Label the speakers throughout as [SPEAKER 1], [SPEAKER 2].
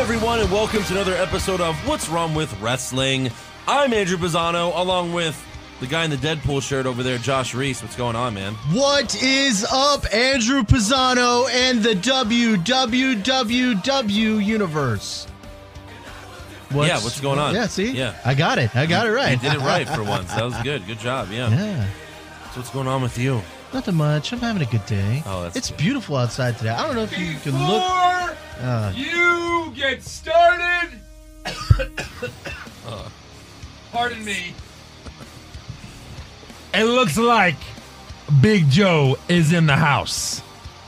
[SPEAKER 1] everyone, and welcome to another episode of What's Wrong with Wrestling. I'm Andrew Pisano, along with the guy in the Deadpool shirt over there, Josh Reese. What's going on, man?
[SPEAKER 2] What is up, Andrew Pisano and the WWWW universe? What's,
[SPEAKER 1] yeah, what's going on?
[SPEAKER 2] Yeah, see?
[SPEAKER 1] Yeah.
[SPEAKER 2] I got it. I got it right.
[SPEAKER 1] You did it right for once. That was good. Good job. Yeah.
[SPEAKER 2] yeah.
[SPEAKER 1] So what's going on with you?
[SPEAKER 2] Nothing much. I'm having a good day.
[SPEAKER 1] Oh, that's
[SPEAKER 2] it's
[SPEAKER 1] good.
[SPEAKER 2] beautiful outside today. I don't know if you can look.
[SPEAKER 3] Before
[SPEAKER 2] Uh,
[SPEAKER 3] you get started, pardon me. It looks like Big Joe is in the house.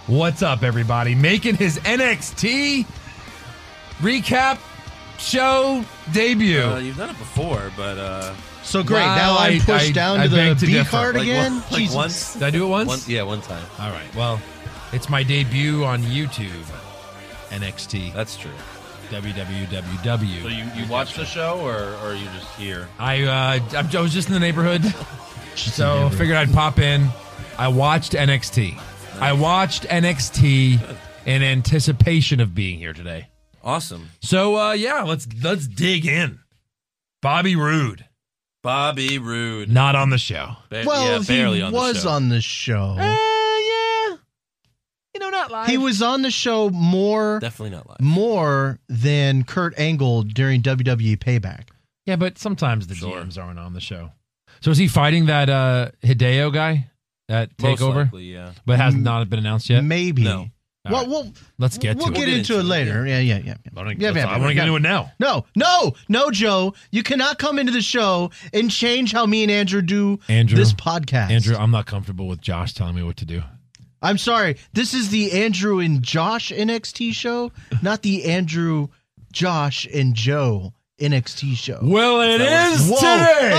[SPEAKER 3] What's up, everybody? Making his NXT recap show debut.
[SPEAKER 4] Oh.
[SPEAKER 1] Uh, you've done it before, but uh,
[SPEAKER 2] so great.
[SPEAKER 3] Wow,
[SPEAKER 2] now I'm
[SPEAKER 3] I-
[SPEAKER 2] pushed
[SPEAKER 3] I-
[SPEAKER 2] down
[SPEAKER 3] I
[SPEAKER 2] to the
[SPEAKER 3] beg to
[SPEAKER 2] B
[SPEAKER 3] differ.
[SPEAKER 2] card
[SPEAKER 1] like,
[SPEAKER 2] again.
[SPEAKER 1] one, like
[SPEAKER 2] Jesus.
[SPEAKER 1] once,
[SPEAKER 3] Did I do it once?
[SPEAKER 1] one, yeah, one time.
[SPEAKER 3] All right. Well, it's my debut on YouTube. NXT.
[SPEAKER 1] That's true.
[SPEAKER 3] www.
[SPEAKER 4] So you, you watch the show, or, or are you just here?
[SPEAKER 3] I uh, I'm- I was just in the neighborhood,
[SPEAKER 2] in the
[SPEAKER 3] so
[SPEAKER 2] neighborhood.
[SPEAKER 3] figured I'd pop in. I watched NXT. I watched NXT in anticipation of being here today.
[SPEAKER 1] Awesome.
[SPEAKER 3] So uh, yeah, let's let's dig in. Bobby Roode
[SPEAKER 1] Bobby Roode.
[SPEAKER 3] not on the show.
[SPEAKER 1] Ba-
[SPEAKER 2] Well,
[SPEAKER 1] yeah, barely
[SPEAKER 2] he
[SPEAKER 1] on
[SPEAKER 2] was
[SPEAKER 1] the show. Uh,
[SPEAKER 2] on the show.
[SPEAKER 3] yeah, you know, not live.
[SPEAKER 2] He was on the show more,
[SPEAKER 1] Definitely not live.
[SPEAKER 2] more than Kurt Angle during WWE Payback.
[SPEAKER 3] yeah, but sometimes the
[SPEAKER 1] Sure.
[SPEAKER 3] DMs aren't on the show. So is he fighting that uh, Hideo guy? That
[SPEAKER 1] Most
[SPEAKER 3] takeover,
[SPEAKER 1] likely, yeah.
[SPEAKER 3] but has
[SPEAKER 2] Mm.
[SPEAKER 3] not been announced yet.
[SPEAKER 2] Maybe.
[SPEAKER 1] No.
[SPEAKER 3] All
[SPEAKER 2] Well,
[SPEAKER 3] right.
[SPEAKER 2] we'll
[SPEAKER 3] Let's get
[SPEAKER 2] we'll
[SPEAKER 3] to it.
[SPEAKER 2] get
[SPEAKER 1] We'll
[SPEAKER 2] into it later. Yeah, yeah, yeah. yeah. Yeah, yeah,
[SPEAKER 3] I want to get
[SPEAKER 2] yeah.
[SPEAKER 3] into it now.
[SPEAKER 2] No, no, no, Joe. You cannot come into the show and change how me and Andrew do
[SPEAKER 3] Andrew.
[SPEAKER 2] this podcast.
[SPEAKER 3] Andrew, I'm not comfortable with Josh telling me what to do.
[SPEAKER 2] I'm sorry. This is the Andrew and Josh NXT show, not the Andrew, Josh, and Joe NXT show.
[SPEAKER 3] Well, it is
[SPEAKER 2] Whoa.
[SPEAKER 3] today.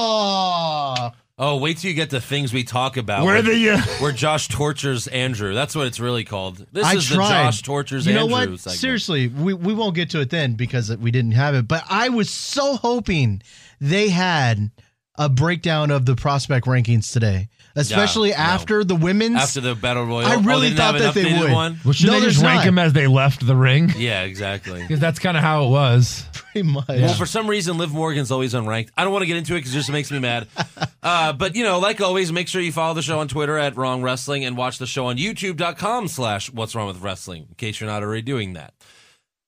[SPEAKER 2] Oh!
[SPEAKER 1] Oh, wait till you get to things we talk about.
[SPEAKER 3] Where the uh,
[SPEAKER 1] where Josh tortures Andrew. That's what it's really called. This
[SPEAKER 2] I
[SPEAKER 1] is the
[SPEAKER 2] tried.
[SPEAKER 1] Josh tortures
[SPEAKER 2] You know
[SPEAKER 1] Andrew
[SPEAKER 2] what?
[SPEAKER 1] segment.
[SPEAKER 2] Seriously, we, we won't get to it then because we didn't have it. But I was so hoping they had a breakdown of the prospect rankings today, especially
[SPEAKER 1] no.
[SPEAKER 2] after the women's.
[SPEAKER 1] After the battle royal,
[SPEAKER 2] I
[SPEAKER 1] Oh,
[SPEAKER 2] really
[SPEAKER 1] they didn't
[SPEAKER 2] thought
[SPEAKER 1] have an
[SPEAKER 2] that they
[SPEAKER 1] updated
[SPEAKER 2] would.
[SPEAKER 1] One?
[SPEAKER 3] well, should
[SPEAKER 2] No,
[SPEAKER 3] they just
[SPEAKER 2] there's
[SPEAKER 3] rank
[SPEAKER 2] not.
[SPEAKER 3] him as they left the ring?
[SPEAKER 1] Yeah, exactly.
[SPEAKER 3] Because that's kind of how it was.
[SPEAKER 2] pretty much.
[SPEAKER 1] Well, for some reason, Liv Morgan's always unranked. I don't want to get into it because it just makes me mad. Uh, but, you know, like always, make sure you follow the show on Twitter at Wrong Wrestling and watch the show on YouTube.com slash What's Wrong With Wrestling, in case you're not already doing that.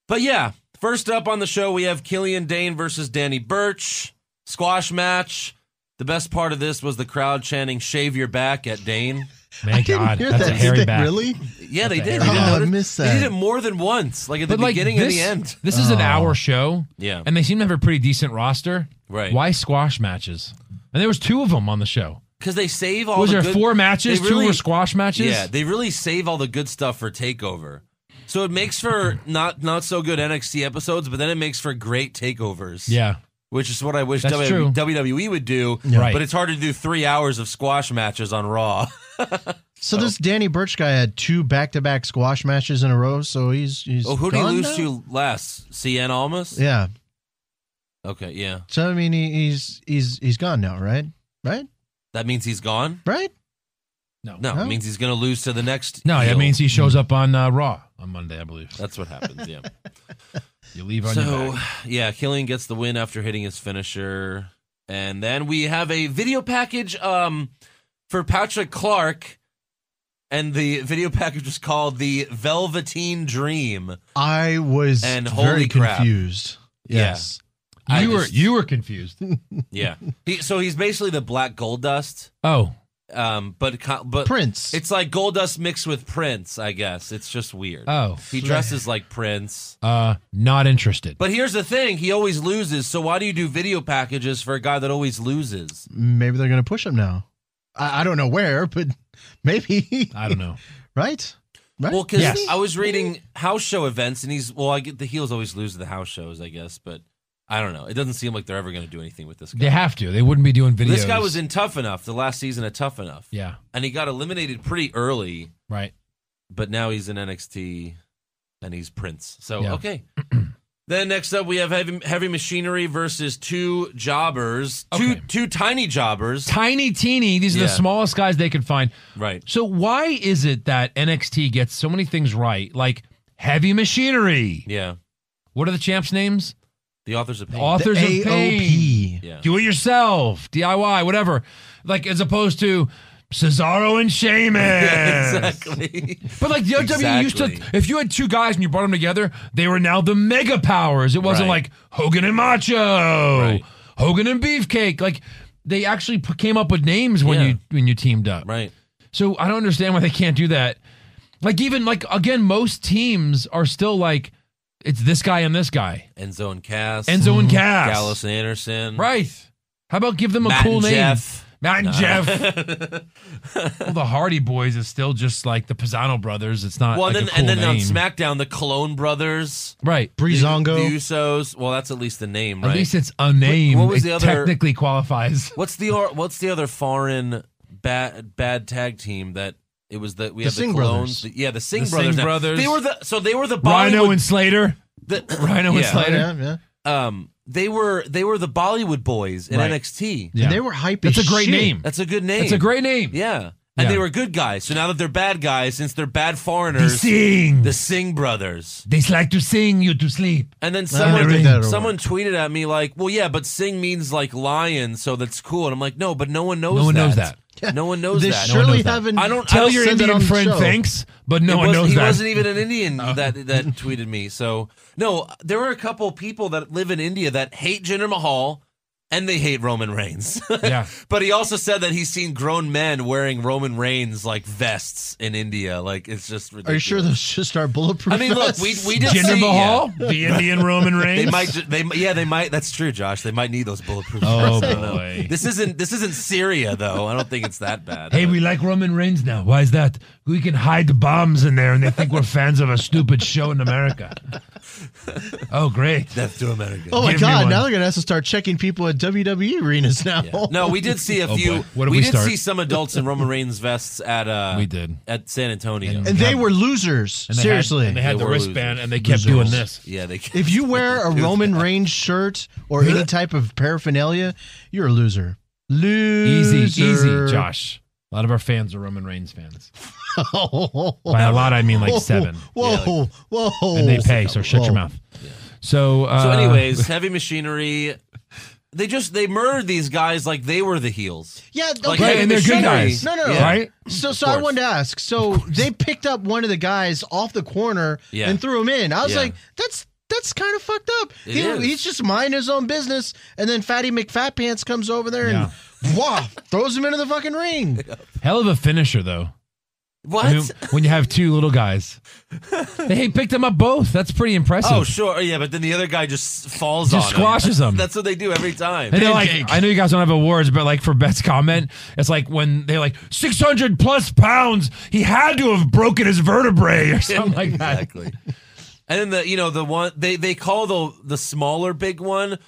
[SPEAKER 1] But, yeah, first up on the show, we have Killian Dane versus Danny Birch. Squash match. The best part of this was the crowd chanting, shave your back at Dane.
[SPEAKER 3] Man,
[SPEAKER 2] I didn't
[SPEAKER 3] God,
[SPEAKER 2] hear
[SPEAKER 3] that's
[SPEAKER 2] that.
[SPEAKER 3] a
[SPEAKER 2] Did
[SPEAKER 3] hairy
[SPEAKER 2] they
[SPEAKER 3] back.
[SPEAKER 2] Really?
[SPEAKER 1] Yeah, they did.
[SPEAKER 2] Oh,
[SPEAKER 1] You didn't
[SPEAKER 2] I
[SPEAKER 1] notice?
[SPEAKER 2] missed
[SPEAKER 1] They
[SPEAKER 2] that.
[SPEAKER 1] did it more than once, like at the
[SPEAKER 3] But like
[SPEAKER 1] beginning
[SPEAKER 3] this,
[SPEAKER 1] and the end.
[SPEAKER 3] this is an hour show,
[SPEAKER 1] Yeah,
[SPEAKER 3] and they seem to have a pretty decent roster.
[SPEAKER 1] Right.
[SPEAKER 3] Why squash matches? And there was two of them on the show.
[SPEAKER 1] because they save all.
[SPEAKER 3] was
[SPEAKER 1] Oh, the
[SPEAKER 3] there
[SPEAKER 1] good-
[SPEAKER 3] four matches?
[SPEAKER 1] they really-
[SPEAKER 3] two were squash matches.
[SPEAKER 1] Yeah, they really save all the good stuff for Takeover. So it makes for not not so good NXT episodes, but then it makes for great takeovers.
[SPEAKER 3] yeah.
[SPEAKER 1] which is what I wish
[SPEAKER 3] That's
[SPEAKER 1] w-
[SPEAKER 3] true.
[SPEAKER 1] WWE would do.
[SPEAKER 3] Right.
[SPEAKER 1] But it's hard to do three hours of squash matches on Raw.
[SPEAKER 2] So this Danny Birch guy had two back-to-back squash matches in a row. So he's he's.
[SPEAKER 1] oh, who did he
[SPEAKER 2] gone
[SPEAKER 1] lose
[SPEAKER 2] now?
[SPEAKER 1] to last? CN almost.
[SPEAKER 2] Yeah.
[SPEAKER 1] Okay. Yeah.
[SPEAKER 2] So I mean, he, he's he's he's gone now, right? Right?
[SPEAKER 1] That means he's gone.
[SPEAKER 2] Right?
[SPEAKER 1] No,
[SPEAKER 2] Huh?
[SPEAKER 1] it means he's going to lose to the next.
[SPEAKER 3] No, that
[SPEAKER 1] heel.
[SPEAKER 3] means he shows up on uh, Raw on Monday, I believe.
[SPEAKER 1] that's what happens. Yeah.
[SPEAKER 3] You leave on your
[SPEAKER 1] So,
[SPEAKER 3] back.
[SPEAKER 1] yeah, Killian gets the win after hitting his finisher. And then we have a video package um, for Patrick Clark. And the video package was called The Velveteen Dream.
[SPEAKER 2] I was
[SPEAKER 1] And
[SPEAKER 2] very
[SPEAKER 1] holy crap.
[SPEAKER 2] confused.
[SPEAKER 1] Yeah.
[SPEAKER 2] Yes.
[SPEAKER 1] I
[SPEAKER 3] You were
[SPEAKER 1] just-
[SPEAKER 3] you were confused.
[SPEAKER 1] Yeah. he, so he's basically the black gold dust.
[SPEAKER 3] Oh,
[SPEAKER 1] Um, but co- but
[SPEAKER 2] Prince.
[SPEAKER 1] it's like gold dust mixed with Prince, I guess. It's just weird.
[SPEAKER 3] oh.
[SPEAKER 1] he dresses like Prince.
[SPEAKER 3] Uh, not interested.
[SPEAKER 1] But here's the thing he always loses. So why do you do video packages for a guy that always loses?
[SPEAKER 2] maybe they're gonna push him now. I, I don't know where, but maybe.
[SPEAKER 3] I don't know.
[SPEAKER 2] right? Right?
[SPEAKER 1] Well, because
[SPEAKER 3] Yes.
[SPEAKER 1] I was reading house show events, and he's well. I get the heels always lose to the house shows, I guess, but I don't know. It doesn't seem like they're ever going to do anything with this guy.
[SPEAKER 3] They have to. They wouldn't be doing videos.
[SPEAKER 1] This guy was in Tough Enough, the last season of Tough Enough,
[SPEAKER 3] Yeah.
[SPEAKER 1] and he got eliminated pretty early.
[SPEAKER 3] Right.
[SPEAKER 1] But now he's in NXT, and he's Prince. So
[SPEAKER 3] Yeah.
[SPEAKER 1] okay. then next up, we have heavy, heavy machinery versus two jobbers, two
[SPEAKER 3] Okay.
[SPEAKER 1] two tiny jobbers.
[SPEAKER 3] Tiny, teeny. These are
[SPEAKER 1] Yeah.
[SPEAKER 3] the smallest guys they could find.
[SPEAKER 1] Right.
[SPEAKER 3] So why is it that NXT gets so many things right, like heavy machinery,
[SPEAKER 1] Yeah.
[SPEAKER 3] What are the champs' names?
[SPEAKER 1] The authors of pain.
[SPEAKER 3] Author- Authors of
[SPEAKER 2] the
[SPEAKER 3] Pain.
[SPEAKER 2] AOP.
[SPEAKER 1] yeah.
[SPEAKER 3] Do it yourself, DIY, whatever. Like as opposed to Cesaro and Sheamus.
[SPEAKER 1] exactly.
[SPEAKER 3] But like the OW used to,
[SPEAKER 1] Exactly.
[SPEAKER 3] if you had two guys and you brought them together, they were now the mega powers. It wasn't
[SPEAKER 1] Right.
[SPEAKER 3] like Hogan and Macho,
[SPEAKER 1] Right.
[SPEAKER 3] Hogan and Beefcake. Like they actually p- came up with names when
[SPEAKER 1] Yeah.
[SPEAKER 3] you when you teamed up.
[SPEAKER 1] right.
[SPEAKER 3] So I don't understand why they can't do that. Like even like again, most teams are still like it's this guy and this guy,
[SPEAKER 1] Enzo and Cass.
[SPEAKER 3] Enzo and Cass,
[SPEAKER 1] Gallus and Anderson.
[SPEAKER 3] Right? How about give them a
[SPEAKER 1] Matt
[SPEAKER 3] cool
[SPEAKER 1] and
[SPEAKER 3] name?
[SPEAKER 1] Jeff.
[SPEAKER 3] Matt and
[SPEAKER 1] No.
[SPEAKER 3] Jeff. Well, the Hardy Boys is still just like the Pisano brothers. It's not
[SPEAKER 1] well,
[SPEAKER 3] like
[SPEAKER 1] and then,
[SPEAKER 3] a cool
[SPEAKER 1] and then on
[SPEAKER 3] name.
[SPEAKER 1] SmackDown, the Cologne brothers.
[SPEAKER 3] right.
[SPEAKER 2] Breezango.
[SPEAKER 1] The Usos. Well, that's at least the name, right?
[SPEAKER 3] At least it's a name.
[SPEAKER 1] What was
[SPEAKER 3] it
[SPEAKER 1] the other-
[SPEAKER 3] technically qualifies?
[SPEAKER 1] what's the or- what's the other foreign bad bad tag team that it was the we
[SPEAKER 2] The
[SPEAKER 1] had the
[SPEAKER 2] Singh
[SPEAKER 1] Colognes.
[SPEAKER 2] Brothers.
[SPEAKER 1] the- yeah, the Singh
[SPEAKER 3] The Singh
[SPEAKER 1] brothers. now.
[SPEAKER 3] Brothers.
[SPEAKER 1] They were the so they were the
[SPEAKER 3] Rhino
[SPEAKER 1] Bollywood
[SPEAKER 3] and Slater.
[SPEAKER 1] the,
[SPEAKER 3] Rhino and
[SPEAKER 1] yeah.
[SPEAKER 3] Slater.
[SPEAKER 2] Oh, Yeah, yeah.
[SPEAKER 1] Um, they were they were the Bollywood boys in
[SPEAKER 3] Right.
[SPEAKER 1] NXT.
[SPEAKER 3] Yeah.
[SPEAKER 2] And they were hype.
[SPEAKER 3] That's
[SPEAKER 2] as
[SPEAKER 3] a great
[SPEAKER 2] shit.
[SPEAKER 3] name.
[SPEAKER 1] That's a good name.
[SPEAKER 3] That's a great name.
[SPEAKER 1] yeah. And
[SPEAKER 3] Yeah.
[SPEAKER 1] they were good guys. So now that they're bad guys, since they're bad
[SPEAKER 3] They
[SPEAKER 1] foreigners,
[SPEAKER 3] sing.
[SPEAKER 1] the Singh brothers.
[SPEAKER 3] they like to sing you to sleep.
[SPEAKER 1] And then
[SPEAKER 2] I don't
[SPEAKER 1] someone
[SPEAKER 2] think that'll
[SPEAKER 1] someone tweeted at me like, "Well, yeah, but Singh means like lion, so that's cool." And I'm like, "No, but no one knows.
[SPEAKER 3] No one knows
[SPEAKER 2] that.
[SPEAKER 1] No one knows
[SPEAKER 2] They
[SPEAKER 1] that.
[SPEAKER 3] one
[SPEAKER 2] surely
[SPEAKER 3] knows that.
[SPEAKER 2] haven't.
[SPEAKER 1] I don't-
[SPEAKER 3] Tell your
[SPEAKER 2] said that
[SPEAKER 3] Indian
[SPEAKER 2] on the
[SPEAKER 3] friend
[SPEAKER 2] show.
[SPEAKER 3] thanks, but no
[SPEAKER 1] It
[SPEAKER 3] one
[SPEAKER 1] wasn't-
[SPEAKER 3] knows
[SPEAKER 1] he
[SPEAKER 3] that. Oh.
[SPEAKER 1] wasn't even an Indian that that tweeted me. So no, there were a couple people that live in India that hate Jinder Mahal and they hate Roman Reigns.
[SPEAKER 3] Yeah.
[SPEAKER 1] but he also said that he's seen grown men wearing Roman Reigns like vests in India. Like it's just ridiculous.
[SPEAKER 2] Are you sure those just are bulletproof?
[SPEAKER 1] I mean, look, we
[SPEAKER 2] vests?
[SPEAKER 1] we did
[SPEAKER 3] Jinder
[SPEAKER 1] see,
[SPEAKER 3] Mahal, the Indian Roman Reigns.
[SPEAKER 1] Yeah. They might, ju- they mi- yeah, they might. That's true, Josh. They might need those bulletproof.
[SPEAKER 3] Oh,
[SPEAKER 1] vests. I don't know.
[SPEAKER 3] boy.
[SPEAKER 1] This isn't this isn't Syria though. I don't think it's that bad.
[SPEAKER 3] Hey, we like Roman Reigns now. Why is that? We can hide the bombs in there, and they think we're fans of a stupid show in America. Oh, great!
[SPEAKER 1] death to America.
[SPEAKER 2] Oh my
[SPEAKER 3] Give me
[SPEAKER 2] god!
[SPEAKER 3] one.
[SPEAKER 2] Now they're gonna have to start checking people at WWE arenas now.
[SPEAKER 1] No, we did see a
[SPEAKER 3] Oh,
[SPEAKER 1] few.
[SPEAKER 3] boy. Where did
[SPEAKER 1] we,
[SPEAKER 3] we
[SPEAKER 1] did
[SPEAKER 3] start?
[SPEAKER 1] see some adults in Roman Reigns vests at uh
[SPEAKER 3] We did.
[SPEAKER 1] at San Antonio.
[SPEAKER 2] and they were losers. Seriously,
[SPEAKER 3] and they had
[SPEAKER 1] They
[SPEAKER 3] the
[SPEAKER 1] were
[SPEAKER 3] wristband,
[SPEAKER 1] losers.
[SPEAKER 3] and they kept
[SPEAKER 2] Losers.
[SPEAKER 3] doing this.
[SPEAKER 1] yeah, they
[SPEAKER 2] if you wear a Roman Reigns shirt or any type of paraphernalia, you're a loser. Loser.
[SPEAKER 3] Easy, easy, Josh. A lot of our fans are Roman Reigns fans. By
[SPEAKER 2] By
[SPEAKER 3] a lot, I mean
[SPEAKER 2] Oh.
[SPEAKER 3] like seven.
[SPEAKER 2] Whoa,
[SPEAKER 1] Yeah,
[SPEAKER 2] whoa,
[SPEAKER 3] And they pay, so shut your
[SPEAKER 2] Whoa.
[SPEAKER 3] mouth. So, uh,
[SPEAKER 1] so, anyways, heavy machinery. They just they murdered these guys like they were the heels.
[SPEAKER 2] Yeah, okay.
[SPEAKER 1] Like, Right,
[SPEAKER 3] and they're good
[SPEAKER 2] Sorry.
[SPEAKER 3] guys.
[SPEAKER 2] No, no, no.
[SPEAKER 1] Yeah.
[SPEAKER 3] right?
[SPEAKER 2] So,
[SPEAKER 1] Of
[SPEAKER 2] so I
[SPEAKER 1] course.
[SPEAKER 2] wanted to ask. So they picked up one of the guys off the corner
[SPEAKER 1] Yeah.
[SPEAKER 2] and threw him in. I was
[SPEAKER 1] Yeah.
[SPEAKER 2] like, that's that's kind of fucked up.
[SPEAKER 1] It
[SPEAKER 2] He-
[SPEAKER 1] is.
[SPEAKER 2] he's just minding his own business, and then Fatty McFatpants comes over there
[SPEAKER 3] Yeah.
[SPEAKER 2] and wah, throws him into the fucking ring.
[SPEAKER 3] Hell of a finisher, though.
[SPEAKER 1] What?
[SPEAKER 3] I mean, when you have two little guys, they picked them up both. That's pretty impressive.
[SPEAKER 1] oh sure, yeah, but then the other guy just falls
[SPEAKER 3] Just
[SPEAKER 1] on
[SPEAKER 3] squashes
[SPEAKER 1] them.
[SPEAKER 3] them.
[SPEAKER 1] That's what they do every time.
[SPEAKER 3] And they're like,
[SPEAKER 2] Pancakes.
[SPEAKER 3] I know you guys don't have awards, but like for best comment, it's like when they're like 600 plus pounds, he had to have broken his vertebrae or something like that.
[SPEAKER 1] exactly. And then the you know the one they they call the the smaller big one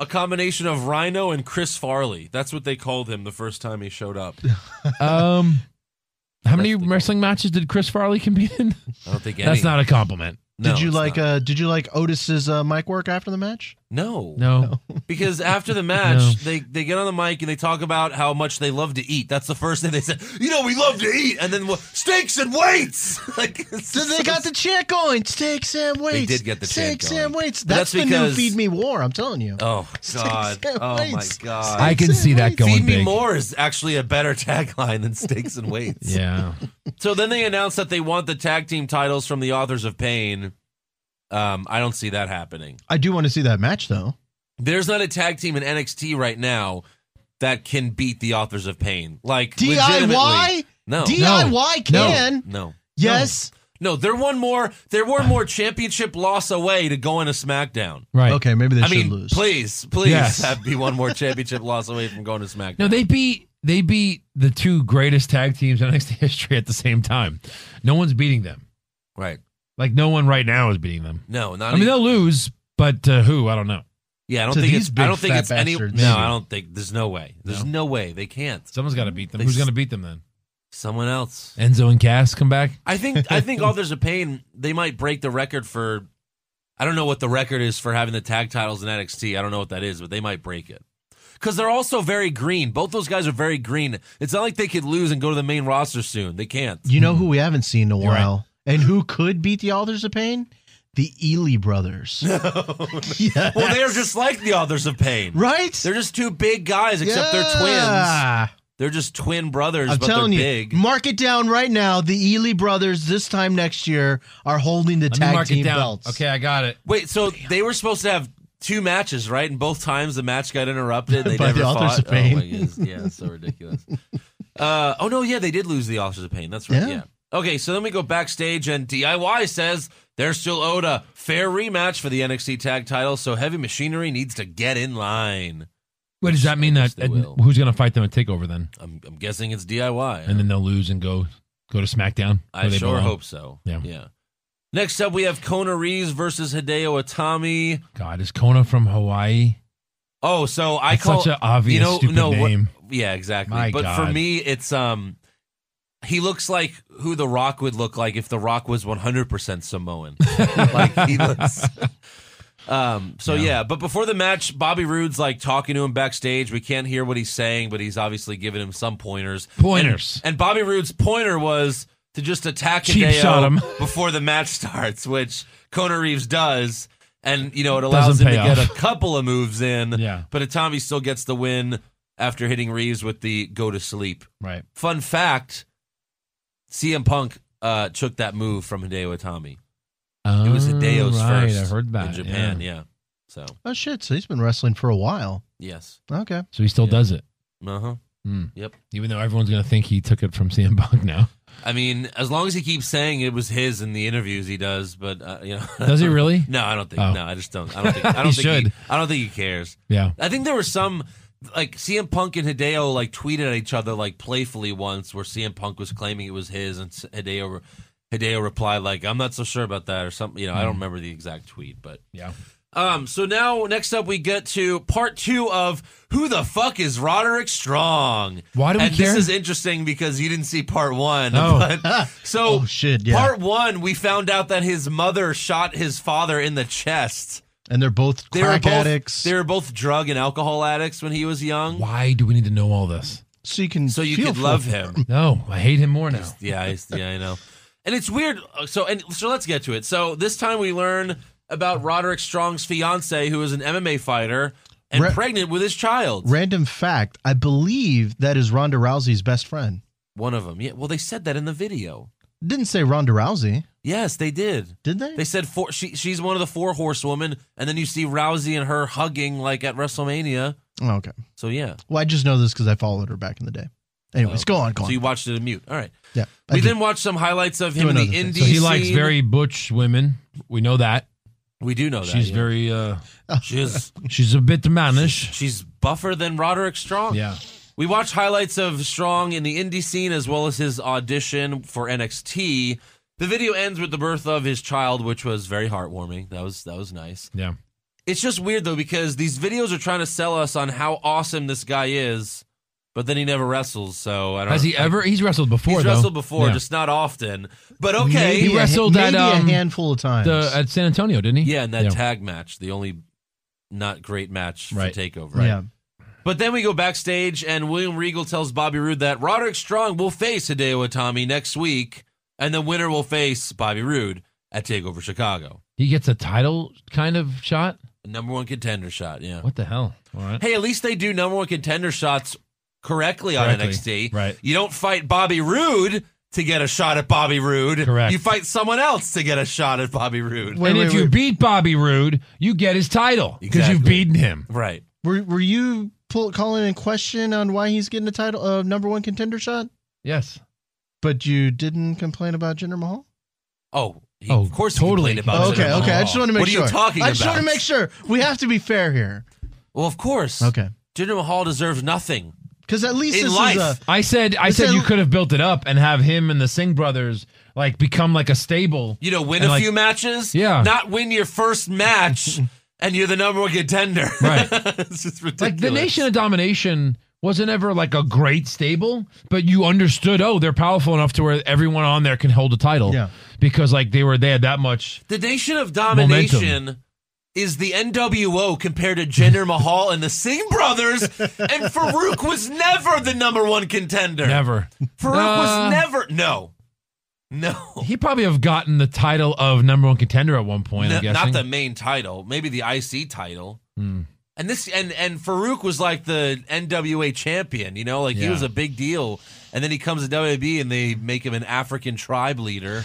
[SPEAKER 1] a combination of Rhino and Chris Farley. That's what they called him the first time he showed up.
[SPEAKER 3] Um, how many
[SPEAKER 1] That's the
[SPEAKER 3] wrestling matches did Chris Farley compete in?
[SPEAKER 1] I don't think any.
[SPEAKER 3] That's not a compliment.
[SPEAKER 1] No,
[SPEAKER 2] did you
[SPEAKER 1] it's
[SPEAKER 2] like
[SPEAKER 1] not.
[SPEAKER 2] uh did you like Otis's uh, mic work after the match?
[SPEAKER 1] no
[SPEAKER 3] No.
[SPEAKER 1] Because after the match, they, they get on the mic and they talk about how much they love to eat. That's the first thing they said. You know, we love to eat, and then what, steaks and weights. like it's
[SPEAKER 2] So they
[SPEAKER 1] just-
[SPEAKER 2] got the chant going. Steaks and weights.
[SPEAKER 1] did get the chant
[SPEAKER 2] Steaks
[SPEAKER 1] going.
[SPEAKER 2] and weights.
[SPEAKER 1] But
[SPEAKER 2] That's,
[SPEAKER 1] that's
[SPEAKER 2] the new
[SPEAKER 1] because-
[SPEAKER 2] feed me war. I'm telling you.
[SPEAKER 1] Oh God!
[SPEAKER 2] and
[SPEAKER 1] Oh my
[SPEAKER 2] weights.
[SPEAKER 1] God!
[SPEAKER 3] I can see that going
[SPEAKER 1] Feed me
[SPEAKER 3] big.
[SPEAKER 1] more is actually a better tagline than steaks and weights.
[SPEAKER 3] Yeah.
[SPEAKER 1] So then they announced that they want the tag team titles from the authors of pain. Um, I don't see that happening.
[SPEAKER 2] I do want to see that match though.
[SPEAKER 1] There's not a tag team in NXT right now that can beat the authors of pain. Like legitimately.
[SPEAKER 2] DIY.
[SPEAKER 1] No.
[SPEAKER 2] DIY
[SPEAKER 3] No.
[SPEAKER 2] can.
[SPEAKER 1] no.
[SPEAKER 2] Yes.
[SPEAKER 1] No, they're one more. They're one more championship loss away to going to SmackDown.
[SPEAKER 3] Right.
[SPEAKER 2] Okay, maybe they
[SPEAKER 1] I
[SPEAKER 2] should
[SPEAKER 1] mean,
[SPEAKER 2] lose.
[SPEAKER 1] please, please
[SPEAKER 3] Yes.
[SPEAKER 1] have be one more championship loss away from going to SmackDown.
[SPEAKER 3] No, they beat they beat the two greatest tag teams in NXT history at the same time. No one's beating them.
[SPEAKER 1] right?
[SPEAKER 3] Like no one right now is beating them.
[SPEAKER 1] No, not.
[SPEAKER 3] I mean,
[SPEAKER 1] even-
[SPEAKER 3] they'll lose, but uh, who? I don't know.
[SPEAKER 1] yeah, I don't
[SPEAKER 2] To
[SPEAKER 1] think
[SPEAKER 2] these
[SPEAKER 1] it's. I don't
[SPEAKER 2] big
[SPEAKER 1] think
[SPEAKER 2] fat
[SPEAKER 1] it's any.
[SPEAKER 2] bastards.
[SPEAKER 1] No,
[SPEAKER 2] Maybe.
[SPEAKER 1] I don't think. There's no way. There's no, way they can't.
[SPEAKER 3] Someone's got to beat them.
[SPEAKER 1] They
[SPEAKER 3] Who's
[SPEAKER 1] s-
[SPEAKER 3] going to beat them then?
[SPEAKER 1] Someone else.
[SPEAKER 3] Enzo and Cass come back.
[SPEAKER 1] I think. I think Authors of Pain. They might break the record for. I don't know what the record is for having the tag titles in NXT. I don't know what that is, but they might break it. Because they're also very green. Both those guys are very green. It's not like they could lose and go to the main roster soon. They can't.
[SPEAKER 2] You know who we haven't seen in a
[SPEAKER 3] You're right.
[SPEAKER 2] while and who could beat the Authors of Pain? the Ely brothers. yeah.
[SPEAKER 1] Well, they're just like the authors of Pain.
[SPEAKER 2] right?
[SPEAKER 1] They're just two big guys, except they're twins.
[SPEAKER 2] Yeah.
[SPEAKER 1] They're just twin brothers,
[SPEAKER 2] I'm
[SPEAKER 1] but
[SPEAKER 2] telling
[SPEAKER 1] they're
[SPEAKER 2] you,
[SPEAKER 1] big.
[SPEAKER 2] mark it down right now. The Ely brothers this time next year are holding the
[SPEAKER 3] Let me
[SPEAKER 2] tag
[SPEAKER 3] mark
[SPEAKER 2] team
[SPEAKER 3] it down.
[SPEAKER 2] belts.
[SPEAKER 3] Okay, I got it.
[SPEAKER 1] Wait, so they were supposed to have two matches, right? And both times the match got interrupted. And they
[SPEAKER 2] By
[SPEAKER 1] never
[SPEAKER 2] the Authors
[SPEAKER 1] fought.
[SPEAKER 2] of Pain.
[SPEAKER 1] Oh my goodness. Yeah, it's so ridiculous. uh, oh no, yeah, they did lose the Authors of Pain. That's right.
[SPEAKER 2] Yeah.
[SPEAKER 1] Yeah. Okay, so then we go backstage, and DIY says they're still owed a fair rematch for the NXT Tag Title, so Heavy Machinery needs to get in line.
[SPEAKER 3] What does that mean?
[SPEAKER 1] I guess
[SPEAKER 3] That uh,
[SPEAKER 1] they will.
[SPEAKER 3] who's going to fight them at Takeover then,
[SPEAKER 1] I'm, I'm guessing it's DIY.
[SPEAKER 3] and then they'll lose and go go to SmackDown.
[SPEAKER 1] I
[SPEAKER 3] where they
[SPEAKER 1] sure
[SPEAKER 3] belong?
[SPEAKER 1] hope so.
[SPEAKER 3] Yeah.
[SPEAKER 1] Yeah. Next up, we have Kona Reeves versus Hideo Itami.
[SPEAKER 3] God, is Kona from Hawaii?
[SPEAKER 1] Oh, so I
[SPEAKER 3] That's
[SPEAKER 1] call
[SPEAKER 3] such an obvious stupid
[SPEAKER 1] what-
[SPEAKER 3] name.
[SPEAKER 1] yeah, exactly.
[SPEAKER 3] My
[SPEAKER 1] but for
[SPEAKER 3] God.
[SPEAKER 1] me, it's um, he looks like who The Rock would look like if The Rock was 100 percent Samoan. like he looks. Um, so yeah.
[SPEAKER 3] Yeah.
[SPEAKER 1] but before the match, Bobby Roode's like talking to him backstage. We can't hear what he's saying, but he's obviously giving him some pointers.
[SPEAKER 3] Pointers.
[SPEAKER 1] And, and Bobby Roode's pointer was to just attack
[SPEAKER 3] Cheap
[SPEAKER 1] Hideo
[SPEAKER 3] shot him.
[SPEAKER 1] before the match starts, which Kona Reeves does. And, you know, it allows
[SPEAKER 3] Doesn't
[SPEAKER 1] him to
[SPEAKER 3] pay
[SPEAKER 1] get
[SPEAKER 3] off.
[SPEAKER 1] a couple of moves in.
[SPEAKER 3] Yeah.
[SPEAKER 1] But Itami still gets the win after hitting Reeves with the go to sleep.
[SPEAKER 3] Right.
[SPEAKER 1] Fun fact CM Punk uh, took that move from Hideo Itami. It was
[SPEAKER 3] Oh,
[SPEAKER 1] Hideo's
[SPEAKER 3] right,
[SPEAKER 1] first
[SPEAKER 3] I heard that
[SPEAKER 1] in Japan. Yeah. So,
[SPEAKER 2] Oh shit! So he's been wrestling for a while.
[SPEAKER 1] yes.
[SPEAKER 2] Okay.
[SPEAKER 3] So he still
[SPEAKER 1] Yeah.
[SPEAKER 3] does it.
[SPEAKER 1] Uh huh.
[SPEAKER 3] Hmm.
[SPEAKER 1] Yep.
[SPEAKER 3] Even though everyone's going to think he took it from CM Punk now.
[SPEAKER 1] I mean, as long as he keeps saying it was his in the interviews he does, but, uh, you know.
[SPEAKER 3] Does he really?
[SPEAKER 1] No, I don't think.
[SPEAKER 3] Oh.
[SPEAKER 1] No, I just don't. I don't think. I don't
[SPEAKER 3] He
[SPEAKER 1] think
[SPEAKER 3] should.
[SPEAKER 1] He, I don't think he cares.
[SPEAKER 3] yeah.
[SPEAKER 1] I think there was some like CM Punk and Hideo like tweeted at each other like playfully once, where CM Punk was claiming it was his, and Hideo Hideo replied like, "I'm not so sure about that" or something. You know, I
[SPEAKER 3] Mm.
[SPEAKER 1] don't remember the exact tweet, but
[SPEAKER 3] Yeah.
[SPEAKER 1] um. So now next up we get to part two of who the fuck is Roderick Strong.
[SPEAKER 3] Why do we
[SPEAKER 1] and
[SPEAKER 3] care?
[SPEAKER 1] this is interesting because you didn't see part one.
[SPEAKER 3] Oh.
[SPEAKER 1] But, so
[SPEAKER 2] Oh shit! Yeah.
[SPEAKER 1] Part one, we found out that his mother shot his father in the chest.
[SPEAKER 2] and they're both
[SPEAKER 1] They
[SPEAKER 2] crack
[SPEAKER 1] were both,
[SPEAKER 2] addicts.
[SPEAKER 1] They were both drug and alcohol addicts when he was young.
[SPEAKER 3] Why do we need to know all this?
[SPEAKER 2] so you can
[SPEAKER 1] So you
[SPEAKER 2] feel
[SPEAKER 1] could
[SPEAKER 2] for
[SPEAKER 1] love
[SPEAKER 2] them.
[SPEAKER 1] him.
[SPEAKER 3] No, I hate him more now.
[SPEAKER 1] yeah, I, yeah, I know. And it's weird. uh, So and so, let's get to it. So this time we learn about Roderick Strong's fiance, who is an MMA fighter and
[SPEAKER 2] Re-
[SPEAKER 1] pregnant with his child.
[SPEAKER 2] Random fact: I believe that is Ronda Rousey's best friend.
[SPEAKER 1] One of them. Yeah. Well, they said that in the video.
[SPEAKER 2] Didn't say Ronda Rousey,
[SPEAKER 1] Yes, they did.
[SPEAKER 2] did they?
[SPEAKER 1] They said four, she, she's one of the four horsewomen, and then you see Rousey and her hugging like at WrestleMania.
[SPEAKER 2] oh, okay.
[SPEAKER 1] So yeah.
[SPEAKER 2] Well, I just know this because I followed her back in the day. Anyways,
[SPEAKER 1] Oh.
[SPEAKER 2] go on, go on.
[SPEAKER 1] So you watched it in mute. All right.
[SPEAKER 2] yeah. I
[SPEAKER 1] We
[SPEAKER 2] did.
[SPEAKER 1] then watched some highlights of him
[SPEAKER 2] Do
[SPEAKER 1] in the
[SPEAKER 2] another thing.
[SPEAKER 1] indie.
[SPEAKER 3] So he likes
[SPEAKER 1] scene.
[SPEAKER 3] very butch women. We know that.
[SPEAKER 1] We do know that
[SPEAKER 3] she's
[SPEAKER 1] yeah.
[SPEAKER 3] very uh
[SPEAKER 1] She's
[SPEAKER 3] she's a bit mannish.
[SPEAKER 1] she's buffer than Roderick Strong.
[SPEAKER 3] Yeah.
[SPEAKER 1] We watched highlights of Strong in the indie scene as well as his audition for NXT. The video ends with the birth of his child, which was very heartwarming. That was that was nice.
[SPEAKER 3] Yeah.
[SPEAKER 1] It's just weird though because these videos are trying to sell us on how awesome this guy is, but then he never wrestles. So I don't.
[SPEAKER 3] Has he
[SPEAKER 1] I-
[SPEAKER 3] ever he's wrestled before
[SPEAKER 1] He's
[SPEAKER 3] though.
[SPEAKER 1] wrestled before,
[SPEAKER 3] Yeah.
[SPEAKER 1] just not often. But okay,
[SPEAKER 2] Maybe
[SPEAKER 3] He
[SPEAKER 2] a-
[SPEAKER 3] wrestled at,
[SPEAKER 2] maybe
[SPEAKER 3] um,
[SPEAKER 2] a handful of times.
[SPEAKER 3] the, at San Antonio, didn't he?
[SPEAKER 1] Yeah, and that
[SPEAKER 3] yeah.
[SPEAKER 1] tag match, the only not great match
[SPEAKER 3] Right.
[SPEAKER 1] for Takeover.
[SPEAKER 2] Yeah.
[SPEAKER 1] But then we go backstage, and William Regal tells Bobby Roode that Roderick Strong will face Hideo Itami next week, and the winner will face Bobby Roode at Takeover Chicago.
[SPEAKER 3] He gets a title kind of shot.
[SPEAKER 1] Number one contender shot. Yeah.
[SPEAKER 3] What the hell? All right.
[SPEAKER 1] Hey, at least they do number one contender shots correctly on
[SPEAKER 3] Correctly.
[SPEAKER 1] NXT.
[SPEAKER 3] Right.
[SPEAKER 1] You don't fight Bobby Roode to get a shot at Bobby Roode.
[SPEAKER 3] Correct.
[SPEAKER 1] You fight someone else to get a shot at Bobby Roode.
[SPEAKER 2] Wait,
[SPEAKER 3] and
[SPEAKER 2] wait,
[SPEAKER 3] if you
[SPEAKER 2] wait.
[SPEAKER 3] beat Bobby Roode, you get his title because you've
[SPEAKER 1] Exactly.
[SPEAKER 3] beaten him.
[SPEAKER 1] Right.
[SPEAKER 2] Were Were you pull, calling in question on why he's getting a title uh, number one contender shot?
[SPEAKER 3] Yes.
[SPEAKER 2] But you didn't complain about Jinder Mahal.
[SPEAKER 1] Oh, he,
[SPEAKER 3] Oh,
[SPEAKER 1] of course
[SPEAKER 3] totally.
[SPEAKER 1] he complained about
[SPEAKER 2] okay,
[SPEAKER 1] Oh, Jinder
[SPEAKER 2] okay. I
[SPEAKER 1] Mahal.
[SPEAKER 2] just want to make
[SPEAKER 1] What
[SPEAKER 2] sure.
[SPEAKER 1] are you talking
[SPEAKER 2] I
[SPEAKER 1] about?
[SPEAKER 2] just want to make sure we have to be fair here.
[SPEAKER 1] Well, of course.
[SPEAKER 2] Okay,
[SPEAKER 1] Jinder Mahal deserves nothing.
[SPEAKER 2] because at least
[SPEAKER 1] In
[SPEAKER 2] this
[SPEAKER 1] life.
[SPEAKER 2] is uh, a
[SPEAKER 3] I said I
[SPEAKER 2] Is
[SPEAKER 3] said
[SPEAKER 2] that-
[SPEAKER 3] you could have built it up and have him and the Singh brothers like become like a stable.
[SPEAKER 1] You know, win
[SPEAKER 3] And
[SPEAKER 1] a
[SPEAKER 3] like-
[SPEAKER 1] few matches.
[SPEAKER 3] Yeah.
[SPEAKER 1] Not win your first match, and you're the number one contender.
[SPEAKER 3] Right.
[SPEAKER 1] it's just ridiculous.
[SPEAKER 3] Like the Nation of Domination wasn't ever like a great stable, but you understood, oh, they're powerful enough to where everyone on there can hold a title.
[SPEAKER 2] Yeah.
[SPEAKER 3] Because like they were they had that much
[SPEAKER 1] The Nation of Domination. Is the NWO compared to Jinder Mahal and the Singh brothers? And Farouk was never the number one contender.
[SPEAKER 3] never.
[SPEAKER 1] Farouk
[SPEAKER 3] Uh,
[SPEAKER 1] was never. No. No.
[SPEAKER 3] He probably have gotten the title of number one contender at one point.
[SPEAKER 1] N-
[SPEAKER 3] I'm guessing.
[SPEAKER 1] not the main title, maybe the IC title. And this and and Farouk was like the NWA champion, you know, like he
[SPEAKER 3] Yeah.
[SPEAKER 1] was a big deal. And then he comes to WWE and they make him an African tribe leader.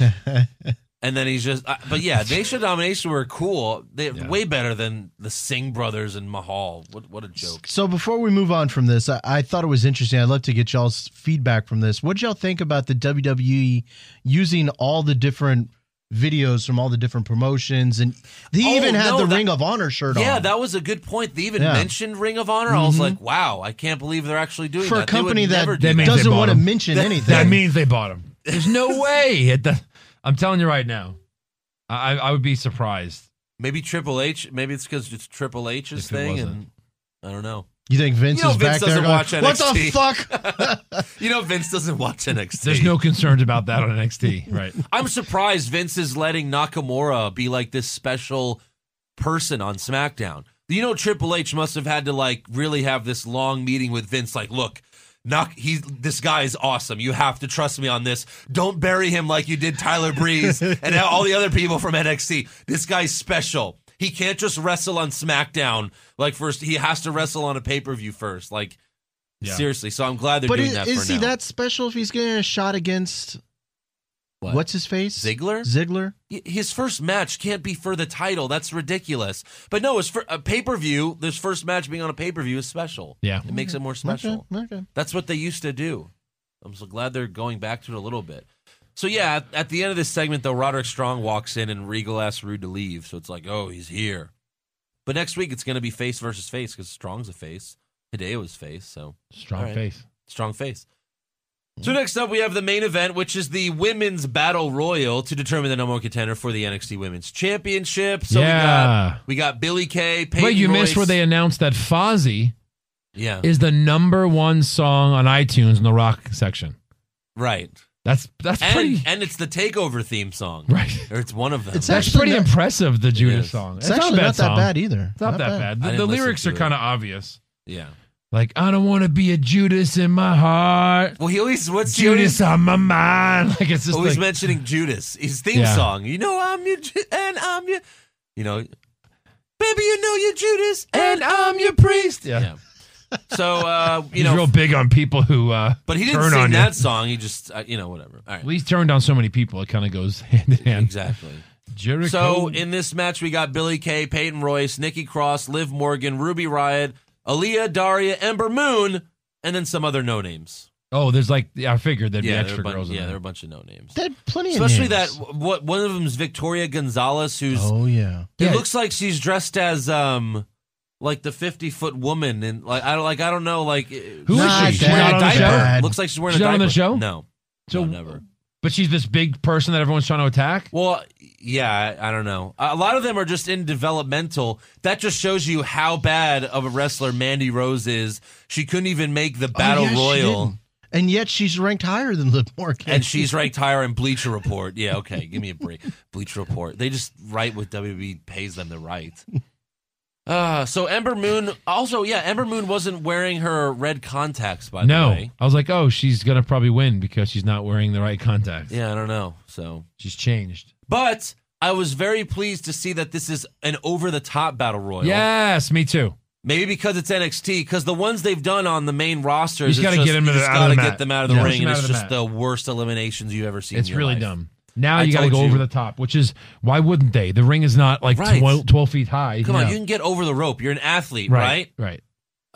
[SPEAKER 1] and then he's just, uh, but yeah, Nation Domination were cool. They
[SPEAKER 3] Yeah.
[SPEAKER 1] way better than the Singh brothers and Mahal. What what a joke.
[SPEAKER 2] So before we move on from this, I, I thought it was interesting. I'd love to get y'all's feedback from this. What did y'all think about the WWE using all the different videos from all the different promotions, and they
[SPEAKER 1] Oh,
[SPEAKER 2] even had
[SPEAKER 1] no,
[SPEAKER 2] the
[SPEAKER 1] that-
[SPEAKER 2] Ring of Honor shirt on.
[SPEAKER 1] Yeah, that was a good point. They even
[SPEAKER 2] Yeah.
[SPEAKER 1] mentioned Ring of Honor. I was like, wow, I can't believe they're actually doing
[SPEAKER 2] for
[SPEAKER 1] that.
[SPEAKER 2] a
[SPEAKER 1] They would
[SPEAKER 2] company that,
[SPEAKER 1] never do
[SPEAKER 3] That means they
[SPEAKER 2] doesn't
[SPEAKER 3] bought
[SPEAKER 2] want to
[SPEAKER 3] them.
[SPEAKER 2] mention anything.
[SPEAKER 3] That means they bought him. There's no way. It, the, I'm telling you right now. I, I would be surprised.
[SPEAKER 1] Maybe Triple H. Maybe it's because it's Triple H's
[SPEAKER 3] If it
[SPEAKER 1] thing,
[SPEAKER 3] wasn't.
[SPEAKER 1] and I don't know.
[SPEAKER 2] you think Vince
[SPEAKER 1] You know
[SPEAKER 2] is
[SPEAKER 1] Vince
[SPEAKER 2] back there?
[SPEAKER 1] doesn't
[SPEAKER 2] going,
[SPEAKER 1] watch
[SPEAKER 2] what the
[SPEAKER 1] NXT."
[SPEAKER 2] fuck?
[SPEAKER 1] You know, Vince doesn't watch NXT.
[SPEAKER 3] There's no concerns about that on NXT, right?
[SPEAKER 1] I'm surprised Vince is letting Nakamura be like this special person on SmackDown. You know, Triple H must have had to like really have this long meeting with Vince. Like, look. Knock, he's this guy is awesome. You have to trust me on this. Don't bury him like you did Tyler Breeze and all the other people from NXT. This guy's special. He can't just wrestle on SmackDown. Like first, he has to wrestle on a pay per view first. Like
[SPEAKER 3] Yeah.
[SPEAKER 1] seriously. So I'm glad they're
[SPEAKER 2] but
[SPEAKER 1] doing
[SPEAKER 2] is,
[SPEAKER 1] that
[SPEAKER 2] is
[SPEAKER 1] for
[SPEAKER 2] he
[SPEAKER 1] now.
[SPEAKER 2] that special if he's getting a shot against
[SPEAKER 1] What?
[SPEAKER 2] what's his face?
[SPEAKER 1] Ziggler?
[SPEAKER 2] Ziggler.
[SPEAKER 1] Y- his first match can't be for the title. That's ridiculous. But no, it's for a pay per view. This first match being on a pay per view is special.
[SPEAKER 3] Yeah.
[SPEAKER 1] It makes it more special.
[SPEAKER 2] Mm-hmm. Okay. okay.
[SPEAKER 1] That's what they used to do. I'm so glad they're going back to it a little bit. So yeah, at, at the end of this segment, though, Roderick Strong walks in and Regal asks Rude to leave. So it's like, oh, he's here. But next week it's going to be face versus face because Strong's a face, Hideo's face. So
[SPEAKER 3] Strong
[SPEAKER 1] All right.
[SPEAKER 3] face.
[SPEAKER 1] strong face.
[SPEAKER 3] Mm-hmm.
[SPEAKER 1] So next up, we have the main event, which is the women's battle royal to determine the number one contender for the NXT Women's Championship. So
[SPEAKER 3] Yeah.
[SPEAKER 1] we got we got Billy Kay. Peyton
[SPEAKER 3] Wait, you
[SPEAKER 1] Royce.
[SPEAKER 3] missed where they announced that Fozzy
[SPEAKER 1] Yeah,
[SPEAKER 3] is the number one song on iTunes in the rock section.
[SPEAKER 1] right.
[SPEAKER 3] That's that's
[SPEAKER 1] And
[SPEAKER 3] pretty
[SPEAKER 1] and it's the takeover theme song.
[SPEAKER 3] right.
[SPEAKER 1] or it's one of them.
[SPEAKER 2] It's
[SPEAKER 3] That's
[SPEAKER 2] actually
[SPEAKER 3] pretty
[SPEAKER 2] not-
[SPEAKER 3] impressive. The Judas
[SPEAKER 1] is.
[SPEAKER 3] song.
[SPEAKER 2] It's,
[SPEAKER 3] not,
[SPEAKER 2] actually
[SPEAKER 3] a bad
[SPEAKER 2] not that
[SPEAKER 3] song.
[SPEAKER 2] bad either.
[SPEAKER 3] It's not, that bad.
[SPEAKER 1] I
[SPEAKER 3] The,
[SPEAKER 1] didn't
[SPEAKER 3] the
[SPEAKER 1] listen
[SPEAKER 3] lyrics
[SPEAKER 1] to
[SPEAKER 3] are
[SPEAKER 1] it.
[SPEAKER 3] kind of obvious.
[SPEAKER 1] yeah.
[SPEAKER 3] Like I don't want to be a Judas in my heart.
[SPEAKER 1] Well, he always what's he
[SPEAKER 3] Judas on my mind. Like it's just
[SPEAKER 1] Always, always
[SPEAKER 3] like,
[SPEAKER 1] mentioning Judas. His theme
[SPEAKER 3] Yeah.
[SPEAKER 1] song. You know I'm your Ju- and I'm your. You know, baby, you know you're Judas and I'm your priest.
[SPEAKER 3] Yeah.
[SPEAKER 1] So uh, you
[SPEAKER 3] he's
[SPEAKER 1] know,
[SPEAKER 3] real big on people who. Uh,
[SPEAKER 1] But he didn't
[SPEAKER 3] turn
[SPEAKER 1] sing
[SPEAKER 3] on
[SPEAKER 1] that
[SPEAKER 3] You.
[SPEAKER 1] song. He just, uh, you know, whatever. All right.
[SPEAKER 3] Well, he's turned on so many people. It kind of goes hand in hand.
[SPEAKER 1] Exactly.
[SPEAKER 3] Jericho.
[SPEAKER 1] So in this match, we got Billy Kay, Peyton Royce, Nikki Cross, Liv Morgan, Ruby Riot, Aaliyah, Daria, Ember Moon, and then some other no names.
[SPEAKER 3] oh, there's like I figured there'd
[SPEAKER 1] Yeah,
[SPEAKER 3] be
[SPEAKER 1] there are a
[SPEAKER 3] extra
[SPEAKER 1] bunch,
[SPEAKER 3] girls. in
[SPEAKER 1] yeah,
[SPEAKER 3] there.
[SPEAKER 1] there are a bunch of no names.
[SPEAKER 2] They had plenty of
[SPEAKER 1] Especially that
[SPEAKER 2] names.
[SPEAKER 1] what one of them is Victoria Gonzalez, who's
[SPEAKER 2] Oh yeah.
[SPEAKER 1] it
[SPEAKER 3] Yeah.
[SPEAKER 1] looks like she's dressed as um like the fifty foot woman and like I don't like I don't know like who
[SPEAKER 3] is
[SPEAKER 1] is
[SPEAKER 3] Not she?
[SPEAKER 1] She's wearing
[SPEAKER 3] bad. Not on
[SPEAKER 1] a
[SPEAKER 3] the
[SPEAKER 1] diaper.
[SPEAKER 2] show?
[SPEAKER 1] Looks like she's wearing
[SPEAKER 3] She's
[SPEAKER 1] a
[SPEAKER 3] not
[SPEAKER 1] diaper.
[SPEAKER 3] on the show?
[SPEAKER 1] No,
[SPEAKER 3] So-
[SPEAKER 1] no, never.
[SPEAKER 3] But she's this big person that everyone's trying to attack.
[SPEAKER 1] Well, yeah, I I don't know. A lot of them are just in developmental. That just shows you how bad of a wrestler Mandy Rose is. She couldn't even make the Battle
[SPEAKER 2] Oh, yeah, she
[SPEAKER 1] Royal,
[SPEAKER 2] didn't. and yet she's ranked higher than Liv Morgan.
[SPEAKER 1] and she's ranked higher in Bleacher Report. Yeah, okay, give me a break. Bleacher Report. They just write what WWE pays them to write. Uh, so Ember Moon also, yeah, Ember Moon wasn't wearing her red contacts by
[SPEAKER 3] no,
[SPEAKER 1] the way.
[SPEAKER 3] I was like, oh, she's gonna probably win because she's not wearing the right contacts.
[SPEAKER 1] Yeah, I don't know. So
[SPEAKER 3] She's changed.
[SPEAKER 1] But I was very pleased to see that this is an over the top battle royal.
[SPEAKER 3] Yes, me too.
[SPEAKER 1] Maybe because it's NXT, because the ones they've done on the main roster,
[SPEAKER 3] You just gotta get them
[SPEAKER 1] you
[SPEAKER 3] to the-
[SPEAKER 1] just
[SPEAKER 3] out of the
[SPEAKER 1] gotta get
[SPEAKER 3] mat.
[SPEAKER 1] them out of the
[SPEAKER 3] Yeah. Push
[SPEAKER 1] ring,
[SPEAKER 3] them
[SPEAKER 1] and
[SPEAKER 3] out
[SPEAKER 1] it's
[SPEAKER 3] of the
[SPEAKER 1] just
[SPEAKER 3] mat.
[SPEAKER 1] the worst eliminations you've ever seen.
[SPEAKER 3] It's
[SPEAKER 1] in your
[SPEAKER 3] really
[SPEAKER 1] life.
[SPEAKER 3] dumb. Now
[SPEAKER 1] I
[SPEAKER 3] you got to
[SPEAKER 1] told
[SPEAKER 3] go
[SPEAKER 1] you.
[SPEAKER 3] over the top, which is why wouldn't they? The ring is not like
[SPEAKER 1] Right.
[SPEAKER 3] 12, 12 feet high.
[SPEAKER 1] Come on,
[SPEAKER 3] Yeah.
[SPEAKER 1] you can get over the rope. You're an athlete,
[SPEAKER 3] right,
[SPEAKER 1] right?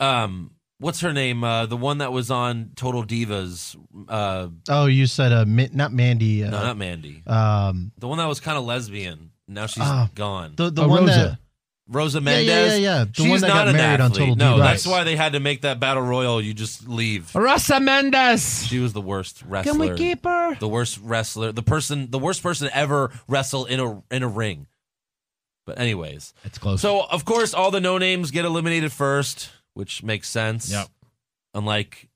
[SPEAKER 3] right.
[SPEAKER 1] Um, what's her name? Uh, the one that was on Total Divas. Uh,
[SPEAKER 2] oh, you said uh, Ma- not Mandy. Uh,
[SPEAKER 1] no, not Mandy.
[SPEAKER 2] um,
[SPEAKER 1] The one that was kind of lesbian. Now she's
[SPEAKER 2] Ah.
[SPEAKER 1] gone.
[SPEAKER 2] the the
[SPEAKER 3] Oh,
[SPEAKER 2] one
[SPEAKER 3] Rosa.
[SPEAKER 1] Rosa
[SPEAKER 2] that yeah,
[SPEAKER 1] Mendez.
[SPEAKER 2] yeah yeah yeah the
[SPEAKER 1] She's
[SPEAKER 2] one that
[SPEAKER 1] not
[SPEAKER 2] got
[SPEAKER 1] an
[SPEAKER 2] married on
[SPEAKER 1] athlete.
[SPEAKER 2] Total
[SPEAKER 1] no,
[SPEAKER 2] Divas.
[SPEAKER 1] that's why they had to make that battle royal. You just leave.
[SPEAKER 3] Rosa Mendes.
[SPEAKER 1] She was the worst wrestler.
[SPEAKER 3] her?
[SPEAKER 1] the worst wrestler, the person, the worst person to ever wrestle in a in a ring. But anyways,
[SPEAKER 3] It's close.
[SPEAKER 1] so of course all the no names get eliminated first, which makes sense.
[SPEAKER 3] Yep.
[SPEAKER 1] Unlike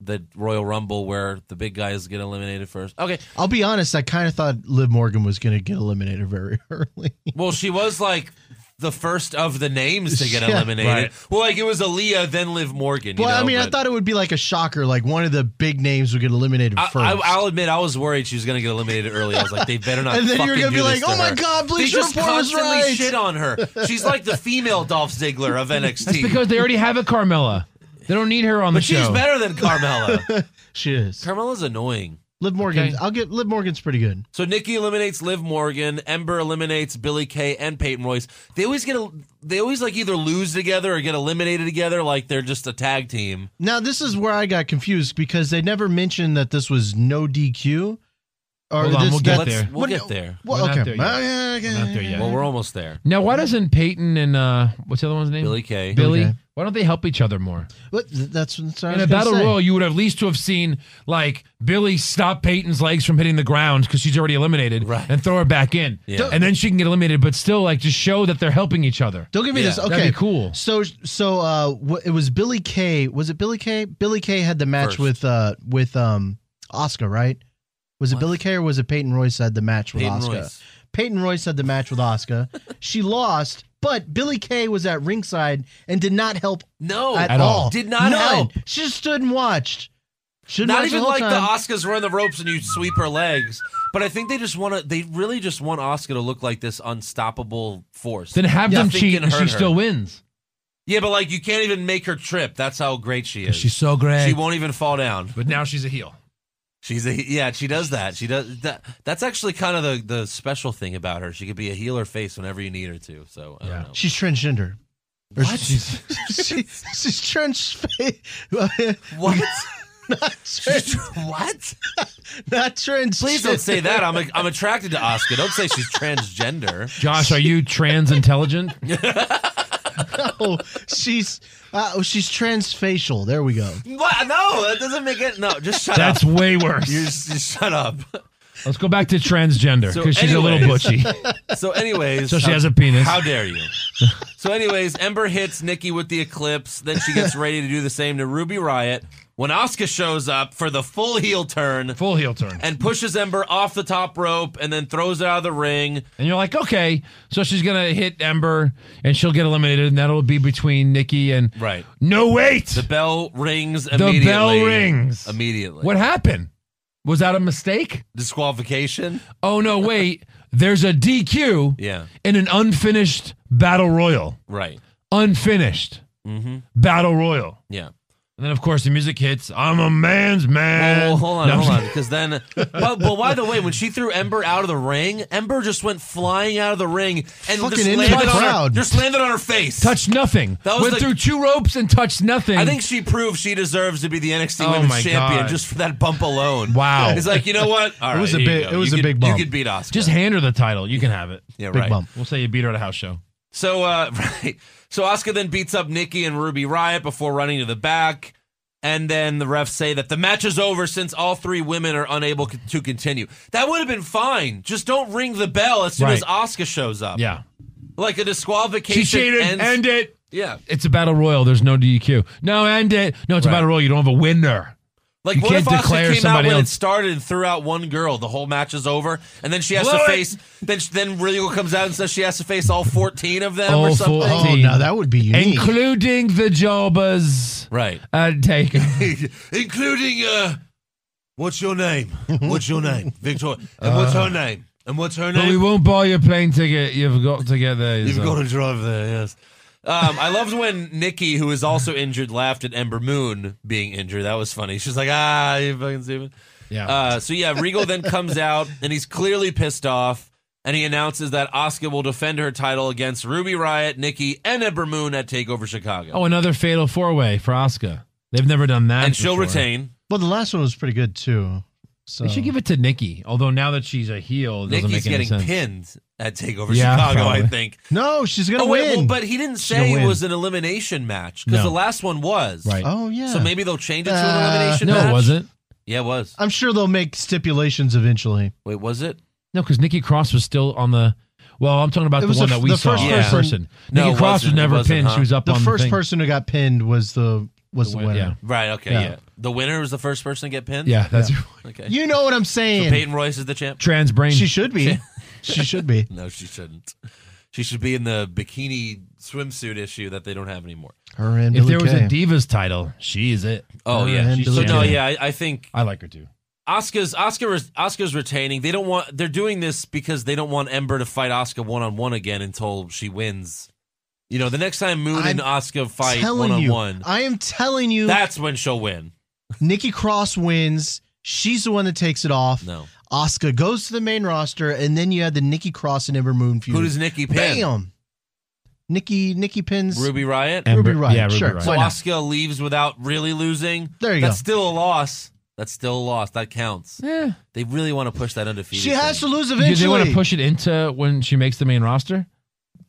[SPEAKER 1] the Royal Rumble where the big guys get eliminated first. Okay.
[SPEAKER 2] I'll be honest. I kind of thought Liv Morgan was going to get eliminated very early.
[SPEAKER 1] Well, she was like the first of the names to get
[SPEAKER 2] Yeah.
[SPEAKER 1] eliminated.
[SPEAKER 3] Right.
[SPEAKER 1] Well, like it was Aaliyah, then Liv Morgan. you
[SPEAKER 2] Well, I
[SPEAKER 1] know,
[SPEAKER 2] mean, I
[SPEAKER 1] but-
[SPEAKER 2] thought it would be like a shocker, like one of the big names would get eliminated
[SPEAKER 1] I,
[SPEAKER 2] first.
[SPEAKER 1] I, I'll admit, I was worried she was going to get eliminated early. I was like, they better not.
[SPEAKER 2] And then you were
[SPEAKER 1] fucking
[SPEAKER 2] gonna be
[SPEAKER 1] do this
[SPEAKER 2] like, "Oh
[SPEAKER 1] to
[SPEAKER 2] my
[SPEAKER 1] her."
[SPEAKER 2] God, Bleacher
[SPEAKER 1] they just
[SPEAKER 2] Report was
[SPEAKER 1] constantly
[SPEAKER 2] right.
[SPEAKER 1] shit on her. She's like the female Dolph Ziggler of NXT.
[SPEAKER 3] That's because they already have a Carmella. They don't need her on
[SPEAKER 1] but
[SPEAKER 3] the show.
[SPEAKER 1] she's better than Carmella.
[SPEAKER 2] she is.
[SPEAKER 1] Carmella's annoying.
[SPEAKER 2] Liv Morgan.
[SPEAKER 3] Okay.
[SPEAKER 2] I'll get Liv Morgan's pretty good.
[SPEAKER 1] So Nikki eliminates Liv Morgan. Ember eliminates Billy Kay and Peyton Royce. They always get a, they always like either lose together or get eliminated together. Like they're just a tag team.
[SPEAKER 2] Now this is where I got confused because they never mentioned that this was no DQ. Or
[SPEAKER 3] Hold on,
[SPEAKER 2] this-
[SPEAKER 3] we'll get
[SPEAKER 2] that-
[SPEAKER 1] Let's,
[SPEAKER 3] there.
[SPEAKER 1] We'll
[SPEAKER 2] what-
[SPEAKER 1] get there.
[SPEAKER 2] Well,
[SPEAKER 3] We're not
[SPEAKER 2] okay.
[SPEAKER 3] there yet.
[SPEAKER 2] Oh, yeah, okay.
[SPEAKER 3] We're not there yet.
[SPEAKER 1] Well, we're almost there.
[SPEAKER 3] now, why doesn't Peyton and uh, what's the other one's name?
[SPEAKER 1] Billy Kay.
[SPEAKER 3] Billy.
[SPEAKER 2] Okay.
[SPEAKER 3] Why don't they help each other more?
[SPEAKER 2] But th- that's, that's what I
[SPEAKER 3] In
[SPEAKER 2] was
[SPEAKER 3] a
[SPEAKER 2] gonna
[SPEAKER 3] battle
[SPEAKER 2] say.
[SPEAKER 3] royal, you would at least to have seen like Billy stop Peyton's legs from hitting the ground because she's already eliminated,
[SPEAKER 1] Right.
[SPEAKER 3] and throw her back in,
[SPEAKER 1] Yeah.
[SPEAKER 3] and then she can get eliminated. But still, like just show that they're helping each other.
[SPEAKER 2] Don't give me
[SPEAKER 1] Yeah,
[SPEAKER 2] this. Okay,
[SPEAKER 3] that'd be cool.
[SPEAKER 2] So, so uh, wh- it was Billy Kay. Was it Billy Kay? Billy Kay had the match
[SPEAKER 1] First.
[SPEAKER 2] with uh with um Oscar, right? Was it
[SPEAKER 1] What?
[SPEAKER 2] Billy Kay or was it Peyton Royce had the match with
[SPEAKER 1] Peyton
[SPEAKER 2] Oscar?
[SPEAKER 1] Royce.
[SPEAKER 2] Peyton Royce had the match with Oscar. she lost, but Billy Kay was at ringside and did not help
[SPEAKER 1] No,
[SPEAKER 2] at,
[SPEAKER 3] At all.
[SPEAKER 2] all.
[SPEAKER 1] Oh, Did not
[SPEAKER 2] None.
[SPEAKER 1] help.
[SPEAKER 2] She just stood and watched. Should
[SPEAKER 1] Not even like the Oscars were in the ropes and you sweep her legs. But I think they just want to. They really just want Oscar to look like this unstoppable force.
[SPEAKER 3] Then have
[SPEAKER 1] Yeah.
[SPEAKER 3] them
[SPEAKER 1] Nothing
[SPEAKER 3] cheat,
[SPEAKER 1] can
[SPEAKER 3] and she
[SPEAKER 1] hurt her.
[SPEAKER 3] still wins.
[SPEAKER 1] yeah, but like you can't even make her trip. That's how great she is.
[SPEAKER 3] She's so great.
[SPEAKER 1] she won't even fall down.
[SPEAKER 3] but now she's a heel.
[SPEAKER 1] She's a yeah. She does that. She does that. That's actually kind of the the special thing about her. She could be a heel or face whenever you need her to. So I
[SPEAKER 3] Yeah.
[SPEAKER 1] don't know.
[SPEAKER 2] She's transgender. Or
[SPEAKER 3] What?
[SPEAKER 2] She's, she, she's trans.
[SPEAKER 1] What?
[SPEAKER 2] not
[SPEAKER 1] She's-
[SPEAKER 2] trans.
[SPEAKER 1] what?
[SPEAKER 2] Not trans.
[SPEAKER 1] Please don't say that. I'm i I'm attracted to Oscar. Don't say she's transgender.
[SPEAKER 3] Josh, are you trans intelligent?
[SPEAKER 2] No, Oh, she's uh, oh, she's transfacial. There we go.
[SPEAKER 1] What? No, that doesn't make it. No, just shut
[SPEAKER 3] That's
[SPEAKER 1] up.
[SPEAKER 3] way worse.
[SPEAKER 1] You just, just shut up.
[SPEAKER 3] Let's go back to transgender
[SPEAKER 1] So
[SPEAKER 3] because she's a little
[SPEAKER 1] anyways-
[SPEAKER 3] butchy.
[SPEAKER 1] So, anyways,
[SPEAKER 3] So she has a penis.
[SPEAKER 1] How dare you? so, anyways, Ember hits Nikki with the eclipse. Then she gets ready to do the same to Ruby Riot. When Asuka shows up for the full heel turn
[SPEAKER 3] Full heel turn.
[SPEAKER 1] and pushes Ember off the top rope and then throws her out of the ring.
[SPEAKER 3] And you're like, okay, so she's gonna hit Ember, and she'll get eliminated, and that'll be between Nikki and
[SPEAKER 1] Right.
[SPEAKER 3] No wait,
[SPEAKER 1] The bell rings
[SPEAKER 3] bell
[SPEAKER 1] immediately.
[SPEAKER 3] rings.
[SPEAKER 1] Immediately.
[SPEAKER 3] what happened? Was that a mistake?
[SPEAKER 1] Disqualification?
[SPEAKER 3] Oh no, wait. There's a DQ
[SPEAKER 1] Yeah.
[SPEAKER 3] in an unfinished battle royal.
[SPEAKER 1] Right.
[SPEAKER 3] Unfinished
[SPEAKER 1] Mm-hmm.
[SPEAKER 3] battle royal.
[SPEAKER 1] Yeah.
[SPEAKER 3] And then of course the music hits. I'm a man's man.
[SPEAKER 1] Well, hold on,
[SPEAKER 3] No, I'm
[SPEAKER 1] hold on,
[SPEAKER 3] just-
[SPEAKER 1] because then, but, but by the way, when she threw Ember out of the ring, Ember just went flying out of the ring and
[SPEAKER 2] Fucking
[SPEAKER 1] just
[SPEAKER 2] into
[SPEAKER 1] landed
[SPEAKER 2] the
[SPEAKER 1] on
[SPEAKER 2] crowd.
[SPEAKER 1] her, just landed on her face.
[SPEAKER 3] Touched nothing.
[SPEAKER 1] That was
[SPEAKER 3] Went
[SPEAKER 1] the-
[SPEAKER 3] through two ropes and touched nothing.
[SPEAKER 1] I think she proved she deserves to be the NXT
[SPEAKER 3] Oh my
[SPEAKER 1] Women's Champion
[SPEAKER 3] God.
[SPEAKER 1] just for that bump alone.
[SPEAKER 3] Wow.
[SPEAKER 1] it's like you know what? All right,
[SPEAKER 2] was a
[SPEAKER 1] here you
[SPEAKER 2] big-
[SPEAKER 1] go.
[SPEAKER 2] it was
[SPEAKER 1] You
[SPEAKER 2] a
[SPEAKER 1] could-
[SPEAKER 2] big bump.
[SPEAKER 1] You could beat Oscar.
[SPEAKER 3] just hand her the title. You can have it.
[SPEAKER 1] yeah,
[SPEAKER 2] Big
[SPEAKER 1] right.
[SPEAKER 2] bump.
[SPEAKER 3] We'll say you beat her at a house show.
[SPEAKER 1] So uh right. So Oscar then beats up Nikki and Ruby Riot before running to the back. And then the refs say that the match is over since all three women are unable co- to continue. That would have been fine. Just don't ring the bell as soon
[SPEAKER 3] Right.
[SPEAKER 1] as Oscar shows up.
[SPEAKER 3] Yeah.
[SPEAKER 1] Like a disqualification.
[SPEAKER 3] She cheated.
[SPEAKER 1] ends-
[SPEAKER 3] End it.
[SPEAKER 1] yeah.
[SPEAKER 3] It's a battle royal. There's no DQ. No, end it. No, it's a
[SPEAKER 1] Right.
[SPEAKER 3] battle royal. You don't have a winner.
[SPEAKER 1] Like,
[SPEAKER 3] You
[SPEAKER 1] what
[SPEAKER 3] can't
[SPEAKER 1] if Oscar
[SPEAKER 3] declare
[SPEAKER 1] came out
[SPEAKER 3] somebody
[SPEAKER 1] when
[SPEAKER 3] else.
[SPEAKER 1] it started and threw out one girl? The whole match is over, and then she has
[SPEAKER 3] Blow
[SPEAKER 1] to
[SPEAKER 3] it.
[SPEAKER 1] face. Then then Regal comes out and says she has to face all fourteen of them or
[SPEAKER 3] All
[SPEAKER 1] something.
[SPEAKER 3] 14.
[SPEAKER 2] Oh, now that would be unique.
[SPEAKER 3] Including the jobbers.
[SPEAKER 1] Right.
[SPEAKER 3] I'd take it.
[SPEAKER 1] including uh what's your name what's your name victoria
[SPEAKER 3] Uh,
[SPEAKER 1] and what's her name and what's her
[SPEAKER 3] But we
[SPEAKER 1] name
[SPEAKER 3] won't buy your plane ticket. You've got to get there.
[SPEAKER 1] you've
[SPEAKER 3] yourself.
[SPEAKER 1] got to drive there yes um, I loved when Nikki, who is also injured, laughed at Ember Moon being injured. That was funny. She's like, "Ah, you fucking stupid."
[SPEAKER 3] Yeah.
[SPEAKER 1] Uh, so yeah, Regal then comes out and he's clearly pissed off, and he announces that Asuka will defend her title against Ruby Riot, Nikki, and Ember Moon at Takeover Chicago,
[SPEAKER 3] oh, another fatal four way for Oscar. They've never done that.
[SPEAKER 1] and she'll
[SPEAKER 3] before.
[SPEAKER 1] retain.
[SPEAKER 2] Well, the last one was pretty good too. So
[SPEAKER 3] They should give it to Nikki. Although now that she's a heel, it doesn't
[SPEAKER 1] Nikki's
[SPEAKER 3] make any
[SPEAKER 1] getting
[SPEAKER 3] sense.
[SPEAKER 1] pinned at Takeover
[SPEAKER 3] Yeah,
[SPEAKER 1] Chicago, I
[SPEAKER 3] probably.
[SPEAKER 1] think.
[SPEAKER 2] no, she's gonna
[SPEAKER 1] Oh,
[SPEAKER 2] win.
[SPEAKER 1] wait, well, but he didn't
[SPEAKER 3] gonna
[SPEAKER 1] say it
[SPEAKER 3] win.
[SPEAKER 1] was an elimination match because
[SPEAKER 3] No.
[SPEAKER 1] the last one was.
[SPEAKER 3] Right.
[SPEAKER 2] oh yeah.
[SPEAKER 1] So maybe they'll change it to an
[SPEAKER 2] Uh,
[SPEAKER 1] elimination
[SPEAKER 3] No,
[SPEAKER 1] match.
[SPEAKER 3] it wasn't.
[SPEAKER 1] Yeah, it was.
[SPEAKER 2] I'm sure they'll make stipulations eventually.
[SPEAKER 1] Wait, was it?
[SPEAKER 3] No, because Nikki Cross was still on the. Well, I'm talking about
[SPEAKER 2] It
[SPEAKER 3] the
[SPEAKER 2] was
[SPEAKER 3] one
[SPEAKER 2] the-
[SPEAKER 3] that we
[SPEAKER 2] the
[SPEAKER 3] saw.
[SPEAKER 2] first
[SPEAKER 1] Yeah.
[SPEAKER 2] person.
[SPEAKER 1] No,
[SPEAKER 3] Nikki
[SPEAKER 1] it
[SPEAKER 3] Cross was
[SPEAKER 1] wasn't. It
[SPEAKER 3] never
[SPEAKER 1] wasn't,
[SPEAKER 3] pinned.
[SPEAKER 1] huh?
[SPEAKER 3] She was up
[SPEAKER 2] The
[SPEAKER 3] on
[SPEAKER 2] first
[SPEAKER 3] the thing.
[SPEAKER 2] person who got pinned was the was the,
[SPEAKER 3] win-
[SPEAKER 2] winner.
[SPEAKER 3] Yeah.
[SPEAKER 1] Right. Okay.
[SPEAKER 2] Yeah.
[SPEAKER 1] Yeah. The winner was the first person to get pinned.
[SPEAKER 3] Yeah, that's
[SPEAKER 1] Okay.
[SPEAKER 2] You know what I'm
[SPEAKER 1] so
[SPEAKER 2] saying?
[SPEAKER 1] Peyton Royce is the champ.
[SPEAKER 3] trans brain.
[SPEAKER 2] she should be. she should be.
[SPEAKER 1] No, she shouldn't. She should be in the bikini swimsuit issue that they don't have anymore.
[SPEAKER 2] Her and
[SPEAKER 3] If
[SPEAKER 2] Billy
[SPEAKER 3] there was a
[SPEAKER 2] Kay.
[SPEAKER 3] Divas title, she is it.
[SPEAKER 1] Oh
[SPEAKER 2] Her
[SPEAKER 1] yeah,
[SPEAKER 2] and
[SPEAKER 1] She- so
[SPEAKER 2] Billie
[SPEAKER 1] no,
[SPEAKER 2] Jean.
[SPEAKER 1] yeah. I, I think
[SPEAKER 3] I like her too.
[SPEAKER 1] Oscar's Oscar is Oscar's retaining. They don't want. They're doing this because they don't want Ember to fight Oscar one on one again until she wins. You know, the next time Moon and
[SPEAKER 2] I'm
[SPEAKER 1] Oscar fight one
[SPEAKER 2] telling
[SPEAKER 1] on
[SPEAKER 2] you,
[SPEAKER 1] one,
[SPEAKER 2] I am telling you,
[SPEAKER 1] that's when she'll win.
[SPEAKER 2] Nikki Cross wins. She's the one that takes it off.
[SPEAKER 1] No,
[SPEAKER 2] Oscar goes to the main roster, and then you had the Nikki Cross and Ember Moon feud.
[SPEAKER 1] who does Nikki pin?
[SPEAKER 2] Bam. Nikki Nikki pins.
[SPEAKER 1] Ruby Riot.
[SPEAKER 2] Ruby
[SPEAKER 3] Ember-
[SPEAKER 2] Riot,
[SPEAKER 3] Yeah, Ruby
[SPEAKER 2] sure.
[SPEAKER 3] Riot.
[SPEAKER 1] So
[SPEAKER 2] Why not?
[SPEAKER 1] Oscar leaves without really losing.
[SPEAKER 2] There you
[SPEAKER 1] That's
[SPEAKER 2] go.
[SPEAKER 1] still a loss. That's still a loss. That counts.
[SPEAKER 3] Yeah.
[SPEAKER 1] They really want to push that undefeated.
[SPEAKER 2] She has to
[SPEAKER 1] thing.
[SPEAKER 2] lose
[SPEAKER 3] You- They want
[SPEAKER 2] eventually.
[SPEAKER 3] to push it into when she makes the main roster.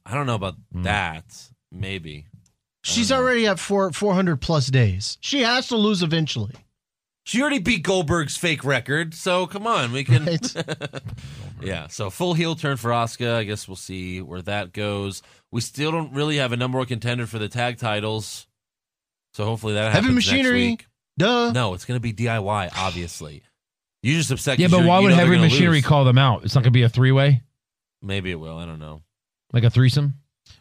[SPEAKER 1] I don't know about
[SPEAKER 3] Mm.
[SPEAKER 1] that. Maybe
[SPEAKER 2] She's
[SPEAKER 1] I don't know.
[SPEAKER 2] already at four four hundred plus days. She has to lose eventually.
[SPEAKER 1] she already beat Goldberg's fake record. So come on, we can.
[SPEAKER 2] Right.
[SPEAKER 1] yeah. So full heel turn for Asuka. I guess we'll see where that goes. We still don't really have a number one contender for the tag titles. So hopefully that
[SPEAKER 2] Heavy
[SPEAKER 1] happens
[SPEAKER 2] Machinery.
[SPEAKER 1] Next
[SPEAKER 2] Duh.
[SPEAKER 1] week. No, it's going to be DIY. Obviously, you're just upset. 'cause
[SPEAKER 3] Yeah, but
[SPEAKER 1] you-
[SPEAKER 3] why
[SPEAKER 1] you
[SPEAKER 3] would
[SPEAKER 1] know they're
[SPEAKER 3] Heavy
[SPEAKER 1] gonna
[SPEAKER 3] Machinery
[SPEAKER 1] lose.
[SPEAKER 3] call them out? It's not going to be a three way,
[SPEAKER 1] Maybe it will. I don't know.
[SPEAKER 3] like a threesome.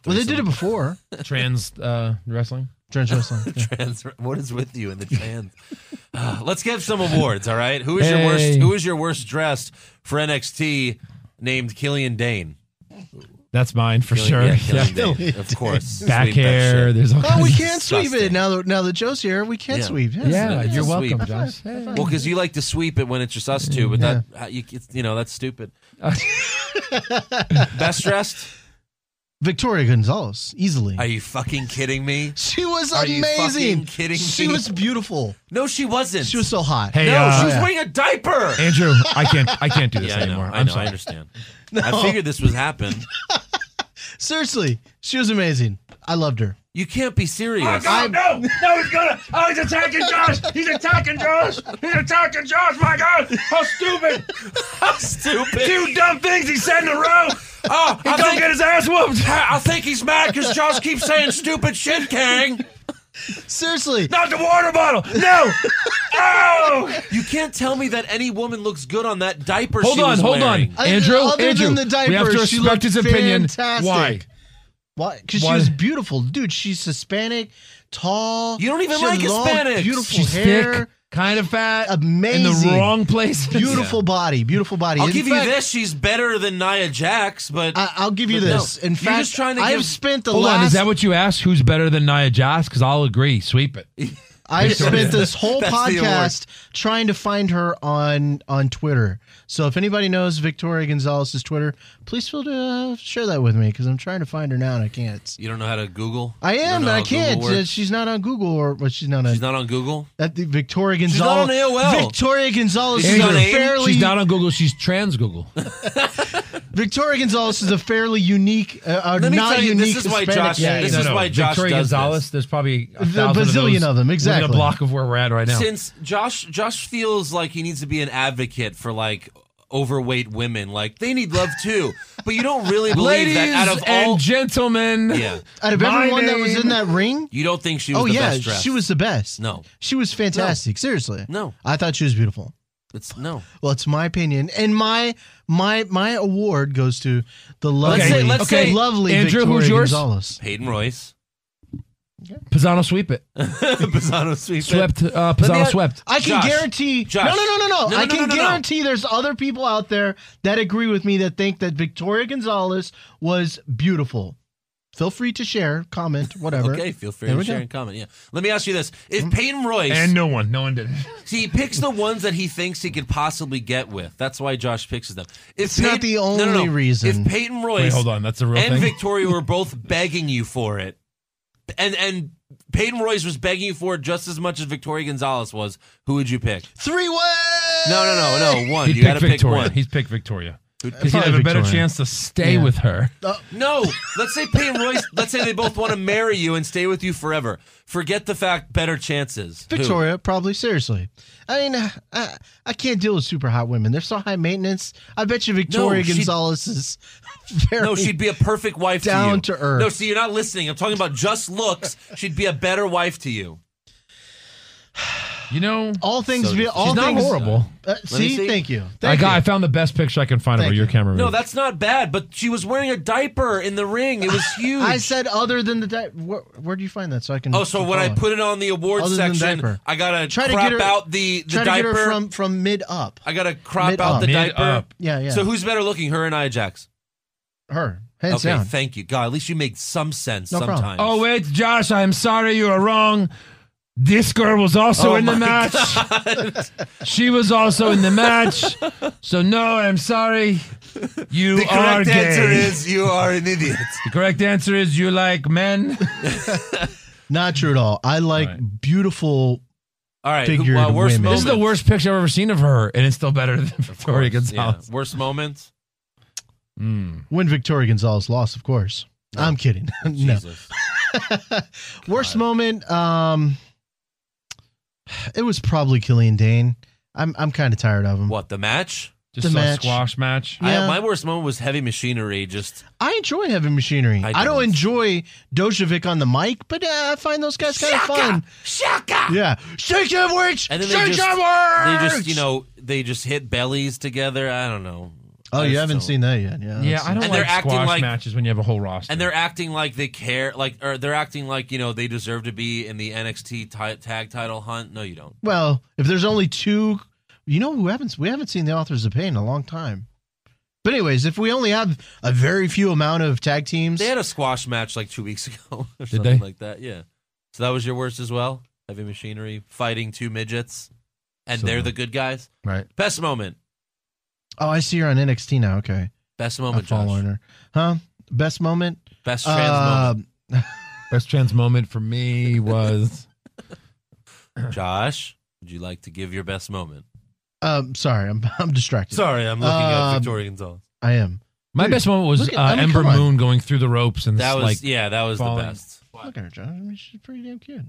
[SPEAKER 2] well, they did it before.
[SPEAKER 3] Trans uh, wrestling.
[SPEAKER 2] Trans wrestling.
[SPEAKER 1] trans. What is with you in the trans? Uh, let's give some awards. All right. Who is your
[SPEAKER 3] Hey.
[SPEAKER 1] worst? Who is your worst dressed for NXT? Named Killian Dane.
[SPEAKER 3] That's mine for
[SPEAKER 1] Killian-
[SPEAKER 3] sure.
[SPEAKER 1] yeah,
[SPEAKER 3] Yeah.
[SPEAKER 1] Killian Dane,
[SPEAKER 2] Killian
[SPEAKER 1] Of course.
[SPEAKER 3] Back
[SPEAKER 1] Sweep that
[SPEAKER 3] hair.
[SPEAKER 1] shit.
[SPEAKER 3] There's all
[SPEAKER 2] Oh,
[SPEAKER 3] kinds
[SPEAKER 2] we
[SPEAKER 3] of-
[SPEAKER 2] can't sweep
[SPEAKER 1] disgusting.
[SPEAKER 2] it now. That, now that Joe's here, we can't
[SPEAKER 1] Yeah.
[SPEAKER 2] sweep. Yes.
[SPEAKER 3] Yeah,
[SPEAKER 1] It's a
[SPEAKER 3] you're
[SPEAKER 1] sweep.
[SPEAKER 3] welcome, Josh. Hey.
[SPEAKER 1] Well, because you like to sweep it when it's just us two, but that how you, it's, you know that's stupid. Best dressed?
[SPEAKER 2] Victoria Gonzalez easily.
[SPEAKER 1] Are you fucking kidding me?
[SPEAKER 2] she was
[SPEAKER 1] Are you
[SPEAKER 2] amazing.
[SPEAKER 1] fucking kidding
[SPEAKER 2] she
[SPEAKER 1] me?
[SPEAKER 2] was beautiful.
[SPEAKER 1] No, she wasn't.
[SPEAKER 2] She was so hot.
[SPEAKER 3] Hey,
[SPEAKER 1] no,
[SPEAKER 3] uh,
[SPEAKER 1] she was
[SPEAKER 2] yeah.
[SPEAKER 1] wearing a diaper.
[SPEAKER 3] Andrew, I can't. I can't do this
[SPEAKER 1] yeah, I know.
[SPEAKER 3] anymore.
[SPEAKER 1] I
[SPEAKER 3] am
[SPEAKER 1] know. I
[SPEAKER 3] sorry.
[SPEAKER 1] understand. I figured this was happen.
[SPEAKER 2] Seriously, she was amazing. I loved her.
[SPEAKER 1] You can't be serious.
[SPEAKER 5] Oh,
[SPEAKER 2] I-
[SPEAKER 5] no, no, he's gonna. Oh, he's attacking Josh. He's attacking Josh. He's attacking Josh. My God, how stupid.
[SPEAKER 1] stupid.
[SPEAKER 5] Two dumb things he said in a row.
[SPEAKER 1] Oh, I
[SPEAKER 5] He's gonna
[SPEAKER 1] think,
[SPEAKER 5] get his ass whooped.
[SPEAKER 1] I think he's mad because Josh keeps saying stupid shit, Kang.
[SPEAKER 2] Seriously,
[SPEAKER 5] Not the water bottle. No. Oh.
[SPEAKER 1] You can't tell me that any woman looks good on that diaper
[SPEAKER 3] Hold
[SPEAKER 1] she
[SPEAKER 3] on,
[SPEAKER 1] was
[SPEAKER 3] hold
[SPEAKER 1] wearing.
[SPEAKER 3] on,
[SPEAKER 2] I-
[SPEAKER 3] Andrew.
[SPEAKER 2] other than
[SPEAKER 3] Andrew,
[SPEAKER 2] the
[SPEAKER 3] we have to
[SPEAKER 2] diapers, she
[SPEAKER 3] respect
[SPEAKER 2] looked
[SPEAKER 3] his opinion.
[SPEAKER 2] fantastic.
[SPEAKER 3] Why?
[SPEAKER 2] why? Because she
[SPEAKER 3] Why-
[SPEAKER 2] was beautiful, dude. She's Hispanic, tall.
[SPEAKER 1] You don't even
[SPEAKER 2] she had
[SPEAKER 1] like
[SPEAKER 2] long,
[SPEAKER 1] Hispanics.
[SPEAKER 2] Beautiful
[SPEAKER 3] She's
[SPEAKER 2] hair,
[SPEAKER 3] thick, kind of fat,
[SPEAKER 2] amazing,
[SPEAKER 3] in the wrong place.
[SPEAKER 2] beautiful body, beautiful body.
[SPEAKER 1] I'll
[SPEAKER 2] In
[SPEAKER 1] give
[SPEAKER 2] fact,
[SPEAKER 1] you this. She's better than Nia Jax, but
[SPEAKER 2] I, I'll give you
[SPEAKER 1] But no,
[SPEAKER 2] this. In
[SPEAKER 1] you're
[SPEAKER 2] fact,
[SPEAKER 1] just trying to
[SPEAKER 2] I've
[SPEAKER 1] give-
[SPEAKER 2] spent the
[SPEAKER 3] Hold
[SPEAKER 2] last.
[SPEAKER 3] on. Is that what you asked? Who's better than Nia Jax? Because I'll agree. Sweep it.
[SPEAKER 2] I've spent this whole
[SPEAKER 1] That's the award.
[SPEAKER 2] podcast trying to find her on on Twitter. So if anybody knows Victoria Gonzalez's Twitter, please feel to uh, share that with me because I'm trying to find her now and I can't.
[SPEAKER 1] you don't know how to Google.
[SPEAKER 2] I
[SPEAKER 1] You don't
[SPEAKER 2] am,
[SPEAKER 1] know
[SPEAKER 2] and I
[SPEAKER 1] how Google
[SPEAKER 2] can't.
[SPEAKER 1] works?
[SPEAKER 2] Uh, she's not on Google or well, she's not on
[SPEAKER 1] She's not on Google.
[SPEAKER 2] at the Victoria Gonzalez.
[SPEAKER 1] not on AOL.
[SPEAKER 2] Victoria Gonzalez
[SPEAKER 1] She's
[SPEAKER 2] is
[SPEAKER 1] on
[SPEAKER 2] a
[SPEAKER 1] AIM.
[SPEAKER 2] fairly
[SPEAKER 3] She's not on Google. She's trans Google.
[SPEAKER 2] Victoria Gonzalez is a fairly unique, uh, uh,
[SPEAKER 1] Let me
[SPEAKER 2] not
[SPEAKER 1] tell you, this
[SPEAKER 2] unique.
[SPEAKER 1] is why
[SPEAKER 2] Hispanic
[SPEAKER 1] Josh-
[SPEAKER 2] name.
[SPEAKER 1] this is why Josh
[SPEAKER 3] Victoria
[SPEAKER 1] does
[SPEAKER 3] Gonzalez.
[SPEAKER 1] this.
[SPEAKER 3] There's probably a
[SPEAKER 2] The
[SPEAKER 3] thousand
[SPEAKER 2] bazillion
[SPEAKER 3] those
[SPEAKER 2] of them, exactly.
[SPEAKER 3] Within a block of where we're at right now.
[SPEAKER 1] Since Josh Josh feels like he needs to be an advocate for like overweight women, like they need love too. but you don't really believe
[SPEAKER 3] Ladies
[SPEAKER 1] that out of
[SPEAKER 3] and
[SPEAKER 1] all
[SPEAKER 3] gentlemen,
[SPEAKER 1] Yeah.
[SPEAKER 2] out of
[SPEAKER 3] My
[SPEAKER 2] everyone that was
[SPEAKER 3] name-
[SPEAKER 2] in that ring.
[SPEAKER 1] You don't think she was
[SPEAKER 2] Oh
[SPEAKER 1] the
[SPEAKER 2] yeah,
[SPEAKER 1] best dressed.
[SPEAKER 2] she was the best.
[SPEAKER 1] No.
[SPEAKER 2] she was fantastic. Seriously,
[SPEAKER 1] No.
[SPEAKER 2] I thought she was beautiful.
[SPEAKER 1] It's no.
[SPEAKER 2] Well, it's my opinion, and my my my award goes to the lovely,
[SPEAKER 1] Let's say- let's
[SPEAKER 2] okay,
[SPEAKER 1] say-
[SPEAKER 2] lovely
[SPEAKER 3] Andrew,
[SPEAKER 2] Victoria
[SPEAKER 3] who's yours?
[SPEAKER 2] Gonzalez.
[SPEAKER 1] Peyton Royce.
[SPEAKER 3] Pisano sweep it.
[SPEAKER 1] Pisano sweep.
[SPEAKER 3] Swept. Uh, Pisano
[SPEAKER 1] ask-
[SPEAKER 3] swept.
[SPEAKER 2] I can
[SPEAKER 1] Josh,
[SPEAKER 2] guarantee.
[SPEAKER 1] Josh.
[SPEAKER 2] No, no, no, no, no.
[SPEAKER 1] No, no,
[SPEAKER 2] I
[SPEAKER 1] no,
[SPEAKER 2] can
[SPEAKER 1] no, no, no.
[SPEAKER 2] guarantee there's other people out there that agree with me that think that Victoria Gonzalez was beautiful. Feel free to share, comment, whatever.
[SPEAKER 1] Okay, feel free
[SPEAKER 2] There
[SPEAKER 1] to
[SPEAKER 2] we
[SPEAKER 1] share
[SPEAKER 2] go.
[SPEAKER 1] and comment. Yeah. Let me ask you this. If Peyton Royce
[SPEAKER 3] And no one, no one did.
[SPEAKER 1] See, he picks the ones that he thinks he could possibly get with. That's why Josh picks them. If
[SPEAKER 2] It's not the
[SPEAKER 1] no, no, no.
[SPEAKER 2] only reason.
[SPEAKER 1] If Peyton Royce
[SPEAKER 3] Wait, hold on, that's a real
[SPEAKER 1] and
[SPEAKER 3] thing.
[SPEAKER 1] Victoria were both begging you for it, and and Peyton Royce was begging you for it just as much as Victoria Gonzalez was, who would you pick?
[SPEAKER 2] Three way.
[SPEAKER 1] No, no, no, no. One.
[SPEAKER 3] He
[SPEAKER 1] you got
[SPEAKER 3] picked
[SPEAKER 1] to pick
[SPEAKER 3] Victoria.
[SPEAKER 1] one.
[SPEAKER 3] He's picked Victoria.
[SPEAKER 2] Probably
[SPEAKER 3] Because he'd have a better
[SPEAKER 2] Victoria.
[SPEAKER 3] chance to stay
[SPEAKER 2] Yeah. Uh,
[SPEAKER 3] with her.
[SPEAKER 1] No, let's say Peyton Royce. Let's say they both want to marry you and stay with you forever. Forget the fact, better chances. Who?
[SPEAKER 2] Victoria, probably seriously. I mean, I, I can't deal with super hot women. They're so high maintenance. I bet you Victoria
[SPEAKER 1] No, she-
[SPEAKER 2] Gonzalez is very.
[SPEAKER 1] No, she'd be a perfect wife
[SPEAKER 2] Down
[SPEAKER 1] to you.
[SPEAKER 2] to earth.
[SPEAKER 1] No, see, you're not listening. I'm talking about just looks. She'd be a better wife to you.
[SPEAKER 3] You know,
[SPEAKER 2] All things,
[SPEAKER 1] So
[SPEAKER 2] vi-
[SPEAKER 1] does-
[SPEAKER 2] all
[SPEAKER 3] she's not
[SPEAKER 2] things.
[SPEAKER 3] horrible.
[SPEAKER 2] Uh, see,
[SPEAKER 1] see.
[SPEAKER 2] thank you.
[SPEAKER 3] I
[SPEAKER 2] Thank
[SPEAKER 3] got. I
[SPEAKER 2] you.
[SPEAKER 3] found the best picture I can find of
[SPEAKER 2] Thank
[SPEAKER 3] her. Your
[SPEAKER 2] you.
[SPEAKER 3] camera.
[SPEAKER 1] No,
[SPEAKER 3] moved.
[SPEAKER 1] that's not bad, but she was wearing a diaper in the ring. It was huge.
[SPEAKER 2] I said other than the di- where, where do you find that so I can?
[SPEAKER 1] Oh, so when I
[SPEAKER 2] follow.
[SPEAKER 1] put it on the awards
[SPEAKER 2] Other than
[SPEAKER 1] section,
[SPEAKER 2] diaper.
[SPEAKER 1] I gotta
[SPEAKER 2] Try to
[SPEAKER 1] crop
[SPEAKER 2] get her-
[SPEAKER 1] out the, the
[SPEAKER 2] try to
[SPEAKER 1] diaper.
[SPEAKER 2] get her from from mid up.
[SPEAKER 1] I gotta crop
[SPEAKER 2] Mid
[SPEAKER 1] out
[SPEAKER 2] up.
[SPEAKER 1] the
[SPEAKER 3] Mid
[SPEAKER 1] diaper.
[SPEAKER 3] up.
[SPEAKER 2] Yeah, yeah.
[SPEAKER 1] So who's better looking, her and Ajax?
[SPEAKER 2] Her hands
[SPEAKER 1] okay,
[SPEAKER 2] down.
[SPEAKER 1] thank you, God. At least you made some sense
[SPEAKER 2] No problem.
[SPEAKER 1] sometimes.
[SPEAKER 3] Oh wait, Josh, I'm sorry you are wrong. This girl was also
[SPEAKER 1] Oh
[SPEAKER 3] in the
[SPEAKER 1] my
[SPEAKER 3] match. she was also in the match. So no, I'm sorry. You
[SPEAKER 1] the
[SPEAKER 3] are
[SPEAKER 1] correct answer
[SPEAKER 3] gay.
[SPEAKER 1] is you are an idiot.
[SPEAKER 3] the correct answer is you like men.
[SPEAKER 2] Not true at all. I like
[SPEAKER 3] Right.
[SPEAKER 2] beautiful.
[SPEAKER 1] All right, who,
[SPEAKER 2] Figured
[SPEAKER 1] uh, worst
[SPEAKER 2] women.
[SPEAKER 1] moment.
[SPEAKER 3] this is the worst picture I've ever seen of her, and it's still better than Victoria
[SPEAKER 1] Yeah,
[SPEAKER 3] Gonzalez.
[SPEAKER 1] worst moment.
[SPEAKER 3] Mm.
[SPEAKER 2] When Victoria Gonzalez lost, of course. I'm kidding. no.
[SPEAKER 1] Jesus.
[SPEAKER 2] Worst moment. Um, it was probably Killian Dane. I'm I'm kind of tired of him.
[SPEAKER 1] What the match?
[SPEAKER 3] Just
[SPEAKER 2] The
[SPEAKER 3] a
[SPEAKER 2] match.
[SPEAKER 3] squash match.
[SPEAKER 1] I,
[SPEAKER 2] Yeah.
[SPEAKER 1] my worst moment was heavy machinery. Just
[SPEAKER 2] I enjoy heavy machinery.
[SPEAKER 1] I
[SPEAKER 2] I, don't
[SPEAKER 1] don't.
[SPEAKER 2] enjoy Dojovic on the mic, but uh, I find those guys kind of fun.
[SPEAKER 1] shaka.
[SPEAKER 2] Yeah, shake your words.
[SPEAKER 1] And then they
[SPEAKER 2] shake
[SPEAKER 1] just-
[SPEAKER 2] your
[SPEAKER 1] They
[SPEAKER 2] words.
[SPEAKER 1] just you know they just hit bellies together. I don't know.
[SPEAKER 2] Oh,
[SPEAKER 1] I
[SPEAKER 2] you
[SPEAKER 1] just
[SPEAKER 2] haven't
[SPEAKER 1] don't-
[SPEAKER 2] seen that yet? Yeah.
[SPEAKER 3] Yeah,
[SPEAKER 2] that's-
[SPEAKER 3] I don't
[SPEAKER 1] And they're
[SPEAKER 3] like
[SPEAKER 1] acting
[SPEAKER 3] squash
[SPEAKER 1] like-
[SPEAKER 3] matches when you have a whole roster.
[SPEAKER 1] And they're acting like they care, like or they're acting like you know they deserve to be in the NXT ti- tag title hunt. No, you don't.
[SPEAKER 2] Well, if there's only two, you know who haven't we haven't seen the authors of pain in a long time. But anyways, if we only have a very few amount of tag teams,
[SPEAKER 1] They had a squash match like two weeks ago or something
[SPEAKER 3] they?
[SPEAKER 1] like that. Yeah. So that was your worst as well. Heavy machinery fighting two midgets, and
[SPEAKER 3] So-
[SPEAKER 1] they're the good guys.
[SPEAKER 2] right?
[SPEAKER 1] Best moment.
[SPEAKER 2] Oh, I see her on NXT now. Okay,
[SPEAKER 1] Best
[SPEAKER 2] I'm
[SPEAKER 1] moment, Josh.
[SPEAKER 2] following her. Huh? Best moment?
[SPEAKER 1] Best trans
[SPEAKER 2] Uh,
[SPEAKER 1] moment,
[SPEAKER 3] Best trans moment for me was
[SPEAKER 1] Josh. Would you like to give your best moment?
[SPEAKER 2] Um, sorry, I'm I'm distracted.
[SPEAKER 1] Sorry, I'm looking at
[SPEAKER 2] Um,
[SPEAKER 1] Victoria Gonzalez.
[SPEAKER 2] I am.
[SPEAKER 3] my
[SPEAKER 2] Dude,
[SPEAKER 3] best moment was
[SPEAKER 2] look at-
[SPEAKER 3] uh,
[SPEAKER 2] I mean,
[SPEAKER 3] Ember
[SPEAKER 2] come on.
[SPEAKER 3] Moon going through the ropes and
[SPEAKER 1] That was
[SPEAKER 3] like
[SPEAKER 1] yeah, that was the
[SPEAKER 3] falling.
[SPEAKER 1] best.
[SPEAKER 2] Look at her, John. I mean, she's pretty damn cute.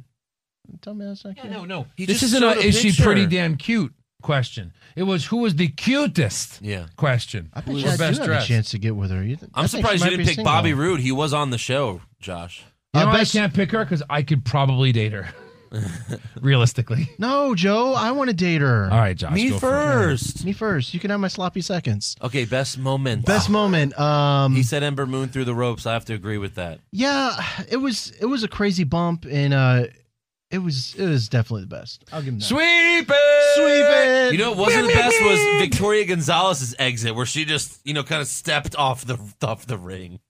[SPEAKER 2] Tell me that's not cute.
[SPEAKER 1] no. He
[SPEAKER 3] This
[SPEAKER 1] just
[SPEAKER 3] isn't a,
[SPEAKER 1] showed a
[SPEAKER 3] is she
[SPEAKER 1] picture.
[SPEAKER 3] pretty damn cute question. It was who was the cutest
[SPEAKER 1] Yeah.
[SPEAKER 3] question.
[SPEAKER 2] I
[SPEAKER 3] Who
[SPEAKER 2] bet
[SPEAKER 3] was
[SPEAKER 2] you I do
[SPEAKER 3] best
[SPEAKER 2] have a
[SPEAKER 3] dressed?
[SPEAKER 2] chance to get with her. You th-
[SPEAKER 1] I'm
[SPEAKER 2] I think she
[SPEAKER 1] surprised
[SPEAKER 2] might
[SPEAKER 1] you didn't
[SPEAKER 2] be
[SPEAKER 1] pick
[SPEAKER 2] single.
[SPEAKER 1] Bobby Roode. He was on the show, Josh.
[SPEAKER 3] You know
[SPEAKER 2] Uh,
[SPEAKER 3] why
[SPEAKER 2] best-
[SPEAKER 3] I can't pick her because I could probably date her. Realistically.
[SPEAKER 2] No, Joe, I want to date her.
[SPEAKER 3] All right, Josh.
[SPEAKER 1] Me
[SPEAKER 3] go for it.
[SPEAKER 1] first.
[SPEAKER 2] Me first. You can have my sloppy seconds.
[SPEAKER 1] Okay, best moment.
[SPEAKER 2] Best moment. Um,
[SPEAKER 1] He said Ember Moon through the ropes. I have to agree with that.
[SPEAKER 2] yeah, it was it was a crazy bump, and uh, it was it was definitely the best. I'll give him that.
[SPEAKER 3] Sweep it!
[SPEAKER 2] it.
[SPEAKER 1] You know, what wasn't the best was Victoria Gonzalez's exit, where she just you know kind of stepped off the off the ring.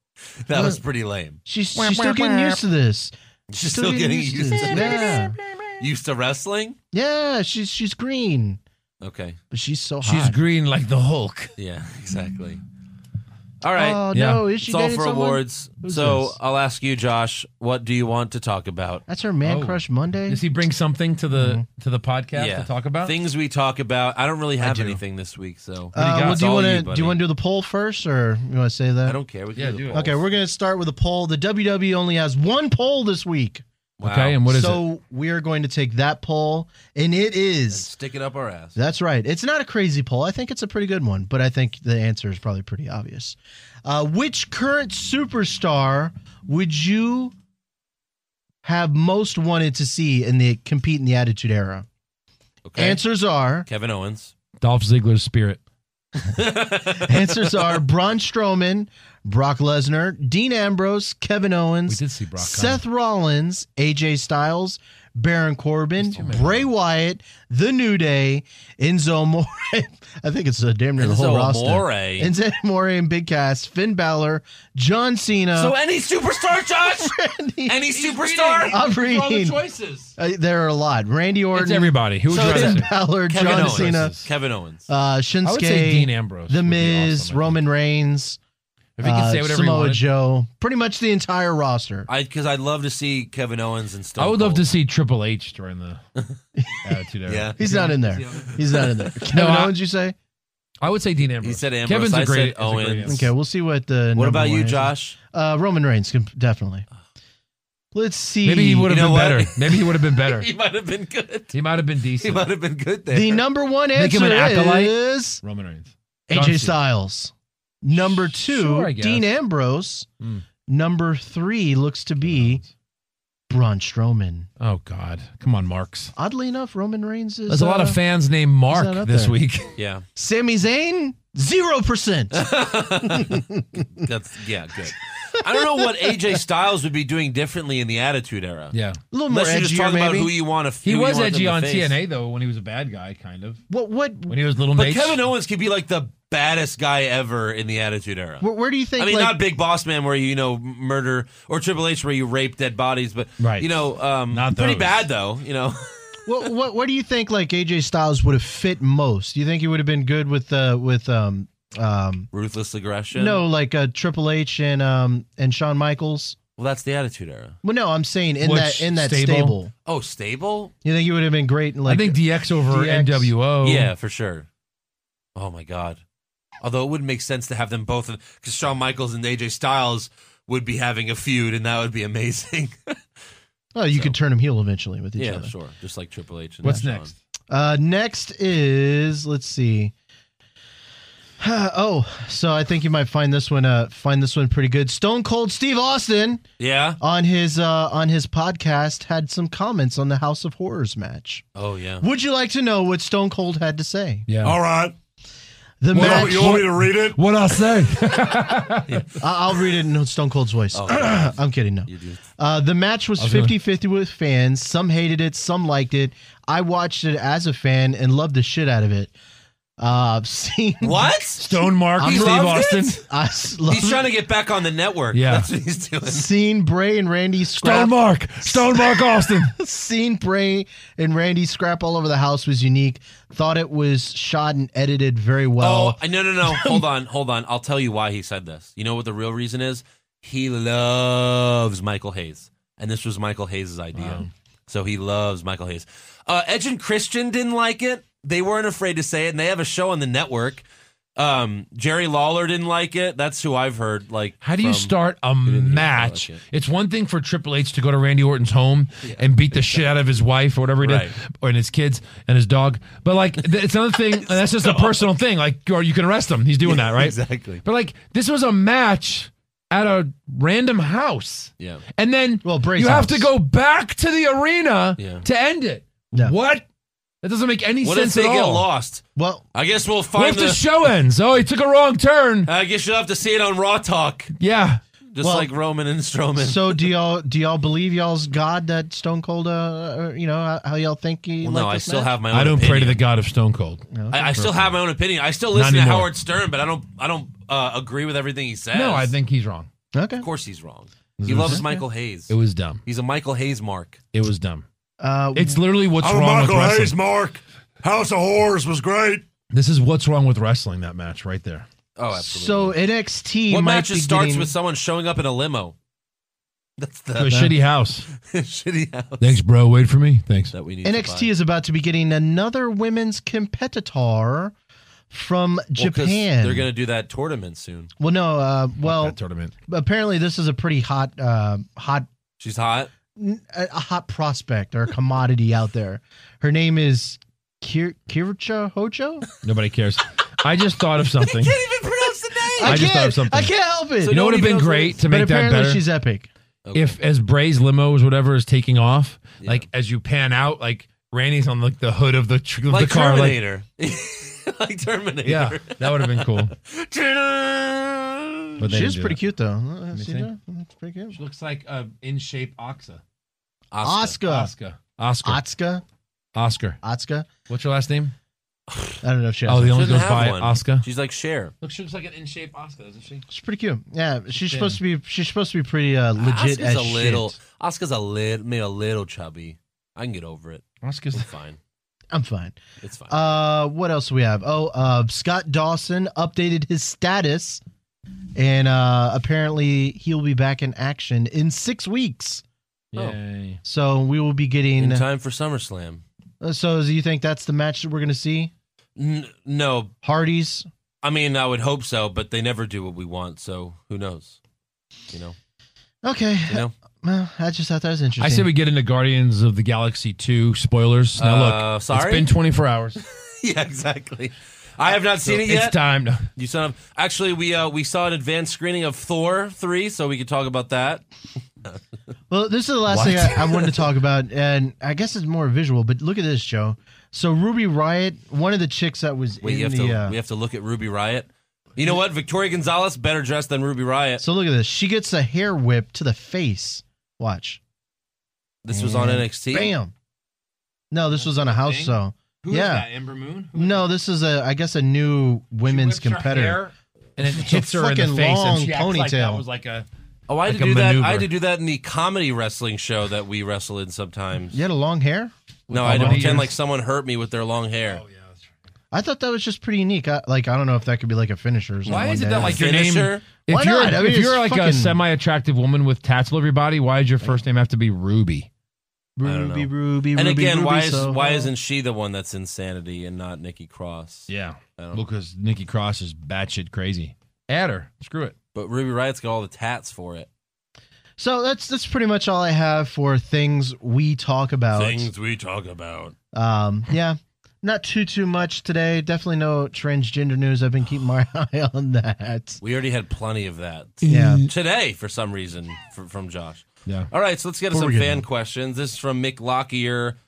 [SPEAKER 1] That was pretty lame.
[SPEAKER 2] she's she's still getting used to this.
[SPEAKER 1] She's still, getting used to
[SPEAKER 2] Yeah,
[SPEAKER 1] used to wrestling.
[SPEAKER 2] yeah. She's she's green,
[SPEAKER 1] Okay.
[SPEAKER 2] but she's so hot.
[SPEAKER 3] She's green like the Hulk.
[SPEAKER 1] Yeah. Exactly. All right.
[SPEAKER 2] Oh
[SPEAKER 3] Yeah.
[SPEAKER 2] no, is she
[SPEAKER 1] it's all
[SPEAKER 2] dating
[SPEAKER 1] for
[SPEAKER 2] someone?
[SPEAKER 1] awards.
[SPEAKER 2] Who's
[SPEAKER 1] So
[SPEAKER 2] this?
[SPEAKER 1] I'll ask you, Josh. What do you want to talk about?
[SPEAKER 2] That's her man
[SPEAKER 3] Oh.
[SPEAKER 2] crush Monday.
[SPEAKER 3] Does he bring something to the
[SPEAKER 2] Mm-hmm.
[SPEAKER 3] to the podcast to talk about?
[SPEAKER 1] things we talk about. I don't really have
[SPEAKER 3] do.
[SPEAKER 1] anything this week, so
[SPEAKER 3] do you
[SPEAKER 2] Uh,
[SPEAKER 3] got?
[SPEAKER 2] well,
[SPEAKER 1] It's
[SPEAKER 2] do you
[SPEAKER 1] all
[SPEAKER 2] want
[SPEAKER 1] you,
[SPEAKER 2] to
[SPEAKER 1] buddy.
[SPEAKER 2] do you want to do the poll first, or you want to say that?
[SPEAKER 1] I don't care. We can
[SPEAKER 3] Yeah,
[SPEAKER 1] do,
[SPEAKER 3] do
[SPEAKER 1] the
[SPEAKER 3] it.
[SPEAKER 1] polls.
[SPEAKER 2] okay, we're gonna start with a poll. The WWE only has one poll this week.
[SPEAKER 1] Wow.
[SPEAKER 3] Okay, and what is it?
[SPEAKER 2] so we are going to take that poll, and it
[SPEAKER 1] And
[SPEAKER 2] is.
[SPEAKER 1] stick it up our ass.
[SPEAKER 2] That's right. It's not a crazy poll. I think it's a pretty good one, but I think the answer is probably pretty obvious. Uh, which current superstar would you have most wanted to see in the compete in the Attitude Era?
[SPEAKER 1] Okay.
[SPEAKER 2] Answers are
[SPEAKER 1] Kevin Owens.
[SPEAKER 3] Dolph Ziggler's spirit.
[SPEAKER 2] answers are Braun Strowman, Brock Lesnar, Dean Ambrose, Kevin
[SPEAKER 3] We
[SPEAKER 2] Owens,
[SPEAKER 3] did see Brock. Lesnar.
[SPEAKER 2] Seth Rollins, AJ Styles, Baron Corbin,
[SPEAKER 3] There's too many.
[SPEAKER 2] Bray Wyatt, The New Day, Enzo More. I think it's uh, damn near the whole
[SPEAKER 1] Enzo
[SPEAKER 2] roster.
[SPEAKER 1] Amore.
[SPEAKER 2] Enzo More and Big Cass, Finn Balor, John Cena.
[SPEAKER 1] so any superstar, Josh?
[SPEAKER 2] Randy-
[SPEAKER 1] any superstar?
[SPEAKER 2] I'm reading.
[SPEAKER 1] choices.
[SPEAKER 2] Uh, there are a lot. Randy
[SPEAKER 3] It's
[SPEAKER 2] Orton,
[SPEAKER 3] everybody. Who would
[SPEAKER 1] So
[SPEAKER 3] you rather
[SPEAKER 1] it's-
[SPEAKER 2] Finn
[SPEAKER 3] see?
[SPEAKER 2] Balor,
[SPEAKER 1] Kevin
[SPEAKER 2] John
[SPEAKER 1] Owens.
[SPEAKER 2] Cena,
[SPEAKER 1] Kevin Owens.
[SPEAKER 2] uh,
[SPEAKER 3] I would say Dean
[SPEAKER 2] Shinsuke,
[SPEAKER 3] Ambrose.
[SPEAKER 2] The
[SPEAKER 3] would be
[SPEAKER 2] Miz,
[SPEAKER 3] awesome, I
[SPEAKER 2] Roman
[SPEAKER 3] think.
[SPEAKER 2] Reigns,
[SPEAKER 3] If he could
[SPEAKER 2] uh,
[SPEAKER 3] say whatever
[SPEAKER 2] Samoa
[SPEAKER 3] he wanted.
[SPEAKER 2] Joe. Pretty much the entire roster.
[SPEAKER 1] I because I'd love to see Kevin Owens and Stone.
[SPEAKER 3] I would love to
[SPEAKER 1] Cold.
[SPEAKER 3] see Triple H during the Attitude Era.
[SPEAKER 1] Yeah.
[SPEAKER 2] He's not in there. He's not in there. Kevin
[SPEAKER 3] I-
[SPEAKER 2] Owens, you say?
[SPEAKER 3] I would say Dean Ambrose.
[SPEAKER 1] He said Ambrose.
[SPEAKER 3] Kevin's
[SPEAKER 1] I
[SPEAKER 3] a great,
[SPEAKER 1] said Owens.
[SPEAKER 3] Owens.
[SPEAKER 2] Okay, we'll see what the.
[SPEAKER 1] What
[SPEAKER 2] number
[SPEAKER 1] about
[SPEAKER 2] one
[SPEAKER 1] you,
[SPEAKER 2] is.
[SPEAKER 1] Josh?
[SPEAKER 2] Uh, Roman Reigns, com- definitely. Let's see.
[SPEAKER 3] Maybe he would have
[SPEAKER 1] You know
[SPEAKER 3] been
[SPEAKER 1] what?
[SPEAKER 3] better. Maybe he would have been better.
[SPEAKER 1] He might have been good.
[SPEAKER 3] He might have been
[SPEAKER 1] He
[SPEAKER 3] decent.
[SPEAKER 1] might have been good there.
[SPEAKER 2] The number one
[SPEAKER 3] Make him
[SPEAKER 2] answer
[SPEAKER 3] an acolyte?
[SPEAKER 2] is
[SPEAKER 3] Roman Reigns. John Cena.
[SPEAKER 2] AJ Styles. Number two,
[SPEAKER 3] Sure, I guess.
[SPEAKER 2] Dean Ambrose.
[SPEAKER 3] Hmm.
[SPEAKER 2] Number three looks to be Braun Strowman.
[SPEAKER 3] Oh God, come on, Marks.
[SPEAKER 2] Oddly enough, Roman Reigns is.
[SPEAKER 3] There's a lot
[SPEAKER 2] uh,
[SPEAKER 3] of fans named
[SPEAKER 2] not
[SPEAKER 3] Mark
[SPEAKER 2] up
[SPEAKER 3] this
[SPEAKER 2] there?
[SPEAKER 3] week.
[SPEAKER 1] Yeah,
[SPEAKER 2] Sami Zayn, zero percent.
[SPEAKER 1] that's yeah, good. I don't know what AJ Styles would be doing differently in the Attitude Era.
[SPEAKER 3] yeah,
[SPEAKER 2] A little more
[SPEAKER 1] Unless you're just
[SPEAKER 2] edgier,
[SPEAKER 1] talking about who
[SPEAKER 2] maybe.
[SPEAKER 1] you want to.
[SPEAKER 3] he
[SPEAKER 1] who you
[SPEAKER 3] was
[SPEAKER 1] want them
[SPEAKER 3] edgy
[SPEAKER 1] to
[SPEAKER 3] on
[SPEAKER 1] face.
[SPEAKER 3] TNA though when he was a bad guy, kind of.
[SPEAKER 2] What? What?
[SPEAKER 3] When he was little
[SPEAKER 1] But
[SPEAKER 3] Nate.
[SPEAKER 1] Kevin Owens could be like the baddest guy ever in the Attitude Era.
[SPEAKER 2] Where, where do you think?
[SPEAKER 1] I mean,
[SPEAKER 2] like,
[SPEAKER 1] not Big Boss Man, where you, you know murder, or Triple H, where you rape dead bodies, but
[SPEAKER 3] Right.
[SPEAKER 1] you know, um,
[SPEAKER 3] Not
[SPEAKER 1] pretty
[SPEAKER 3] those.
[SPEAKER 1] bad though. You know,
[SPEAKER 2] what, what? What do you think? Like AJ Styles would have fit most. Do you think he would have been good with uh, with um um
[SPEAKER 1] ruthless aggression.
[SPEAKER 2] no like uh, Triple H and um and Shawn Michaels?
[SPEAKER 1] well, that's the Attitude Era.
[SPEAKER 2] Well, no, I'm saying in
[SPEAKER 3] Which
[SPEAKER 2] that in that
[SPEAKER 3] stable?
[SPEAKER 2] stable.
[SPEAKER 1] Oh, stable.
[SPEAKER 2] You think he would have been great? In like
[SPEAKER 3] I think DX over
[SPEAKER 2] DX.
[SPEAKER 3] NWO.
[SPEAKER 1] Yeah, for sure. Oh my god. Although it wouldn't make sense to have them both, because Shawn Michaels and AJ Styles would be having a feud, and that would be amazing.
[SPEAKER 2] oh, you
[SPEAKER 1] so.
[SPEAKER 2] could turn him heel eventually with each
[SPEAKER 1] yeah,
[SPEAKER 2] other.
[SPEAKER 1] sure. Just like Triple H. And
[SPEAKER 3] What's
[SPEAKER 1] Shawn.
[SPEAKER 3] next?
[SPEAKER 2] Uh, next is let's see. oh, so I think you might find this one uh find this one pretty good. Stone Cold Steve Austin
[SPEAKER 1] Yeah.
[SPEAKER 2] on his uh on his podcast had some comments on the House of Horrors match.
[SPEAKER 1] Oh yeah.
[SPEAKER 2] Would you like to know what Stone Cold had to say?
[SPEAKER 3] Yeah.
[SPEAKER 1] right.
[SPEAKER 2] The match.
[SPEAKER 1] me to read it?
[SPEAKER 3] What I say?
[SPEAKER 2] I- I'll read it in Stone Cold's voice.
[SPEAKER 1] Oh,
[SPEAKER 2] I'm kidding. No.
[SPEAKER 1] You do.
[SPEAKER 2] Uh, the match was
[SPEAKER 3] was gonna-
[SPEAKER 2] 50 50 with fans. Some hated it, some liked it. I watched it as a fan and loved the shit out of it. Uh, seeing
[SPEAKER 1] What?
[SPEAKER 3] Stone Mark
[SPEAKER 2] I'm
[SPEAKER 3] Steve
[SPEAKER 1] loved
[SPEAKER 3] Austin.
[SPEAKER 1] it?
[SPEAKER 2] I love
[SPEAKER 1] He's trying to get back on the network.
[SPEAKER 3] Yeah.
[SPEAKER 1] That's what he's doing.
[SPEAKER 2] seen Bray and Randy
[SPEAKER 3] Stone
[SPEAKER 2] scrap.
[SPEAKER 3] Mark. Stone Mark Austin.
[SPEAKER 2] Seen Bray and Randy scrap all over the house was unique. Thought it was shot and edited very
[SPEAKER 1] Oh,
[SPEAKER 2] well.
[SPEAKER 1] I- no, no, no. hold on, hold on. I'll tell you why he said this. You know what the real reason is? He loves Michael Hayes. And this was Michael Hayes' idea. So he loves Michael Hayes. Uh, Edge and Christian didn't like it. They weren't afraid to say it, and they have a show on the network. Um, Jerry Lawler didn't like it. That's who I've heard. Like,
[SPEAKER 3] How do you
[SPEAKER 1] from- Oh,
[SPEAKER 3] start a
[SPEAKER 1] didn't even
[SPEAKER 3] match?
[SPEAKER 1] like it.
[SPEAKER 3] It's one thing for Triple H to go to Randy Orton's home and beat the shit out of his wife or whatever he did,
[SPEAKER 1] Right.
[SPEAKER 3] or and his kids and his dog. But like, th- it's another thing. and that's just a personal thing. Like, or you can arrest him. He's doing that, right?
[SPEAKER 1] Exactly.
[SPEAKER 3] But like, this was a match at a random house,
[SPEAKER 1] Yeah.
[SPEAKER 3] and then
[SPEAKER 2] Well, Bray's
[SPEAKER 3] you have to
[SPEAKER 2] house.
[SPEAKER 3] go back to the arena
[SPEAKER 1] Yeah.
[SPEAKER 3] to end it.
[SPEAKER 2] Yeah.
[SPEAKER 3] What? That doesn't make any
[SPEAKER 1] What if
[SPEAKER 3] sense
[SPEAKER 1] they
[SPEAKER 3] at
[SPEAKER 1] get
[SPEAKER 3] all.
[SPEAKER 1] lost?
[SPEAKER 2] Well,
[SPEAKER 1] I guess we'll
[SPEAKER 3] What
[SPEAKER 1] find
[SPEAKER 3] if the
[SPEAKER 1] the.
[SPEAKER 3] show ends? Oh, he took a wrong turn.
[SPEAKER 1] I guess you'll have to see it on Raw Talk,
[SPEAKER 3] Yeah.
[SPEAKER 1] just
[SPEAKER 2] Well-
[SPEAKER 1] like Roman and Strowman.
[SPEAKER 2] so do y'all do y'all believe y'all's God that Stone Cold? Uh, uh, you know how, how y'all think he?
[SPEAKER 1] Well,
[SPEAKER 2] liked
[SPEAKER 1] no, I
[SPEAKER 2] this
[SPEAKER 1] still
[SPEAKER 2] match?
[SPEAKER 1] have my own
[SPEAKER 3] I don't pray to
[SPEAKER 1] opinion.
[SPEAKER 3] the God of Stone Cold.
[SPEAKER 1] I, I still have my own opinion. I still listen to
[SPEAKER 3] anymore.
[SPEAKER 1] Howard Stern, but I don't. I don't uh, agree with everything he says.
[SPEAKER 3] No, I think he's wrong.
[SPEAKER 2] Okay.
[SPEAKER 1] of course he's wrong. He loves Michael Hayes.
[SPEAKER 3] It was dumb.
[SPEAKER 1] He's a Michael Hayes mark.
[SPEAKER 3] It was dumb.
[SPEAKER 2] Uh,
[SPEAKER 3] It's literally what's wrong with wrestling.
[SPEAKER 1] mark. House of Horrors was great.
[SPEAKER 3] This is what's wrong with wrestling. That match right there.
[SPEAKER 1] Oh,
[SPEAKER 2] so
[SPEAKER 1] absolutely.
[SPEAKER 2] NXT.
[SPEAKER 1] what
[SPEAKER 2] might
[SPEAKER 1] match
[SPEAKER 2] be
[SPEAKER 1] just starts
[SPEAKER 2] getting-
[SPEAKER 1] with someone showing up in a limo? That's
[SPEAKER 3] To a
[SPEAKER 1] the
[SPEAKER 3] shitty house.
[SPEAKER 1] shitty house
[SPEAKER 3] Thanks, bro. Wait for me. Thanks.
[SPEAKER 1] that we need.
[SPEAKER 2] NXT is about to be getting another women's competitor from Japan.
[SPEAKER 1] They're gonna do that tournament soon.
[SPEAKER 2] Well, no. Uh,
[SPEAKER 3] that
[SPEAKER 2] well,
[SPEAKER 3] tournament.
[SPEAKER 2] apparently this is a pretty hot, uh, hot,
[SPEAKER 1] She's hot.
[SPEAKER 2] n- a a hot prospect or a commodity out there. Her name is Kir- Kircha Hojo.
[SPEAKER 3] Nobody cares. I just thought of something.
[SPEAKER 1] even pronounce the name.
[SPEAKER 3] I just thought of something.
[SPEAKER 2] I can't help it.
[SPEAKER 1] So
[SPEAKER 3] You know what would have been
[SPEAKER 1] Nobody
[SPEAKER 3] great
[SPEAKER 1] knows who-
[SPEAKER 3] to
[SPEAKER 2] but
[SPEAKER 3] make that
[SPEAKER 2] apparently
[SPEAKER 3] better?
[SPEAKER 2] she's epic.
[SPEAKER 3] If as Bray's limo or whatever is taking off,
[SPEAKER 1] Yeah.
[SPEAKER 3] like as you pan out, like Randy's on like the hood of the, tr- of
[SPEAKER 1] like
[SPEAKER 3] the car. Like,
[SPEAKER 1] Terminator, like, Terminator.
[SPEAKER 3] yeah, that would have been cool.
[SPEAKER 1] Ta-da!
[SPEAKER 3] But they didn't
[SPEAKER 2] She's
[SPEAKER 3] do
[SPEAKER 2] pretty
[SPEAKER 3] that.
[SPEAKER 2] cute though. Uh,
[SPEAKER 3] me
[SPEAKER 2] see
[SPEAKER 3] see.
[SPEAKER 2] that? That's pretty cute.
[SPEAKER 3] She looks like a in shape Oxa.
[SPEAKER 1] Oscar.
[SPEAKER 2] Oscar.
[SPEAKER 3] Oscar. Oscar. Oscar.
[SPEAKER 2] Otska. Otska.
[SPEAKER 3] What's your last name?
[SPEAKER 2] I don't know if she has
[SPEAKER 3] Oh,
[SPEAKER 2] one.
[SPEAKER 3] the only
[SPEAKER 1] Shouldn't
[SPEAKER 3] goes
[SPEAKER 1] have
[SPEAKER 3] by
[SPEAKER 1] one.
[SPEAKER 3] Oscar.
[SPEAKER 1] She's like Cher.
[SPEAKER 3] Look, she looks like an in shape Oscar, doesn't she?
[SPEAKER 2] She's pretty cute. Yeah, she's
[SPEAKER 3] thin.
[SPEAKER 2] supposed to be. She's supposed to be pretty uh, legit
[SPEAKER 1] Oscar's
[SPEAKER 2] as
[SPEAKER 1] a little.
[SPEAKER 2] shit.
[SPEAKER 1] Oscar's a little, maybe a little chubby. I can get over it.
[SPEAKER 3] Oscar's
[SPEAKER 1] It's fine.
[SPEAKER 2] I'm fine.
[SPEAKER 1] It's fine.
[SPEAKER 2] Uh, what else do we have? Oh, uh, Scott Dawson updated his status, and uh, apparently he'll be back in action in six weeks.
[SPEAKER 1] Oh.
[SPEAKER 3] Yay.
[SPEAKER 2] So we will be
[SPEAKER 1] in
[SPEAKER 2] getting.
[SPEAKER 1] time for SummerSlam.
[SPEAKER 2] Uh, so do you think that's the match that we're going to see?
[SPEAKER 1] N- no,
[SPEAKER 2] Hardy's.
[SPEAKER 1] I mean I would hope so, but they never do what we want, so who knows? You know,
[SPEAKER 2] Okay.
[SPEAKER 1] you know.
[SPEAKER 2] Well, I just thought that was interesting.
[SPEAKER 3] I said we get into Guardians of the Galaxy 2 spoilers. Now, look,
[SPEAKER 1] Uh,
[SPEAKER 3] it's
[SPEAKER 1] sorry?
[SPEAKER 3] been 24 hours.
[SPEAKER 1] yeah, exactly. I have not seen it
[SPEAKER 3] it's
[SPEAKER 1] yet.
[SPEAKER 3] time. No.
[SPEAKER 1] you son of. Actually, we uh, we saw an advanced screening of Thor three, so we could talk about that.
[SPEAKER 2] Well, this is the last
[SPEAKER 3] What?
[SPEAKER 2] thing I, I wanted to talk about, and I guess it's more visual. But look at this, Joe. So Ruby Riot, one of the chicks that was
[SPEAKER 1] Wait,
[SPEAKER 2] in
[SPEAKER 1] you have
[SPEAKER 2] the.
[SPEAKER 1] to
[SPEAKER 2] uh,
[SPEAKER 1] we have to look at Ruby Riot. You know what? Victoria Gonzalez better dressed than Ruby Riot.
[SPEAKER 2] so look at this. She gets a hair whip to the face. Watch.
[SPEAKER 1] This was on NXT.
[SPEAKER 2] Bam. No, this was on a house
[SPEAKER 4] Thing?
[SPEAKER 2] show.
[SPEAKER 4] Who is
[SPEAKER 2] Yeah.
[SPEAKER 4] that? Ember Moon? Who is
[SPEAKER 2] No, this is a. I guess a new women's
[SPEAKER 4] whips her
[SPEAKER 2] competitor.
[SPEAKER 4] hair.
[SPEAKER 3] and it
[SPEAKER 2] It's a
[SPEAKER 3] hits her in the
[SPEAKER 2] fucking
[SPEAKER 3] face. And
[SPEAKER 2] long
[SPEAKER 3] she
[SPEAKER 4] Acts Like that
[SPEAKER 2] Ponytail.
[SPEAKER 4] was like a
[SPEAKER 1] Oh, I had
[SPEAKER 3] Like
[SPEAKER 1] to
[SPEAKER 3] a
[SPEAKER 1] do that. I
[SPEAKER 3] maneuver.
[SPEAKER 1] had to do that in the comedy wrestling show that we wrestle in sometimes.
[SPEAKER 2] You had a long hair.
[SPEAKER 1] No, I had to
[SPEAKER 3] Oh,
[SPEAKER 1] pretend
[SPEAKER 3] yes.
[SPEAKER 1] like someone hurt me with their long hair.
[SPEAKER 2] I thought that was just pretty unique. I, like I don't know if that could be like a finisher. Or something
[SPEAKER 3] Why is
[SPEAKER 2] one
[SPEAKER 3] it
[SPEAKER 2] day.
[SPEAKER 3] that like your
[SPEAKER 1] Finisher?
[SPEAKER 3] name? If
[SPEAKER 2] Why
[SPEAKER 3] you're
[SPEAKER 2] not? I mean,
[SPEAKER 3] if you're
[SPEAKER 2] it's
[SPEAKER 3] like
[SPEAKER 2] fucking-
[SPEAKER 3] a semi-attractive woman with tats all over your body, why does your first name have to be Ruby?
[SPEAKER 1] I don't know.
[SPEAKER 2] Ruby, Ruby,
[SPEAKER 1] and
[SPEAKER 2] Ruby,
[SPEAKER 1] again,
[SPEAKER 2] Ruby,
[SPEAKER 1] why is
[SPEAKER 2] Soho.
[SPEAKER 1] why isn't she the one that's insanity and not Nikki Cross?
[SPEAKER 3] Yeah,
[SPEAKER 1] I don't know.
[SPEAKER 3] because Nikki Cross is batshit crazy. Add her. Screw it.
[SPEAKER 1] But Ruby Riot's got all the tats for it.
[SPEAKER 2] So that's that's pretty much all I have for things we talk about.
[SPEAKER 1] Things we talk about.
[SPEAKER 2] Um, yeah, not too too much today. Definitely no transgender news. I've been keeping my eye on that.
[SPEAKER 1] We already had plenty of that
[SPEAKER 2] Yeah.
[SPEAKER 1] today for some reason f- from Josh.
[SPEAKER 3] Yeah.
[SPEAKER 1] All right, so let's get to
[SPEAKER 2] Before
[SPEAKER 1] some
[SPEAKER 2] we get
[SPEAKER 1] fan
[SPEAKER 2] in.
[SPEAKER 1] questions. This is from Mick Lockyer.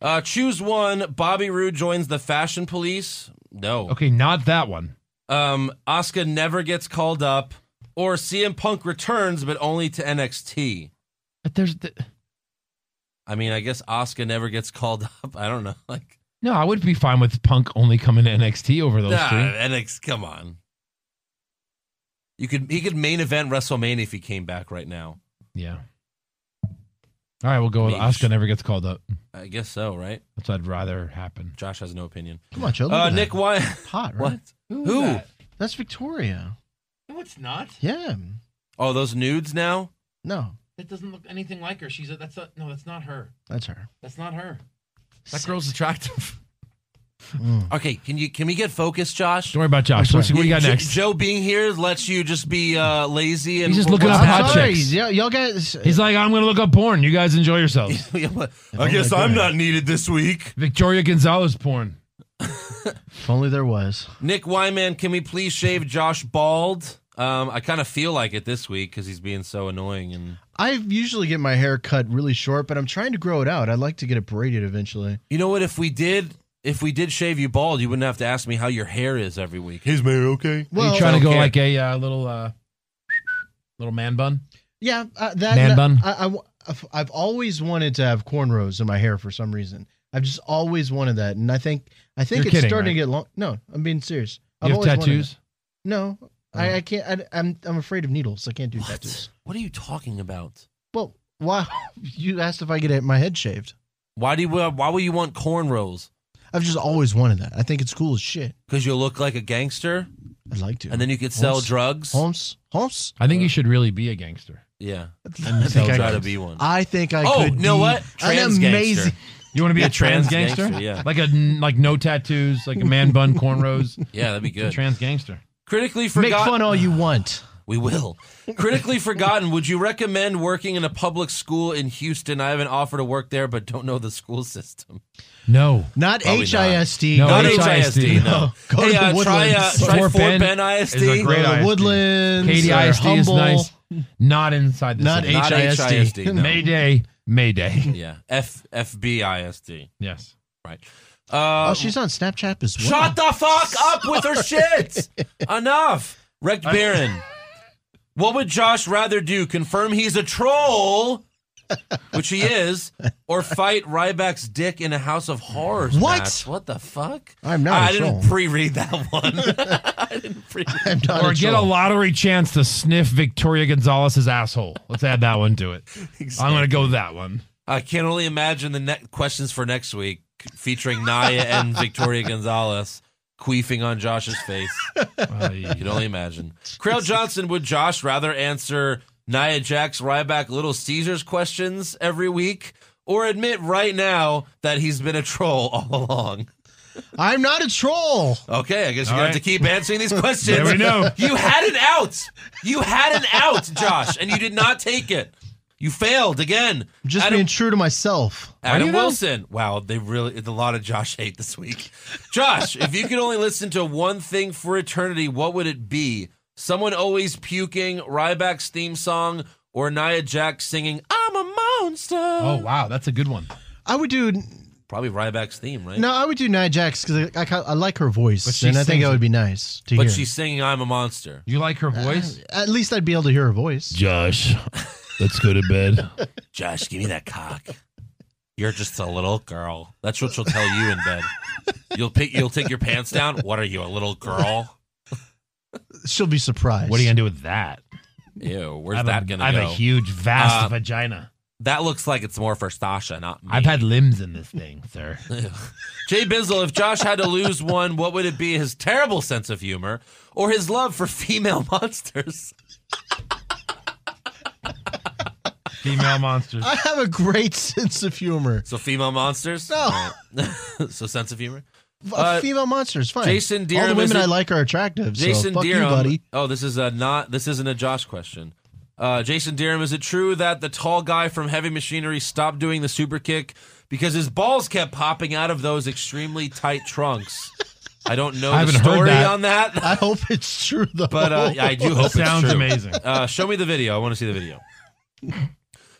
[SPEAKER 1] Uh, choose one. Bobby Roode joins the fashion police. No.
[SPEAKER 3] Okay, not that one.
[SPEAKER 1] Um, Asuka never gets called up, or CM Punk returns but only to NXT.
[SPEAKER 3] But there's the,
[SPEAKER 1] I mean, I guess Asuka never gets called up. I don't know. Like,
[SPEAKER 3] no. I would be fine with Punk only coming to NXT over those
[SPEAKER 1] nah,
[SPEAKER 3] three.
[SPEAKER 1] NXT. Come on. You could he could main event WrestleMania if he came back right now.
[SPEAKER 3] Yeah. All right, we'll go with
[SPEAKER 1] Maybe.
[SPEAKER 3] Oscar never gets called up.
[SPEAKER 1] I guess so, right?
[SPEAKER 3] That's what I'd rather happen.
[SPEAKER 1] Josh has no opinion.
[SPEAKER 2] Come on, Joe. look
[SPEAKER 1] Uh,
[SPEAKER 2] at that.
[SPEAKER 1] Nick, why?
[SPEAKER 2] hot right?
[SPEAKER 1] What?
[SPEAKER 4] who?
[SPEAKER 1] Who?
[SPEAKER 4] Is that?
[SPEAKER 2] That's Victoria.
[SPEAKER 4] No, it's not.
[SPEAKER 2] Yeah.
[SPEAKER 1] Oh, those nudes now?
[SPEAKER 2] No,
[SPEAKER 4] That doesn't look anything like her. She's a, that's a, no, that's not her.
[SPEAKER 2] that's her.
[SPEAKER 4] That's not her.
[SPEAKER 3] That girl's attractive.
[SPEAKER 2] Mm.
[SPEAKER 1] Okay, can you can we get focused, Josh?
[SPEAKER 3] Don't worry about Josh.
[SPEAKER 2] I'm
[SPEAKER 3] What, what do you got
[SPEAKER 1] Jo-
[SPEAKER 3] next?
[SPEAKER 1] Joe being here lets you just be uh, lazy and
[SPEAKER 3] He's just
[SPEAKER 1] what's
[SPEAKER 3] looking up
[SPEAKER 1] happening?
[SPEAKER 3] hot
[SPEAKER 2] I'm sorry.
[SPEAKER 3] chicks.
[SPEAKER 2] Yeah, y'all guys.
[SPEAKER 3] He's like, I'm going to look up porn. You guys enjoy yourselves.
[SPEAKER 1] Yeah, but I
[SPEAKER 2] only
[SPEAKER 1] guess
[SPEAKER 2] I
[SPEAKER 1] I'm
[SPEAKER 2] could.
[SPEAKER 1] not needed this week.
[SPEAKER 3] Victoria Gonzalez porn.
[SPEAKER 2] if only there was.
[SPEAKER 1] Nick Wyman, can we please shave Josh bald? Um, I kind of feel like it this week because he's being so annoying. And
[SPEAKER 2] I usually get my hair cut really short, but I'm trying to grow it out. I'd like to get it braided eventually.
[SPEAKER 1] you know what? If we did, if we did shave you bald, you wouldn't have to ask me how your hair is every week.
[SPEAKER 4] His mayor, okay?
[SPEAKER 3] Are
[SPEAKER 2] Well,
[SPEAKER 3] you trying to go
[SPEAKER 1] okay.
[SPEAKER 3] like a uh, little uh, little man bun?
[SPEAKER 2] yeah, uh, that
[SPEAKER 3] Man
[SPEAKER 2] that-
[SPEAKER 3] bun?
[SPEAKER 2] I, have always wanted to have cornrows in my hair for some reason. I've just always wanted that, and I think I think
[SPEAKER 3] You're
[SPEAKER 2] it's
[SPEAKER 3] kidding,
[SPEAKER 2] starting
[SPEAKER 3] right?
[SPEAKER 2] to get long. No, I'm being serious. I've
[SPEAKER 3] You have
[SPEAKER 2] always wanted
[SPEAKER 3] tattoos? Oh.
[SPEAKER 2] it. No, I, I can't. I, I'm I'm afraid of needles. I can't do
[SPEAKER 1] What?
[SPEAKER 2] tattoos.
[SPEAKER 1] What are you talking about?
[SPEAKER 2] Well, why? You asked if I get my head shaved.
[SPEAKER 1] Why do you, why would you want cornrows?
[SPEAKER 2] I've just always wanted that. I think it's cool as shit.
[SPEAKER 1] Because you look like a gangster,
[SPEAKER 2] I'd like to.
[SPEAKER 1] and then you could sell
[SPEAKER 2] Holmes.
[SPEAKER 1] drugs.
[SPEAKER 2] Holmes, Holmes.
[SPEAKER 3] I think you should really be a gangster.
[SPEAKER 1] Yeah,
[SPEAKER 2] I think
[SPEAKER 1] try
[SPEAKER 2] I,
[SPEAKER 1] to be one.
[SPEAKER 2] I think I
[SPEAKER 1] oh,
[SPEAKER 2] could.
[SPEAKER 1] you know
[SPEAKER 2] be
[SPEAKER 1] what? Trans
[SPEAKER 2] an amazing.
[SPEAKER 1] gangster.
[SPEAKER 3] You want to be
[SPEAKER 1] Yeah,
[SPEAKER 3] a trans,
[SPEAKER 1] trans
[SPEAKER 3] gangster?
[SPEAKER 1] gangster, yeah.
[SPEAKER 3] Like a like no tattoos, like a man bun, cornrows,
[SPEAKER 1] Yeah, that'd be good.
[SPEAKER 3] trans gangster.
[SPEAKER 1] Critically
[SPEAKER 2] Make
[SPEAKER 1] forgotten.
[SPEAKER 2] fun all you want.
[SPEAKER 1] We will. Critically forgotten. Would you recommend working in a public school in Houston? I have an offer to work there, but don't know the school system.
[SPEAKER 3] No.
[SPEAKER 2] Not
[SPEAKER 1] Probably not.
[SPEAKER 2] HISD.
[SPEAKER 3] No,
[SPEAKER 1] Not
[SPEAKER 2] Go to-
[SPEAKER 1] HISD. No.
[SPEAKER 2] Go
[SPEAKER 1] hey,
[SPEAKER 2] to
[SPEAKER 1] uh, try uh,
[SPEAKER 2] Woodlands.
[SPEAKER 1] try
[SPEAKER 3] Fort
[SPEAKER 1] Fort
[SPEAKER 3] Bend
[SPEAKER 1] Bend
[SPEAKER 3] is a
[SPEAKER 1] ISD.
[SPEAKER 3] great
[SPEAKER 2] Go to
[SPEAKER 3] ISD.
[SPEAKER 2] Woodlands. or
[SPEAKER 3] KDISD is
[SPEAKER 2] Humble.
[SPEAKER 3] nice. Not inside the
[SPEAKER 2] Not
[SPEAKER 3] city.
[SPEAKER 1] Not
[SPEAKER 2] HISD.
[SPEAKER 1] HISD, no.
[SPEAKER 3] Mayday. Mayday.
[SPEAKER 1] yeah, F FBISD.
[SPEAKER 3] yes.
[SPEAKER 1] Right. Uh,
[SPEAKER 2] Oh, she's on Snapchat as well.
[SPEAKER 1] shut the fuck up with her shit. Enough. Wrecked Baron. What would Josh rather do? Confirm he's a troll, which he is, or fight Ryback's dick in a House of Horrors?
[SPEAKER 2] What?
[SPEAKER 1] match? What the fuck?
[SPEAKER 2] I'm not
[SPEAKER 1] I
[SPEAKER 2] a
[SPEAKER 1] didn't
[SPEAKER 2] troll.
[SPEAKER 1] pre-read that one. I didn't pre.
[SPEAKER 2] I'm not
[SPEAKER 3] Or
[SPEAKER 2] a
[SPEAKER 3] get a
[SPEAKER 2] troll.
[SPEAKER 3] lottery chance to sniff Victoria Gonzalez's asshole. Let's add that one to it. I'm going to go with that one.
[SPEAKER 1] I can only imagine the ne- questions for next week featuring Naya and Victoria Gonzalez queefing on Josh's face. You can only imagine. Crail Johnson, would Josh rather answer Nia Jack's Ryback Little Caesars questions every week or admit right now that he's been a troll all along?
[SPEAKER 2] I'm not a troll.
[SPEAKER 1] Okay, I guess you're
[SPEAKER 3] All right.
[SPEAKER 1] going to have to keep answering these questions.
[SPEAKER 3] there we know.
[SPEAKER 1] You had it out. You had it out, Josh, and you did not take it. You failed again.
[SPEAKER 2] I'm just
[SPEAKER 1] Adam-
[SPEAKER 2] being true to myself.
[SPEAKER 1] Adam
[SPEAKER 3] you though?
[SPEAKER 1] Wilson. Wow, they really it's a lot of Josh hate this week. Josh, if you could only listen to one thing for eternity, what would it be? Someone always puking, Ryback's theme song, or Nia Jax singing "I'm a monster.
[SPEAKER 3] Oh wow, that's a good one.
[SPEAKER 2] I would do
[SPEAKER 1] Probably Ryback's theme, right?
[SPEAKER 2] no, I would do Nia Jax because I, I, I like her voice,
[SPEAKER 3] But she
[SPEAKER 2] and I think
[SPEAKER 3] sings
[SPEAKER 2] that
[SPEAKER 3] it.
[SPEAKER 2] would be nice to
[SPEAKER 1] But
[SPEAKER 2] hear. Uh,
[SPEAKER 1] she's singing "I'm a monster."
[SPEAKER 3] You like her voice?
[SPEAKER 2] At least I'd be able to hear her voice.
[SPEAKER 3] Josh, let's go to bed.
[SPEAKER 1] Josh, give me that cock. You're just a little girl. That's what she'll tell you in bed. You'll pick. You'll take your pants down. What are you, a little girl?
[SPEAKER 2] She'll be surprised.
[SPEAKER 3] What are you gonna do with that?
[SPEAKER 1] Ew. Where's
[SPEAKER 3] I have
[SPEAKER 1] that
[SPEAKER 3] a,
[SPEAKER 1] gonna
[SPEAKER 3] I have
[SPEAKER 1] go?
[SPEAKER 3] a huge, vast
[SPEAKER 1] Uh,
[SPEAKER 3] vagina.
[SPEAKER 1] that looks like it's more for Stasha, not me.
[SPEAKER 3] I've had limbs in this thing, sir.
[SPEAKER 1] Jay Bizzle. If Josh had to lose one, what would it be? His terrible sense of humor or his love for female monsters?
[SPEAKER 3] Female monsters.
[SPEAKER 2] I have a great sense of humor.
[SPEAKER 1] So female monsters.
[SPEAKER 2] No.
[SPEAKER 1] Alright. so sense of humor. Uh,
[SPEAKER 2] Uh, female monsters, fine.
[SPEAKER 1] Jason
[SPEAKER 2] All
[SPEAKER 1] Deerham
[SPEAKER 2] the
[SPEAKER 1] is
[SPEAKER 2] women
[SPEAKER 1] a-
[SPEAKER 2] I like are attractive.
[SPEAKER 1] Jason
[SPEAKER 2] so fuck
[SPEAKER 1] Deerham.
[SPEAKER 2] you, buddy.
[SPEAKER 1] Oh, this is a not. This isn't a Josh question. Uh, Jason Deerham, is it true that the tall guy from Heavy Machinery stopped doing the super kick because his balls kept popping out of those extremely tight trunks? I don't know
[SPEAKER 3] I
[SPEAKER 1] the
[SPEAKER 3] haven't heard
[SPEAKER 1] story
[SPEAKER 3] that.
[SPEAKER 1] on that,
[SPEAKER 2] I hope it's true though.
[SPEAKER 1] but uh, I do hope
[SPEAKER 3] Sounds
[SPEAKER 1] it's true.
[SPEAKER 3] amazing.
[SPEAKER 1] Uh, show me the video. I want to see the video.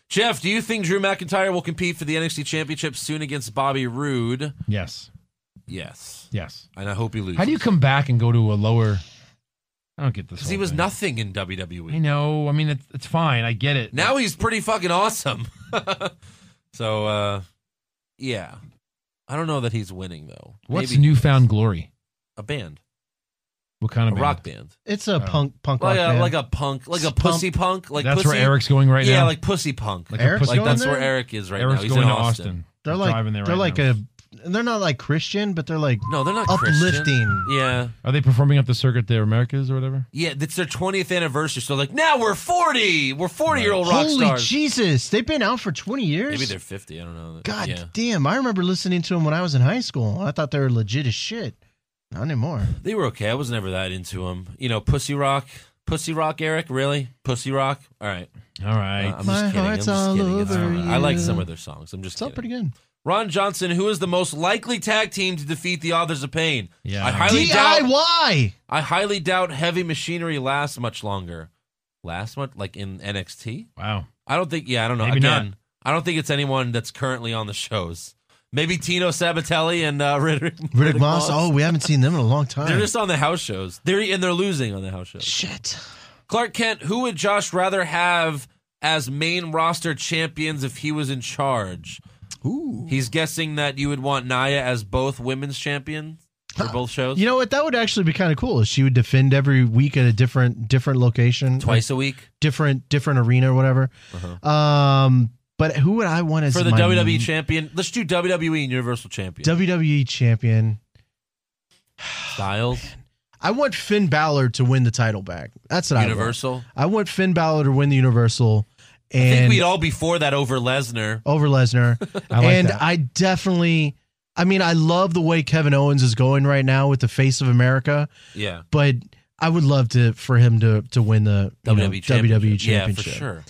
[SPEAKER 1] Jeff, do you think Drew McIntyre will compete for the NXT Championship soon against Bobby Roode?
[SPEAKER 3] Yes.
[SPEAKER 1] Yes,
[SPEAKER 3] Yes.
[SPEAKER 1] and I hope he loses.
[SPEAKER 3] How do you come back and go to a lower? I don't get this.
[SPEAKER 1] Because he
[SPEAKER 3] whole
[SPEAKER 1] was
[SPEAKER 3] thing.
[SPEAKER 1] nothing in WWE.
[SPEAKER 3] I know. I mean, it's, it's fine. I get it.
[SPEAKER 1] Now he's pretty fucking awesome. so uh yeah. I don't know that he's winning though.
[SPEAKER 3] what's
[SPEAKER 1] Maybe
[SPEAKER 3] newfound glory?
[SPEAKER 1] a band,
[SPEAKER 3] What kind
[SPEAKER 1] a
[SPEAKER 3] of band?
[SPEAKER 1] rock band.
[SPEAKER 2] it's a
[SPEAKER 3] Oh.
[SPEAKER 2] punk punk
[SPEAKER 1] Like
[SPEAKER 2] rock
[SPEAKER 1] a
[SPEAKER 2] band.
[SPEAKER 1] like a punk, like a
[SPEAKER 2] Pump.
[SPEAKER 1] pussy punk, like
[SPEAKER 3] that's
[SPEAKER 1] pussy.
[SPEAKER 3] where Eric's going right
[SPEAKER 1] yeah,
[SPEAKER 3] now.
[SPEAKER 1] like pussy punk. Like,
[SPEAKER 3] a
[SPEAKER 2] Eric's
[SPEAKER 3] pussy-
[SPEAKER 2] going
[SPEAKER 1] that's
[SPEAKER 2] there?
[SPEAKER 1] where Eric is right
[SPEAKER 3] Eric's
[SPEAKER 1] now. He's
[SPEAKER 3] going
[SPEAKER 1] in
[SPEAKER 3] to
[SPEAKER 1] Austin.
[SPEAKER 3] Austin.
[SPEAKER 2] they're like
[SPEAKER 3] driving there
[SPEAKER 2] they're
[SPEAKER 3] right
[SPEAKER 2] like
[SPEAKER 3] now.
[SPEAKER 2] a they're not like Christian, but they're like
[SPEAKER 1] No, they're not Christian.
[SPEAKER 2] uplifting.
[SPEAKER 1] Yeah.
[SPEAKER 3] Are they performing at the Circuit there, Americas or whatever?
[SPEAKER 1] Yeah, it's their 20th anniversary. So like, now we're 40. We're 40-year-old rock
[SPEAKER 2] Holy
[SPEAKER 1] stars.
[SPEAKER 2] Jesus! They've been out for twenty years.
[SPEAKER 1] Maybe they're 50, I don't know.
[SPEAKER 2] God
[SPEAKER 1] Yeah.
[SPEAKER 2] damn! I remember listening to them when I was in high school. I thought they were legit as shit. Not anymore.
[SPEAKER 1] They were okay. I was never that into them. You know, Pussy Rock. Pussy Rock, Eric? Really? Pussy Rock? All right.
[SPEAKER 3] All right.
[SPEAKER 1] Uh, I'm
[SPEAKER 2] My
[SPEAKER 1] just kidding. I'm just
[SPEAKER 2] heart's all
[SPEAKER 1] kidding. It's
[SPEAKER 2] over
[SPEAKER 1] all right. I like
[SPEAKER 2] you.
[SPEAKER 1] some of their songs. I'm just
[SPEAKER 2] It's all
[SPEAKER 1] kidding.
[SPEAKER 2] pretty good.
[SPEAKER 1] Ron Johnson, who is the most likely tag team to defeat the Authors of Pain?
[SPEAKER 3] Yeah.
[SPEAKER 1] I highly doubt.
[SPEAKER 2] DIY.
[SPEAKER 1] I highly doubt Heavy Machinery lasts much longer. Last much like in NXT?
[SPEAKER 3] wow.
[SPEAKER 1] I don't think. Yeah, I don't know.
[SPEAKER 3] Maybe
[SPEAKER 1] Again, I don't think it's anyone that's currently on the shows. Maybe Tino Sabatelli and uh, Riddick,
[SPEAKER 2] Riddick Moss. Oh, we haven't seen them in a long time.
[SPEAKER 1] They're just on the house shows. They're and they're losing on the house shows.
[SPEAKER 2] shit.
[SPEAKER 1] Clark Kent, who would Josh rather have as main roster champions if he was in charge?
[SPEAKER 2] Ooh.
[SPEAKER 1] He's guessing that you would want Naya as both women's champions for both shows
[SPEAKER 2] You know what? That would actually be kind of cool. She would defend every week at a different different location,
[SPEAKER 1] twice
[SPEAKER 2] like,
[SPEAKER 1] a week
[SPEAKER 2] different different arena or whatever. Um, but who would I want as
[SPEAKER 1] for the
[SPEAKER 2] my
[SPEAKER 1] WWE champion. Let's do WWE and Universal Champion.
[SPEAKER 2] WWE E champion? E.
[SPEAKER 1] Styles,
[SPEAKER 2] I want Finn Balor to win the title back. That's what
[SPEAKER 1] Universal.
[SPEAKER 2] I want. I want Finn Balor to win the Universal
[SPEAKER 1] I think
[SPEAKER 2] and
[SPEAKER 1] we'd all be for that over Lesnar.
[SPEAKER 2] over Lesnar.
[SPEAKER 3] I like
[SPEAKER 2] and
[SPEAKER 3] that.
[SPEAKER 2] I definitely, I mean, I love the way Kevin Owens is going right now with the face of America.
[SPEAKER 1] Yeah.
[SPEAKER 2] but I would love to for him to to win the you know,
[SPEAKER 1] WWE E championship.
[SPEAKER 3] E
[SPEAKER 2] WWE
[SPEAKER 1] Yeah, for
[SPEAKER 2] championship.
[SPEAKER 1] sure.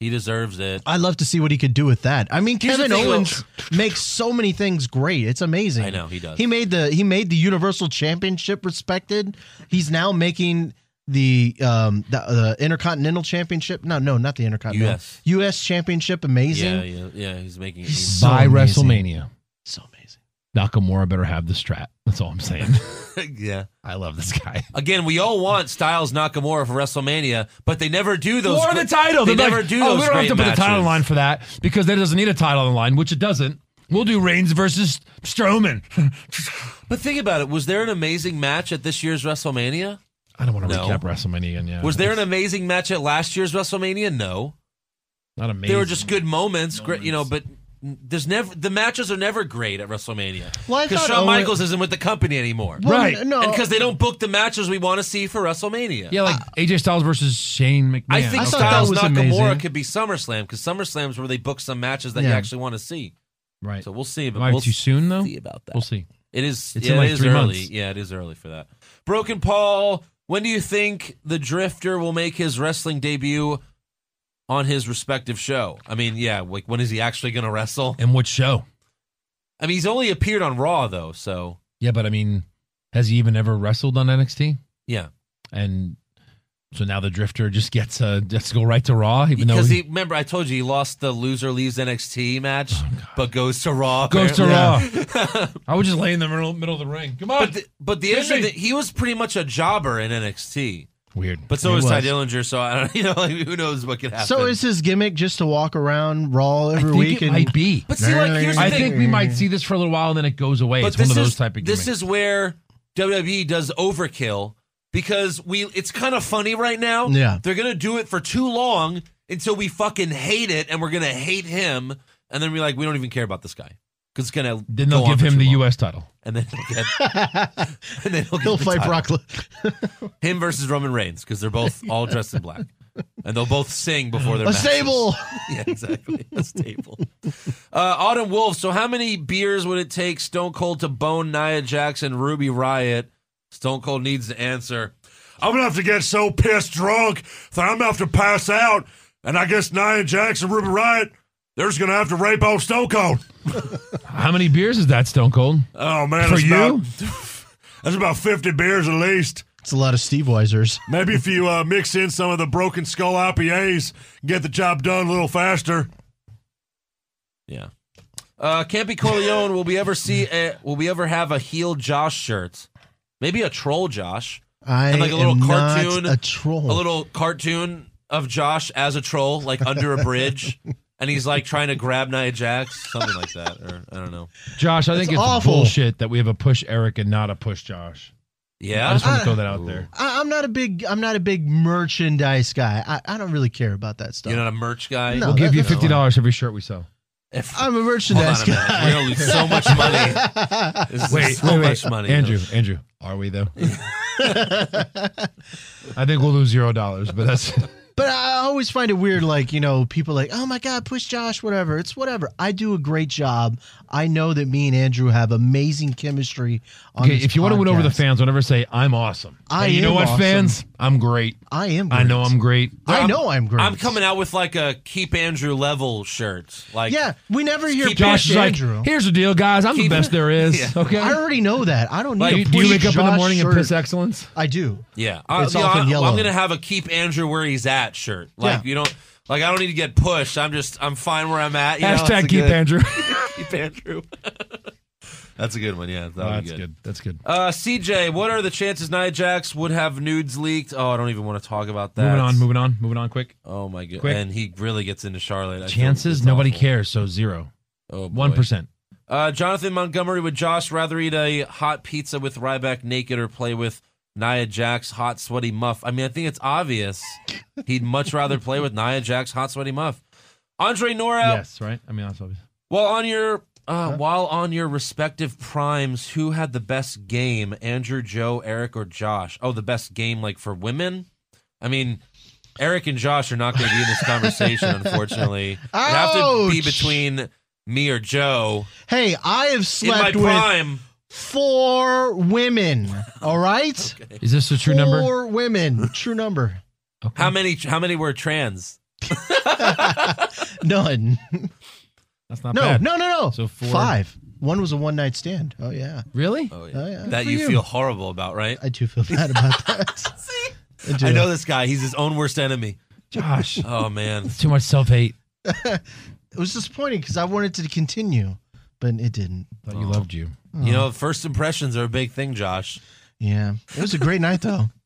[SPEAKER 1] He deserves it.
[SPEAKER 2] I'd love to see what he could do with that. I mean,
[SPEAKER 1] Here's the
[SPEAKER 2] Kevin
[SPEAKER 1] thing, though.
[SPEAKER 2] Owens makes so many things great. It's amazing.
[SPEAKER 1] I know, he does.
[SPEAKER 2] He made the he made the Universal Championship respected. He's now making the um the, the Intercontinental Championship. No, no, not the Intercontinental.
[SPEAKER 1] US.
[SPEAKER 2] US Championship amazing.
[SPEAKER 1] Yeah, yeah, yeah. He's making.
[SPEAKER 2] He's so
[SPEAKER 3] By
[SPEAKER 2] amazing.
[SPEAKER 3] WrestleMania,
[SPEAKER 2] So amazing.
[SPEAKER 3] Nakamura better have the strat. That's all I'm saying.
[SPEAKER 1] yeah.
[SPEAKER 3] I love this guy.
[SPEAKER 1] Again, we all want Styles Nakamura for WrestleMania, but they never do those.
[SPEAKER 3] or
[SPEAKER 1] gr-
[SPEAKER 3] the title.
[SPEAKER 1] They
[SPEAKER 3] They're
[SPEAKER 1] never
[SPEAKER 3] like,
[SPEAKER 1] do
[SPEAKER 3] oh,
[SPEAKER 1] those.
[SPEAKER 3] we don't have
[SPEAKER 1] great
[SPEAKER 3] to put the title
[SPEAKER 1] matches."
[SPEAKER 3] on line for that because that doesn't need a title on the line, which it doesn't. We'll do Reigns versus Strowman.
[SPEAKER 1] But think about it. Was there an amazing match at this year's WrestleMania?
[SPEAKER 3] I don't want to
[SPEAKER 1] No.
[SPEAKER 3] recap WrestleMania again. Yeah,
[SPEAKER 1] Was there an
[SPEAKER 3] It's
[SPEAKER 1] amazing match at last year's WrestleMania? No.
[SPEAKER 3] not amazing?
[SPEAKER 1] They were just good moments, great, you know, but there's never the matches are never great at WrestleMania.
[SPEAKER 2] Well, I
[SPEAKER 1] Because
[SPEAKER 2] thought
[SPEAKER 1] Shawn
[SPEAKER 2] Owen-
[SPEAKER 1] Michaels isn't with the company anymore.
[SPEAKER 2] Well,
[SPEAKER 3] Right.
[SPEAKER 2] n- No.
[SPEAKER 1] And because they don't book the matches we want to see for WrestleMania.
[SPEAKER 3] Yeah, like AJ Styles versus Shane McMahon.
[SPEAKER 1] Uh, I think
[SPEAKER 2] I thought that
[SPEAKER 1] Styles
[SPEAKER 2] was
[SPEAKER 1] Nakamura
[SPEAKER 2] amazing.
[SPEAKER 1] could be SummerSlam because SummerSlam's where they book some matches that you
[SPEAKER 2] Yeah.
[SPEAKER 1] actually want to see.
[SPEAKER 3] right.
[SPEAKER 1] So we'll see. But
[SPEAKER 3] Am I
[SPEAKER 1] we'll
[SPEAKER 3] too soon though?
[SPEAKER 1] see about that.
[SPEAKER 3] We'll see.
[SPEAKER 1] It is.
[SPEAKER 3] It's
[SPEAKER 1] yeah,
[SPEAKER 3] in like
[SPEAKER 1] it is
[SPEAKER 3] three
[SPEAKER 1] early.
[SPEAKER 3] months.
[SPEAKER 1] Yeah, it is early for that. Broken Paul. When do you think the Drifter will make his wrestling debut on his respective show? I mean, yeah, like when is he actually going to wrestle?
[SPEAKER 3] And what show?
[SPEAKER 1] I mean, he's only appeared on Raw though, so
[SPEAKER 3] Yeah, but I mean, has he even ever wrestled on NXT?
[SPEAKER 1] yeah.
[SPEAKER 3] And So now the Drifter just gets uh, gets to go right to Raw, even though
[SPEAKER 1] Because
[SPEAKER 3] he,
[SPEAKER 1] he, remember, I told you he lost the loser leaves NXT match, but goes to Raw.
[SPEAKER 3] Oh, goes to
[SPEAKER 1] apparently.
[SPEAKER 3] Raw. I would just lay in the middle, middle of the ring. Come on.
[SPEAKER 1] But the, but the interesting thing, he was pretty much a jobber in NXT.
[SPEAKER 3] Weird.
[SPEAKER 1] But so
[SPEAKER 2] He
[SPEAKER 1] was, Ty
[SPEAKER 2] was.
[SPEAKER 1] Dillinger. So I don't, you know, like, who knows what could happen.
[SPEAKER 2] So is his gimmick just to walk around Raw
[SPEAKER 3] I
[SPEAKER 2] every
[SPEAKER 3] think
[SPEAKER 2] week?
[SPEAKER 3] it
[SPEAKER 2] and
[SPEAKER 3] might be.
[SPEAKER 1] But see, like here's the
[SPEAKER 3] I
[SPEAKER 1] thing.
[SPEAKER 3] think we might see this for a little while, and then it goes away.
[SPEAKER 1] but
[SPEAKER 3] it's one of
[SPEAKER 1] this
[SPEAKER 3] those
[SPEAKER 1] is,
[SPEAKER 3] type of gimmicks.
[SPEAKER 1] This is where WWE does overkill because we. It's kind of funny right now.
[SPEAKER 2] Yeah.
[SPEAKER 1] they're gonna do it for too long until we fucking hate it, and we're gonna hate him, and then we're like, we don't even care about this guy because it's gonna.
[SPEAKER 3] then
[SPEAKER 1] go
[SPEAKER 3] they'll
[SPEAKER 1] on
[SPEAKER 3] give
[SPEAKER 1] for
[SPEAKER 3] him
[SPEAKER 1] too
[SPEAKER 3] the
[SPEAKER 1] long.
[SPEAKER 3] U.S. title.
[SPEAKER 1] and then he'll get, and then he'll, get
[SPEAKER 2] He'll
[SPEAKER 1] the
[SPEAKER 2] fight
[SPEAKER 1] title.
[SPEAKER 2] Brock. Le-
[SPEAKER 1] Him versus Roman Reigns because they're both all dressed in black, and they'll both sing before their
[SPEAKER 2] a
[SPEAKER 1] matches.
[SPEAKER 2] stable.
[SPEAKER 1] Yeah, exactly. A staple. Uh, Autumn Wolf. So, how many beers would it take Stone Cold to bone Nia Jackson, Ruby Riot? Stone Cold needs to answer.
[SPEAKER 5] I'm gonna have to get so pissed drunk that I'm gonna have to pass out, and I guess Nia Jackson, Ruby Riot, they're just gonna have to rape old Stone Cold.
[SPEAKER 3] How many beers is that, Stone Cold?
[SPEAKER 5] Oh man,
[SPEAKER 3] For
[SPEAKER 5] that's
[SPEAKER 3] you?
[SPEAKER 5] about, that's about fifty beers at least.
[SPEAKER 2] It's a lot of Steve Weisers.
[SPEAKER 5] Maybe if you uh, mix in some of the Broken Skull IPAs, get the job done a little faster.
[SPEAKER 1] Yeah. Uh, Campy Corleone. will we ever see? A, will we ever have a heel Josh shirt? Maybe a troll Josh.
[SPEAKER 2] I
[SPEAKER 1] like a little
[SPEAKER 2] am
[SPEAKER 1] cartoon,
[SPEAKER 2] not a troll.
[SPEAKER 3] Hmm.
[SPEAKER 1] A little cartoon of Josh as a troll, like under a bridge. And he's like trying to grab Nia Jax, something like that, or I don't know.
[SPEAKER 3] Josh, I think
[SPEAKER 2] That's
[SPEAKER 3] it's
[SPEAKER 2] awful.
[SPEAKER 3] bullshit that we have a push Eric and not a push Josh. I
[SPEAKER 1] Yeah,
[SPEAKER 3] just
[SPEAKER 2] Ah.
[SPEAKER 3] want to throw that out there.
[SPEAKER 2] I, I'm not a big. I'm not a big merchandise guy. I, I don't really care about that stuff.
[SPEAKER 1] you're not a merch guy.
[SPEAKER 2] No.
[SPEAKER 3] We'll give you
[SPEAKER 2] that's
[SPEAKER 3] fifty dollars every shirt we sell.
[SPEAKER 1] If-
[SPEAKER 2] I'm a
[SPEAKER 1] Hold on
[SPEAKER 2] merchandise
[SPEAKER 1] a minute. We're
[SPEAKER 2] guy.
[SPEAKER 1] gonna lose so much money. This is so much money.
[SPEAKER 3] Andrew, Andrew, are we though? I think we'll lose zero dollars, but that's
[SPEAKER 2] But I always find it weird, like, you know, people like, oh my God, push Josh, whatever. It's whatever. I do a great job. I know that me and Andrew have amazing chemistry on
[SPEAKER 3] okay.
[SPEAKER 2] this
[SPEAKER 3] If you want to win over the
[SPEAKER 2] podcast.
[SPEAKER 3] fans, don't ever say I'm awesome.
[SPEAKER 2] I
[SPEAKER 3] Hey, you
[SPEAKER 2] am
[SPEAKER 3] know what,
[SPEAKER 2] awesome.
[SPEAKER 3] fans? I'm great.
[SPEAKER 2] I am
[SPEAKER 3] I know I'm great.
[SPEAKER 2] I know I'm great.
[SPEAKER 1] I'm coming out with like a keep Andrew level shirt. Like
[SPEAKER 2] Yeah, we never hear
[SPEAKER 1] Keep
[SPEAKER 3] Josh
[SPEAKER 2] push
[SPEAKER 3] is like,
[SPEAKER 2] Andrew.
[SPEAKER 3] here's the deal, guys. I'm the
[SPEAKER 1] Keep-
[SPEAKER 3] best there is.
[SPEAKER 1] Yeah.
[SPEAKER 3] Okay.
[SPEAKER 2] I already know that. I don't need
[SPEAKER 1] Like,
[SPEAKER 2] a
[SPEAKER 3] do you, do you wake up in
[SPEAKER 2] push
[SPEAKER 3] the
[SPEAKER 2] Josh
[SPEAKER 3] morning and
[SPEAKER 2] shirt.
[SPEAKER 3] piss excellence?
[SPEAKER 2] I do.
[SPEAKER 1] yeah. I,
[SPEAKER 2] It's
[SPEAKER 1] you know,
[SPEAKER 2] off in
[SPEAKER 1] I,
[SPEAKER 2] yellow.
[SPEAKER 1] am gonna have a keep Andrew where he's at shirt. Like
[SPEAKER 2] Yeah.
[SPEAKER 1] you don't like I don't need to get pushed. I'm just I'm fine where I'm at. You know,
[SPEAKER 3] Hashtag
[SPEAKER 1] it's a
[SPEAKER 3] keep
[SPEAKER 1] good-
[SPEAKER 3] Andrew.
[SPEAKER 1] keep Andrew. That's a good one. Yeah, that'll be
[SPEAKER 3] that's good. That's good.
[SPEAKER 1] Uh, CJ, what are the chances Nia Jax would have nudes leaked? Oh, I don't even want to talk about that.
[SPEAKER 3] Moving on. Moving on. Moving on. Quick.
[SPEAKER 1] Oh my god!
[SPEAKER 3] Quick.
[SPEAKER 1] And he really gets into Charlotte. I feel
[SPEAKER 3] Chances
[SPEAKER 1] it's
[SPEAKER 3] nobody
[SPEAKER 1] awful.
[SPEAKER 3] cares. So zero.
[SPEAKER 1] Oh, boy.
[SPEAKER 3] One percent.
[SPEAKER 1] Uh, Jonathan Montgomery would Josh rather eat a hot pizza with Ryback naked or play with Nia Jax hot sweaty muff? I mean, I think it's obvious. He'd much rather play with Nia Jax hot sweaty muff. Andre Nora,
[SPEAKER 3] Yes. Right. I mean, that's obvious.
[SPEAKER 1] while on your uh, while on your respective primes, who had the best game? Andrew, Joe, Eric, or Josh? Oh, the best game like for women. I mean, Eric and Josh are not going to be in this conversation, unfortunately. It'd have to be
[SPEAKER 2] Ouch.
[SPEAKER 1] between me or Joe
[SPEAKER 2] Hey, I have slept
[SPEAKER 1] in my
[SPEAKER 2] with
[SPEAKER 1] prime.
[SPEAKER 2] four women. All right?
[SPEAKER 3] Is this a true number?
[SPEAKER 2] Four women. True number.
[SPEAKER 3] Okay.
[SPEAKER 1] How many? How many were trans?
[SPEAKER 2] None.
[SPEAKER 3] That's not
[SPEAKER 2] No,
[SPEAKER 3] bad.
[SPEAKER 2] no, no, no.
[SPEAKER 3] So four.
[SPEAKER 2] Five. One was a one night stand. Oh yeah.
[SPEAKER 3] Really?
[SPEAKER 1] Oh
[SPEAKER 2] Oh, yeah.
[SPEAKER 1] That
[SPEAKER 3] for
[SPEAKER 1] you,
[SPEAKER 3] you.
[SPEAKER 1] feel horrible about, right?
[SPEAKER 2] I do feel bad about that. I, do.
[SPEAKER 1] I know this guy. He's his own worst enemy.
[SPEAKER 3] Josh,
[SPEAKER 1] Oh man.
[SPEAKER 3] too much self hate.
[SPEAKER 2] It was disappointing because I wanted to continue, but it didn't.
[SPEAKER 3] Thought
[SPEAKER 1] Oh.
[SPEAKER 3] you loved you.
[SPEAKER 1] You know, first impressions are a big thing, Josh.
[SPEAKER 2] Yeah. It was a great night though.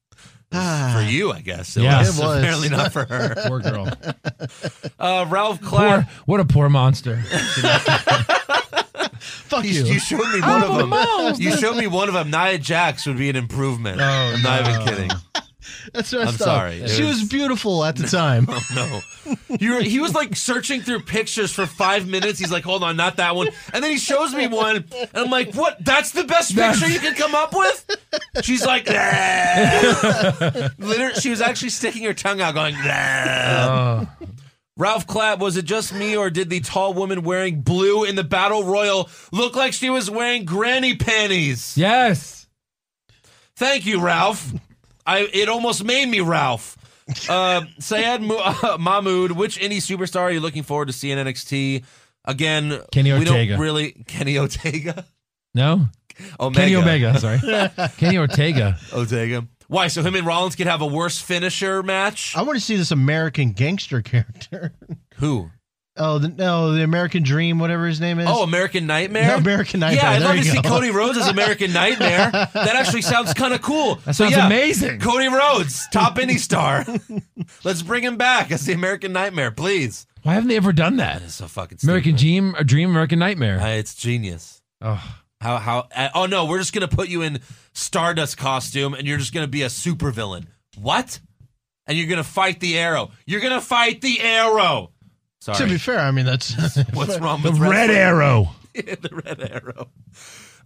[SPEAKER 1] For
[SPEAKER 2] Ah,
[SPEAKER 1] you, I guess. It
[SPEAKER 3] Yeah.
[SPEAKER 1] was.
[SPEAKER 2] It was.
[SPEAKER 1] Apparently not for her.
[SPEAKER 3] Poor girl.
[SPEAKER 1] Uh, Ralph
[SPEAKER 3] poor.
[SPEAKER 1] Clark.
[SPEAKER 3] What a poor monster.
[SPEAKER 2] fuck
[SPEAKER 1] You,
[SPEAKER 2] you.
[SPEAKER 1] you showed me one of them. You showed me one of them. Nia Jax would be an improvement.
[SPEAKER 3] Oh,
[SPEAKER 1] I'm not
[SPEAKER 3] no.
[SPEAKER 1] even kidding.
[SPEAKER 2] That's messed
[SPEAKER 1] I'm
[SPEAKER 2] up.
[SPEAKER 1] sorry. It
[SPEAKER 2] She
[SPEAKER 1] was-
[SPEAKER 2] was, beautiful at the time.
[SPEAKER 1] No, you were, he was like searching through pictures for five minutes. He's like, "Hold on, not that one." And then he shows me one, and I'm like, "What? That's the best picture you can come up with?" She's like, "Ah." Liter- she was actually sticking her tongue out, going. "Ah."
[SPEAKER 3] Oh,
[SPEAKER 1] Ralph Clapp, was it just me, or did the tall woman wearing blue in the battle royal look like she was wearing granny panties?
[SPEAKER 3] yes.
[SPEAKER 1] Thank you, Ralph. I it almost made me Ralph. Uh, Sayed Mu- uh, Mahmood, which indie superstar are you looking forward to seeing NXT again?
[SPEAKER 3] Kenny
[SPEAKER 1] We
[SPEAKER 3] Ortega.
[SPEAKER 1] don't really Kenny Ortega.
[SPEAKER 3] No.
[SPEAKER 1] Omega.
[SPEAKER 3] Kenny Omega. Sorry. Kenny Ortega.
[SPEAKER 1] Ortega. Why? So him and Rollins could have a worse finisher match?
[SPEAKER 2] I want to see this American gangster character.
[SPEAKER 1] Who?
[SPEAKER 2] Oh the, no, the American Dream, whatever his name is.
[SPEAKER 1] Oh, American Nightmare?
[SPEAKER 2] No, American Nightmare.
[SPEAKER 1] Yeah, I'd
[SPEAKER 2] There
[SPEAKER 1] love
[SPEAKER 2] you
[SPEAKER 1] to see
[SPEAKER 2] go.
[SPEAKER 1] Cody Rhodes as American Nightmare. That actually sounds kind of cool.
[SPEAKER 3] That sounds
[SPEAKER 1] so, yeah,
[SPEAKER 3] amazing.
[SPEAKER 1] Cody Rhodes, top indie star. Let's bring him back as the American Nightmare, please.
[SPEAKER 3] Why haven't they ever done that?
[SPEAKER 1] It's so fucking stupid.
[SPEAKER 3] American Dream, a Dream, American Nightmare.
[SPEAKER 1] Uh, it's genius.
[SPEAKER 3] Oh,
[SPEAKER 1] How how? Uh, oh no, we're just gonna put you in Stardust costume, and you're just gonna be a supervillain. What? And you're gonna fight the Arrow. You're gonna fight the Arrow.
[SPEAKER 2] To be
[SPEAKER 1] Sorry.
[SPEAKER 2] fair, I mean that's
[SPEAKER 1] What's wrong
[SPEAKER 3] the
[SPEAKER 1] with
[SPEAKER 3] Red Arrow.
[SPEAKER 1] Arrow? the Red Arrow.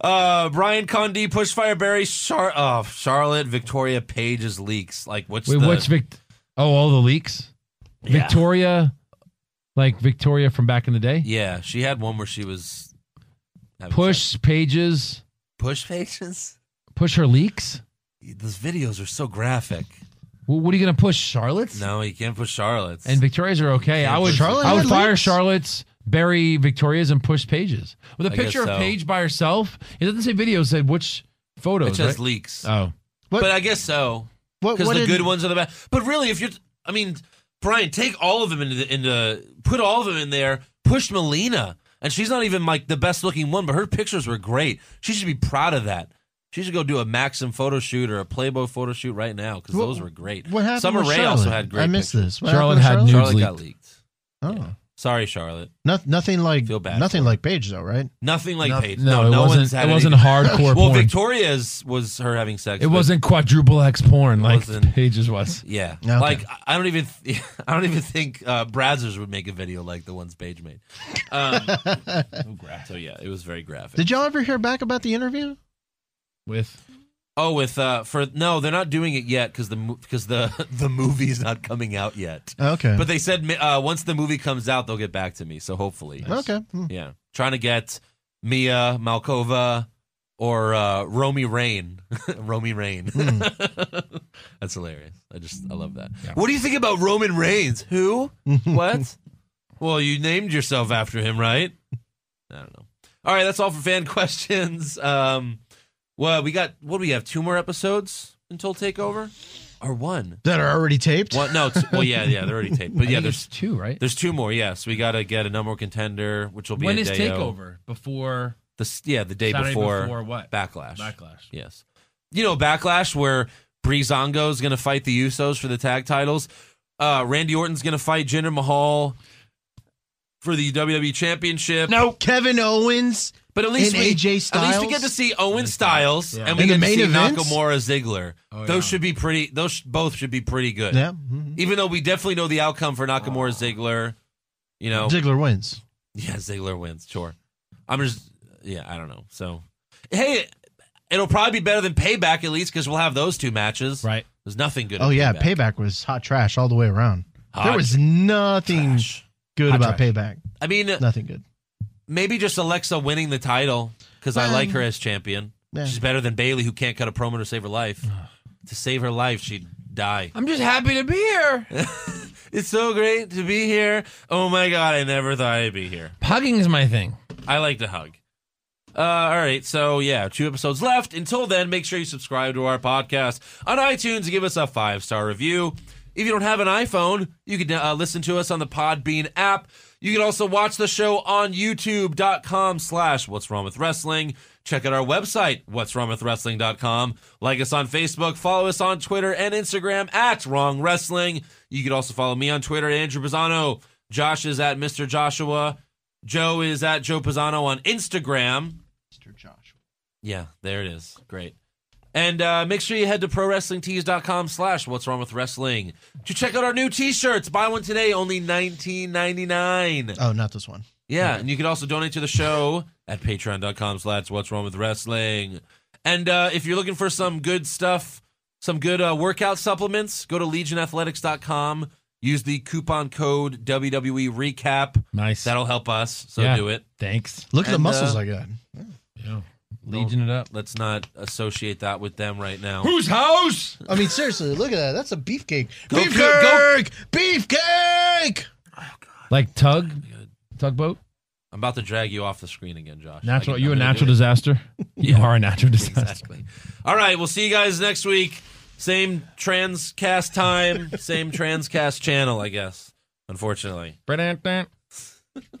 [SPEAKER 1] Uh, Brian Condi, Pushfire Barry, Char- oh, Charlotte, Victoria Page's leaks. Like what's
[SPEAKER 3] Wait,
[SPEAKER 1] the
[SPEAKER 3] what's Vic? Oh, all the leaks.
[SPEAKER 1] Yeah.
[SPEAKER 3] Victoria, like Victoria from back in the day.
[SPEAKER 1] Yeah, she had one where she was having sex.
[SPEAKER 3] Push pages.
[SPEAKER 1] push pages.
[SPEAKER 3] Push her leaks.
[SPEAKER 1] Those videos are so graphic.
[SPEAKER 3] Well, what are you gonna push, Charlotte's?
[SPEAKER 1] No, you can't push Charlotte's.
[SPEAKER 3] And Victoria's are okay.
[SPEAKER 1] Yeah,
[SPEAKER 3] I would.
[SPEAKER 2] Charlotte
[SPEAKER 3] I would
[SPEAKER 2] had
[SPEAKER 3] fire
[SPEAKER 2] leaks?
[SPEAKER 3] Charlotte's, bury Victoria's, and push pages with a
[SPEAKER 1] I guess
[SPEAKER 3] picture
[SPEAKER 1] so.
[SPEAKER 3] of Paige by herself. It doesn't say videos. It said which
[SPEAKER 1] it
[SPEAKER 3] photos.
[SPEAKER 1] has
[SPEAKER 3] right?
[SPEAKER 1] leaks.
[SPEAKER 3] Oh,
[SPEAKER 2] What-
[SPEAKER 1] but I guess so.
[SPEAKER 2] what,
[SPEAKER 1] because
[SPEAKER 2] what
[SPEAKER 1] the
[SPEAKER 2] did-
[SPEAKER 1] good ones are the best. But really, if you're, I mean, Brian, take all of them into the, into put all of them in there. Push Melina, and she's not even like the best looking one, but her pictures were great. She should be proud of that. She should go do a Maxim photo shoot or a Playboy photo shoot right now because
[SPEAKER 2] What-
[SPEAKER 1] those were great.
[SPEAKER 2] What happened?
[SPEAKER 1] Summer
[SPEAKER 2] with
[SPEAKER 1] Rae
[SPEAKER 2] Charlotte?
[SPEAKER 1] also had great.
[SPEAKER 2] I missed
[SPEAKER 1] pictures.
[SPEAKER 2] this. What
[SPEAKER 3] Charlotte
[SPEAKER 2] happened with
[SPEAKER 3] had
[SPEAKER 1] Charlotte
[SPEAKER 3] News
[SPEAKER 1] got leaked.
[SPEAKER 2] Charlotte? Oh.
[SPEAKER 1] Sorry, Charlotte.
[SPEAKER 2] No, nothing like
[SPEAKER 1] Feel bad
[SPEAKER 2] nothing like Paige though, right?
[SPEAKER 1] Nothing like
[SPEAKER 3] no,
[SPEAKER 1] Paige.
[SPEAKER 3] no,
[SPEAKER 1] No,
[SPEAKER 3] it
[SPEAKER 1] no one's
[SPEAKER 3] wasn't.
[SPEAKER 1] had
[SPEAKER 3] It wasn't
[SPEAKER 1] anything.
[SPEAKER 3] hardcore
[SPEAKER 1] Well,
[SPEAKER 3] porn.
[SPEAKER 1] Victoria's was her having sex.
[SPEAKER 3] it
[SPEAKER 1] but-
[SPEAKER 3] wasn't quadruple X porn like
[SPEAKER 1] Wasn't-
[SPEAKER 3] Pages was.
[SPEAKER 1] Yeah,
[SPEAKER 2] Okay.
[SPEAKER 1] like I- I don't even th- I don't even think uh, Brazzers would make a video like the ones Paige made. Um, so yeah, it was very graphic.
[SPEAKER 2] Did y'all ever hear back about the interview?
[SPEAKER 3] With
[SPEAKER 1] oh, with uh, for no, they're not doing it yet because the because the the movie's not coming out yet.
[SPEAKER 2] Okay.
[SPEAKER 1] But they said mi- uh, once the movie comes out, they'll get back to me. So hopefully,
[SPEAKER 2] okay. Hmm.
[SPEAKER 1] yeah, trying to get Mia Malkova or uh, Romy Rain, Romy Rain.
[SPEAKER 3] Hmm.
[SPEAKER 1] That's hilarious. I just I love that. What do you think about Roman Reigns? Who? what? Well, you named yourself after him, right? I don't know. All right, that's all for fan questions. Um, well, we got what do we have? Two more episodes until Takeover, or one?
[SPEAKER 2] That are already taped.
[SPEAKER 1] One? No. It's, well, yeah, yeah, they're already taped, but yeah,
[SPEAKER 3] I think it's
[SPEAKER 1] there's
[SPEAKER 3] two right.
[SPEAKER 1] there's two more. Yes, we got to get a number contender, which will be
[SPEAKER 3] When
[SPEAKER 1] a
[SPEAKER 3] is
[SPEAKER 1] day-o.
[SPEAKER 3] takeover? Before
[SPEAKER 1] The s- yeah, the day
[SPEAKER 3] Saturday
[SPEAKER 1] before,
[SPEAKER 3] before what?
[SPEAKER 1] backlash.
[SPEAKER 3] Backlash.
[SPEAKER 1] Yes. You know, Backlash where Breezango is going to fight the Usos for the tag titles. Uh, Randy Orton's going to fight Jinder Mahal for the WWE Championship.
[SPEAKER 2] No. Kevin Owens.
[SPEAKER 1] but at least
[SPEAKER 2] and
[SPEAKER 1] we
[SPEAKER 2] AJ
[SPEAKER 1] at least we get
[SPEAKER 2] Styles?
[SPEAKER 1] to see Owen Styles
[SPEAKER 3] Yeah.
[SPEAKER 1] and we
[SPEAKER 2] In
[SPEAKER 1] get
[SPEAKER 2] the
[SPEAKER 1] to
[SPEAKER 2] main
[SPEAKER 1] see
[SPEAKER 2] events?
[SPEAKER 1] Nakamura Ziggler.
[SPEAKER 3] Oh,
[SPEAKER 1] Those
[SPEAKER 3] yeah.
[SPEAKER 1] should be pretty. Those sh- both should be pretty good.
[SPEAKER 2] Yeah. mhm.
[SPEAKER 1] Even though we definitely know the outcome for Nakamura Ziggler. You know,
[SPEAKER 2] Ziggler wins.
[SPEAKER 1] yeah, Ziggler wins. Sure. I'm just, yeah, I don't know. So, hey, it'll probably be better than Payback at least because we'll have those two matches.
[SPEAKER 3] Right.
[SPEAKER 1] There's nothing good.
[SPEAKER 2] Oh
[SPEAKER 1] at
[SPEAKER 2] yeah,
[SPEAKER 1] Payback.
[SPEAKER 2] payback was hot trash all the way around. there
[SPEAKER 1] Hot
[SPEAKER 2] was nothing
[SPEAKER 1] trash.
[SPEAKER 2] good
[SPEAKER 3] Hot
[SPEAKER 2] about
[SPEAKER 3] trash.
[SPEAKER 2] payback.
[SPEAKER 1] I mean,
[SPEAKER 2] Nothing good.
[SPEAKER 1] maybe just Alexa winning the title because I like
[SPEAKER 2] Um,
[SPEAKER 1] her as champion.
[SPEAKER 2] yeah.
[SPEAKER 1] She's better than Bailey, who can't cut a promo to save her life. to save her life, she'd die.
[SPEAKER 3] I'm just happy to be here.
[SPEAKER 1] It's so great to be here. Oh my god, I never thought I'd be here.
[SPEAKER 3] Hugging is my thing.
[SPEAKER 1] I like to hug. Uh, all right, so yeah, two episodes left. Until then, make sure you subscribe to our podcast on iTunes and give us a five star review. If you don't have an iPhone, you can uh, listen to us on the Podbean app. You can also watch the show on youtube.com slash what's wrong with wrestling. Check out our website, what's wrong with wrestling.com. Like us on Facebook, follow us on Twitter and Instagram at wrong wrestling. You can also follow me on Twitter, Andrew Pisano. Josh is at Mr. Joshua. Joe is at Joe Pisano on Instagram.
[SPEAKER 2] Mr. Joshua.
[SPEAKER 1] Yeah, there it is. Great. And uh, make sure you head to prowrestlingtees.com slash what's wrong with wrestling to check out our new t-shirts. Buy one today, only nineteen ninety nine.
[SPEAKER 2] Oh, not this one.
[SPEAKER 1] Yeah, and you can also donate to the show at patreon.com slash what's wrong with wrestling. And uh, if you're looking for some good stuff, some good uh, workout supplements, go to legionathletics.com. Use the coupon code WWE recap.
[SPEAKER 3] Nice.
[SPEAKER 1] That'll help us. So
[SPEAKER 3] Yeah.
[SPEAKER 1] do it.
[SPEAKER 3] Thanks.
[SPEAKER 2] Look at the
[SPEAKER 1] And,
[SPEAKER 2] muscles
[SPEAKER 1] uh,
[SPEAKER 2] I got.
[SPEAKER 3] Yeah. Legion it up.
[SPEAKER 1] Let's not associate that with them right now.
[SPEAKER 3] Whose house?
[SPEAKER 2] I mean, seriously, look at that. That's a beefcake.
[SPEAKER 1] Go,
[SPEAKER 2] beefcake!
[SPEAKER 1] go-
[SPEAKER 2] Beefcake!
[SPEAKER 3] Like tug, tugboat.
[SPEAKER 1] I'm about to drag you off the screen again, Josh.
[SPEAKER 3] Natural.
[SPEAKER 1] Like,
[SPEAKER 3] You a
[SPEAKER 1] I'm gonna
[SPEAKER 3] natural
[SPEAKER 1] do it.
[SPEAKER 3] disaster. You are a natural disaster.
[SPEAKER 1] Exactly. All right. We'll see you guys next week. Same transcast time, same transcast channel, I guess. Unfortunately.
[SPEAKER 3] Ba-dun-dun.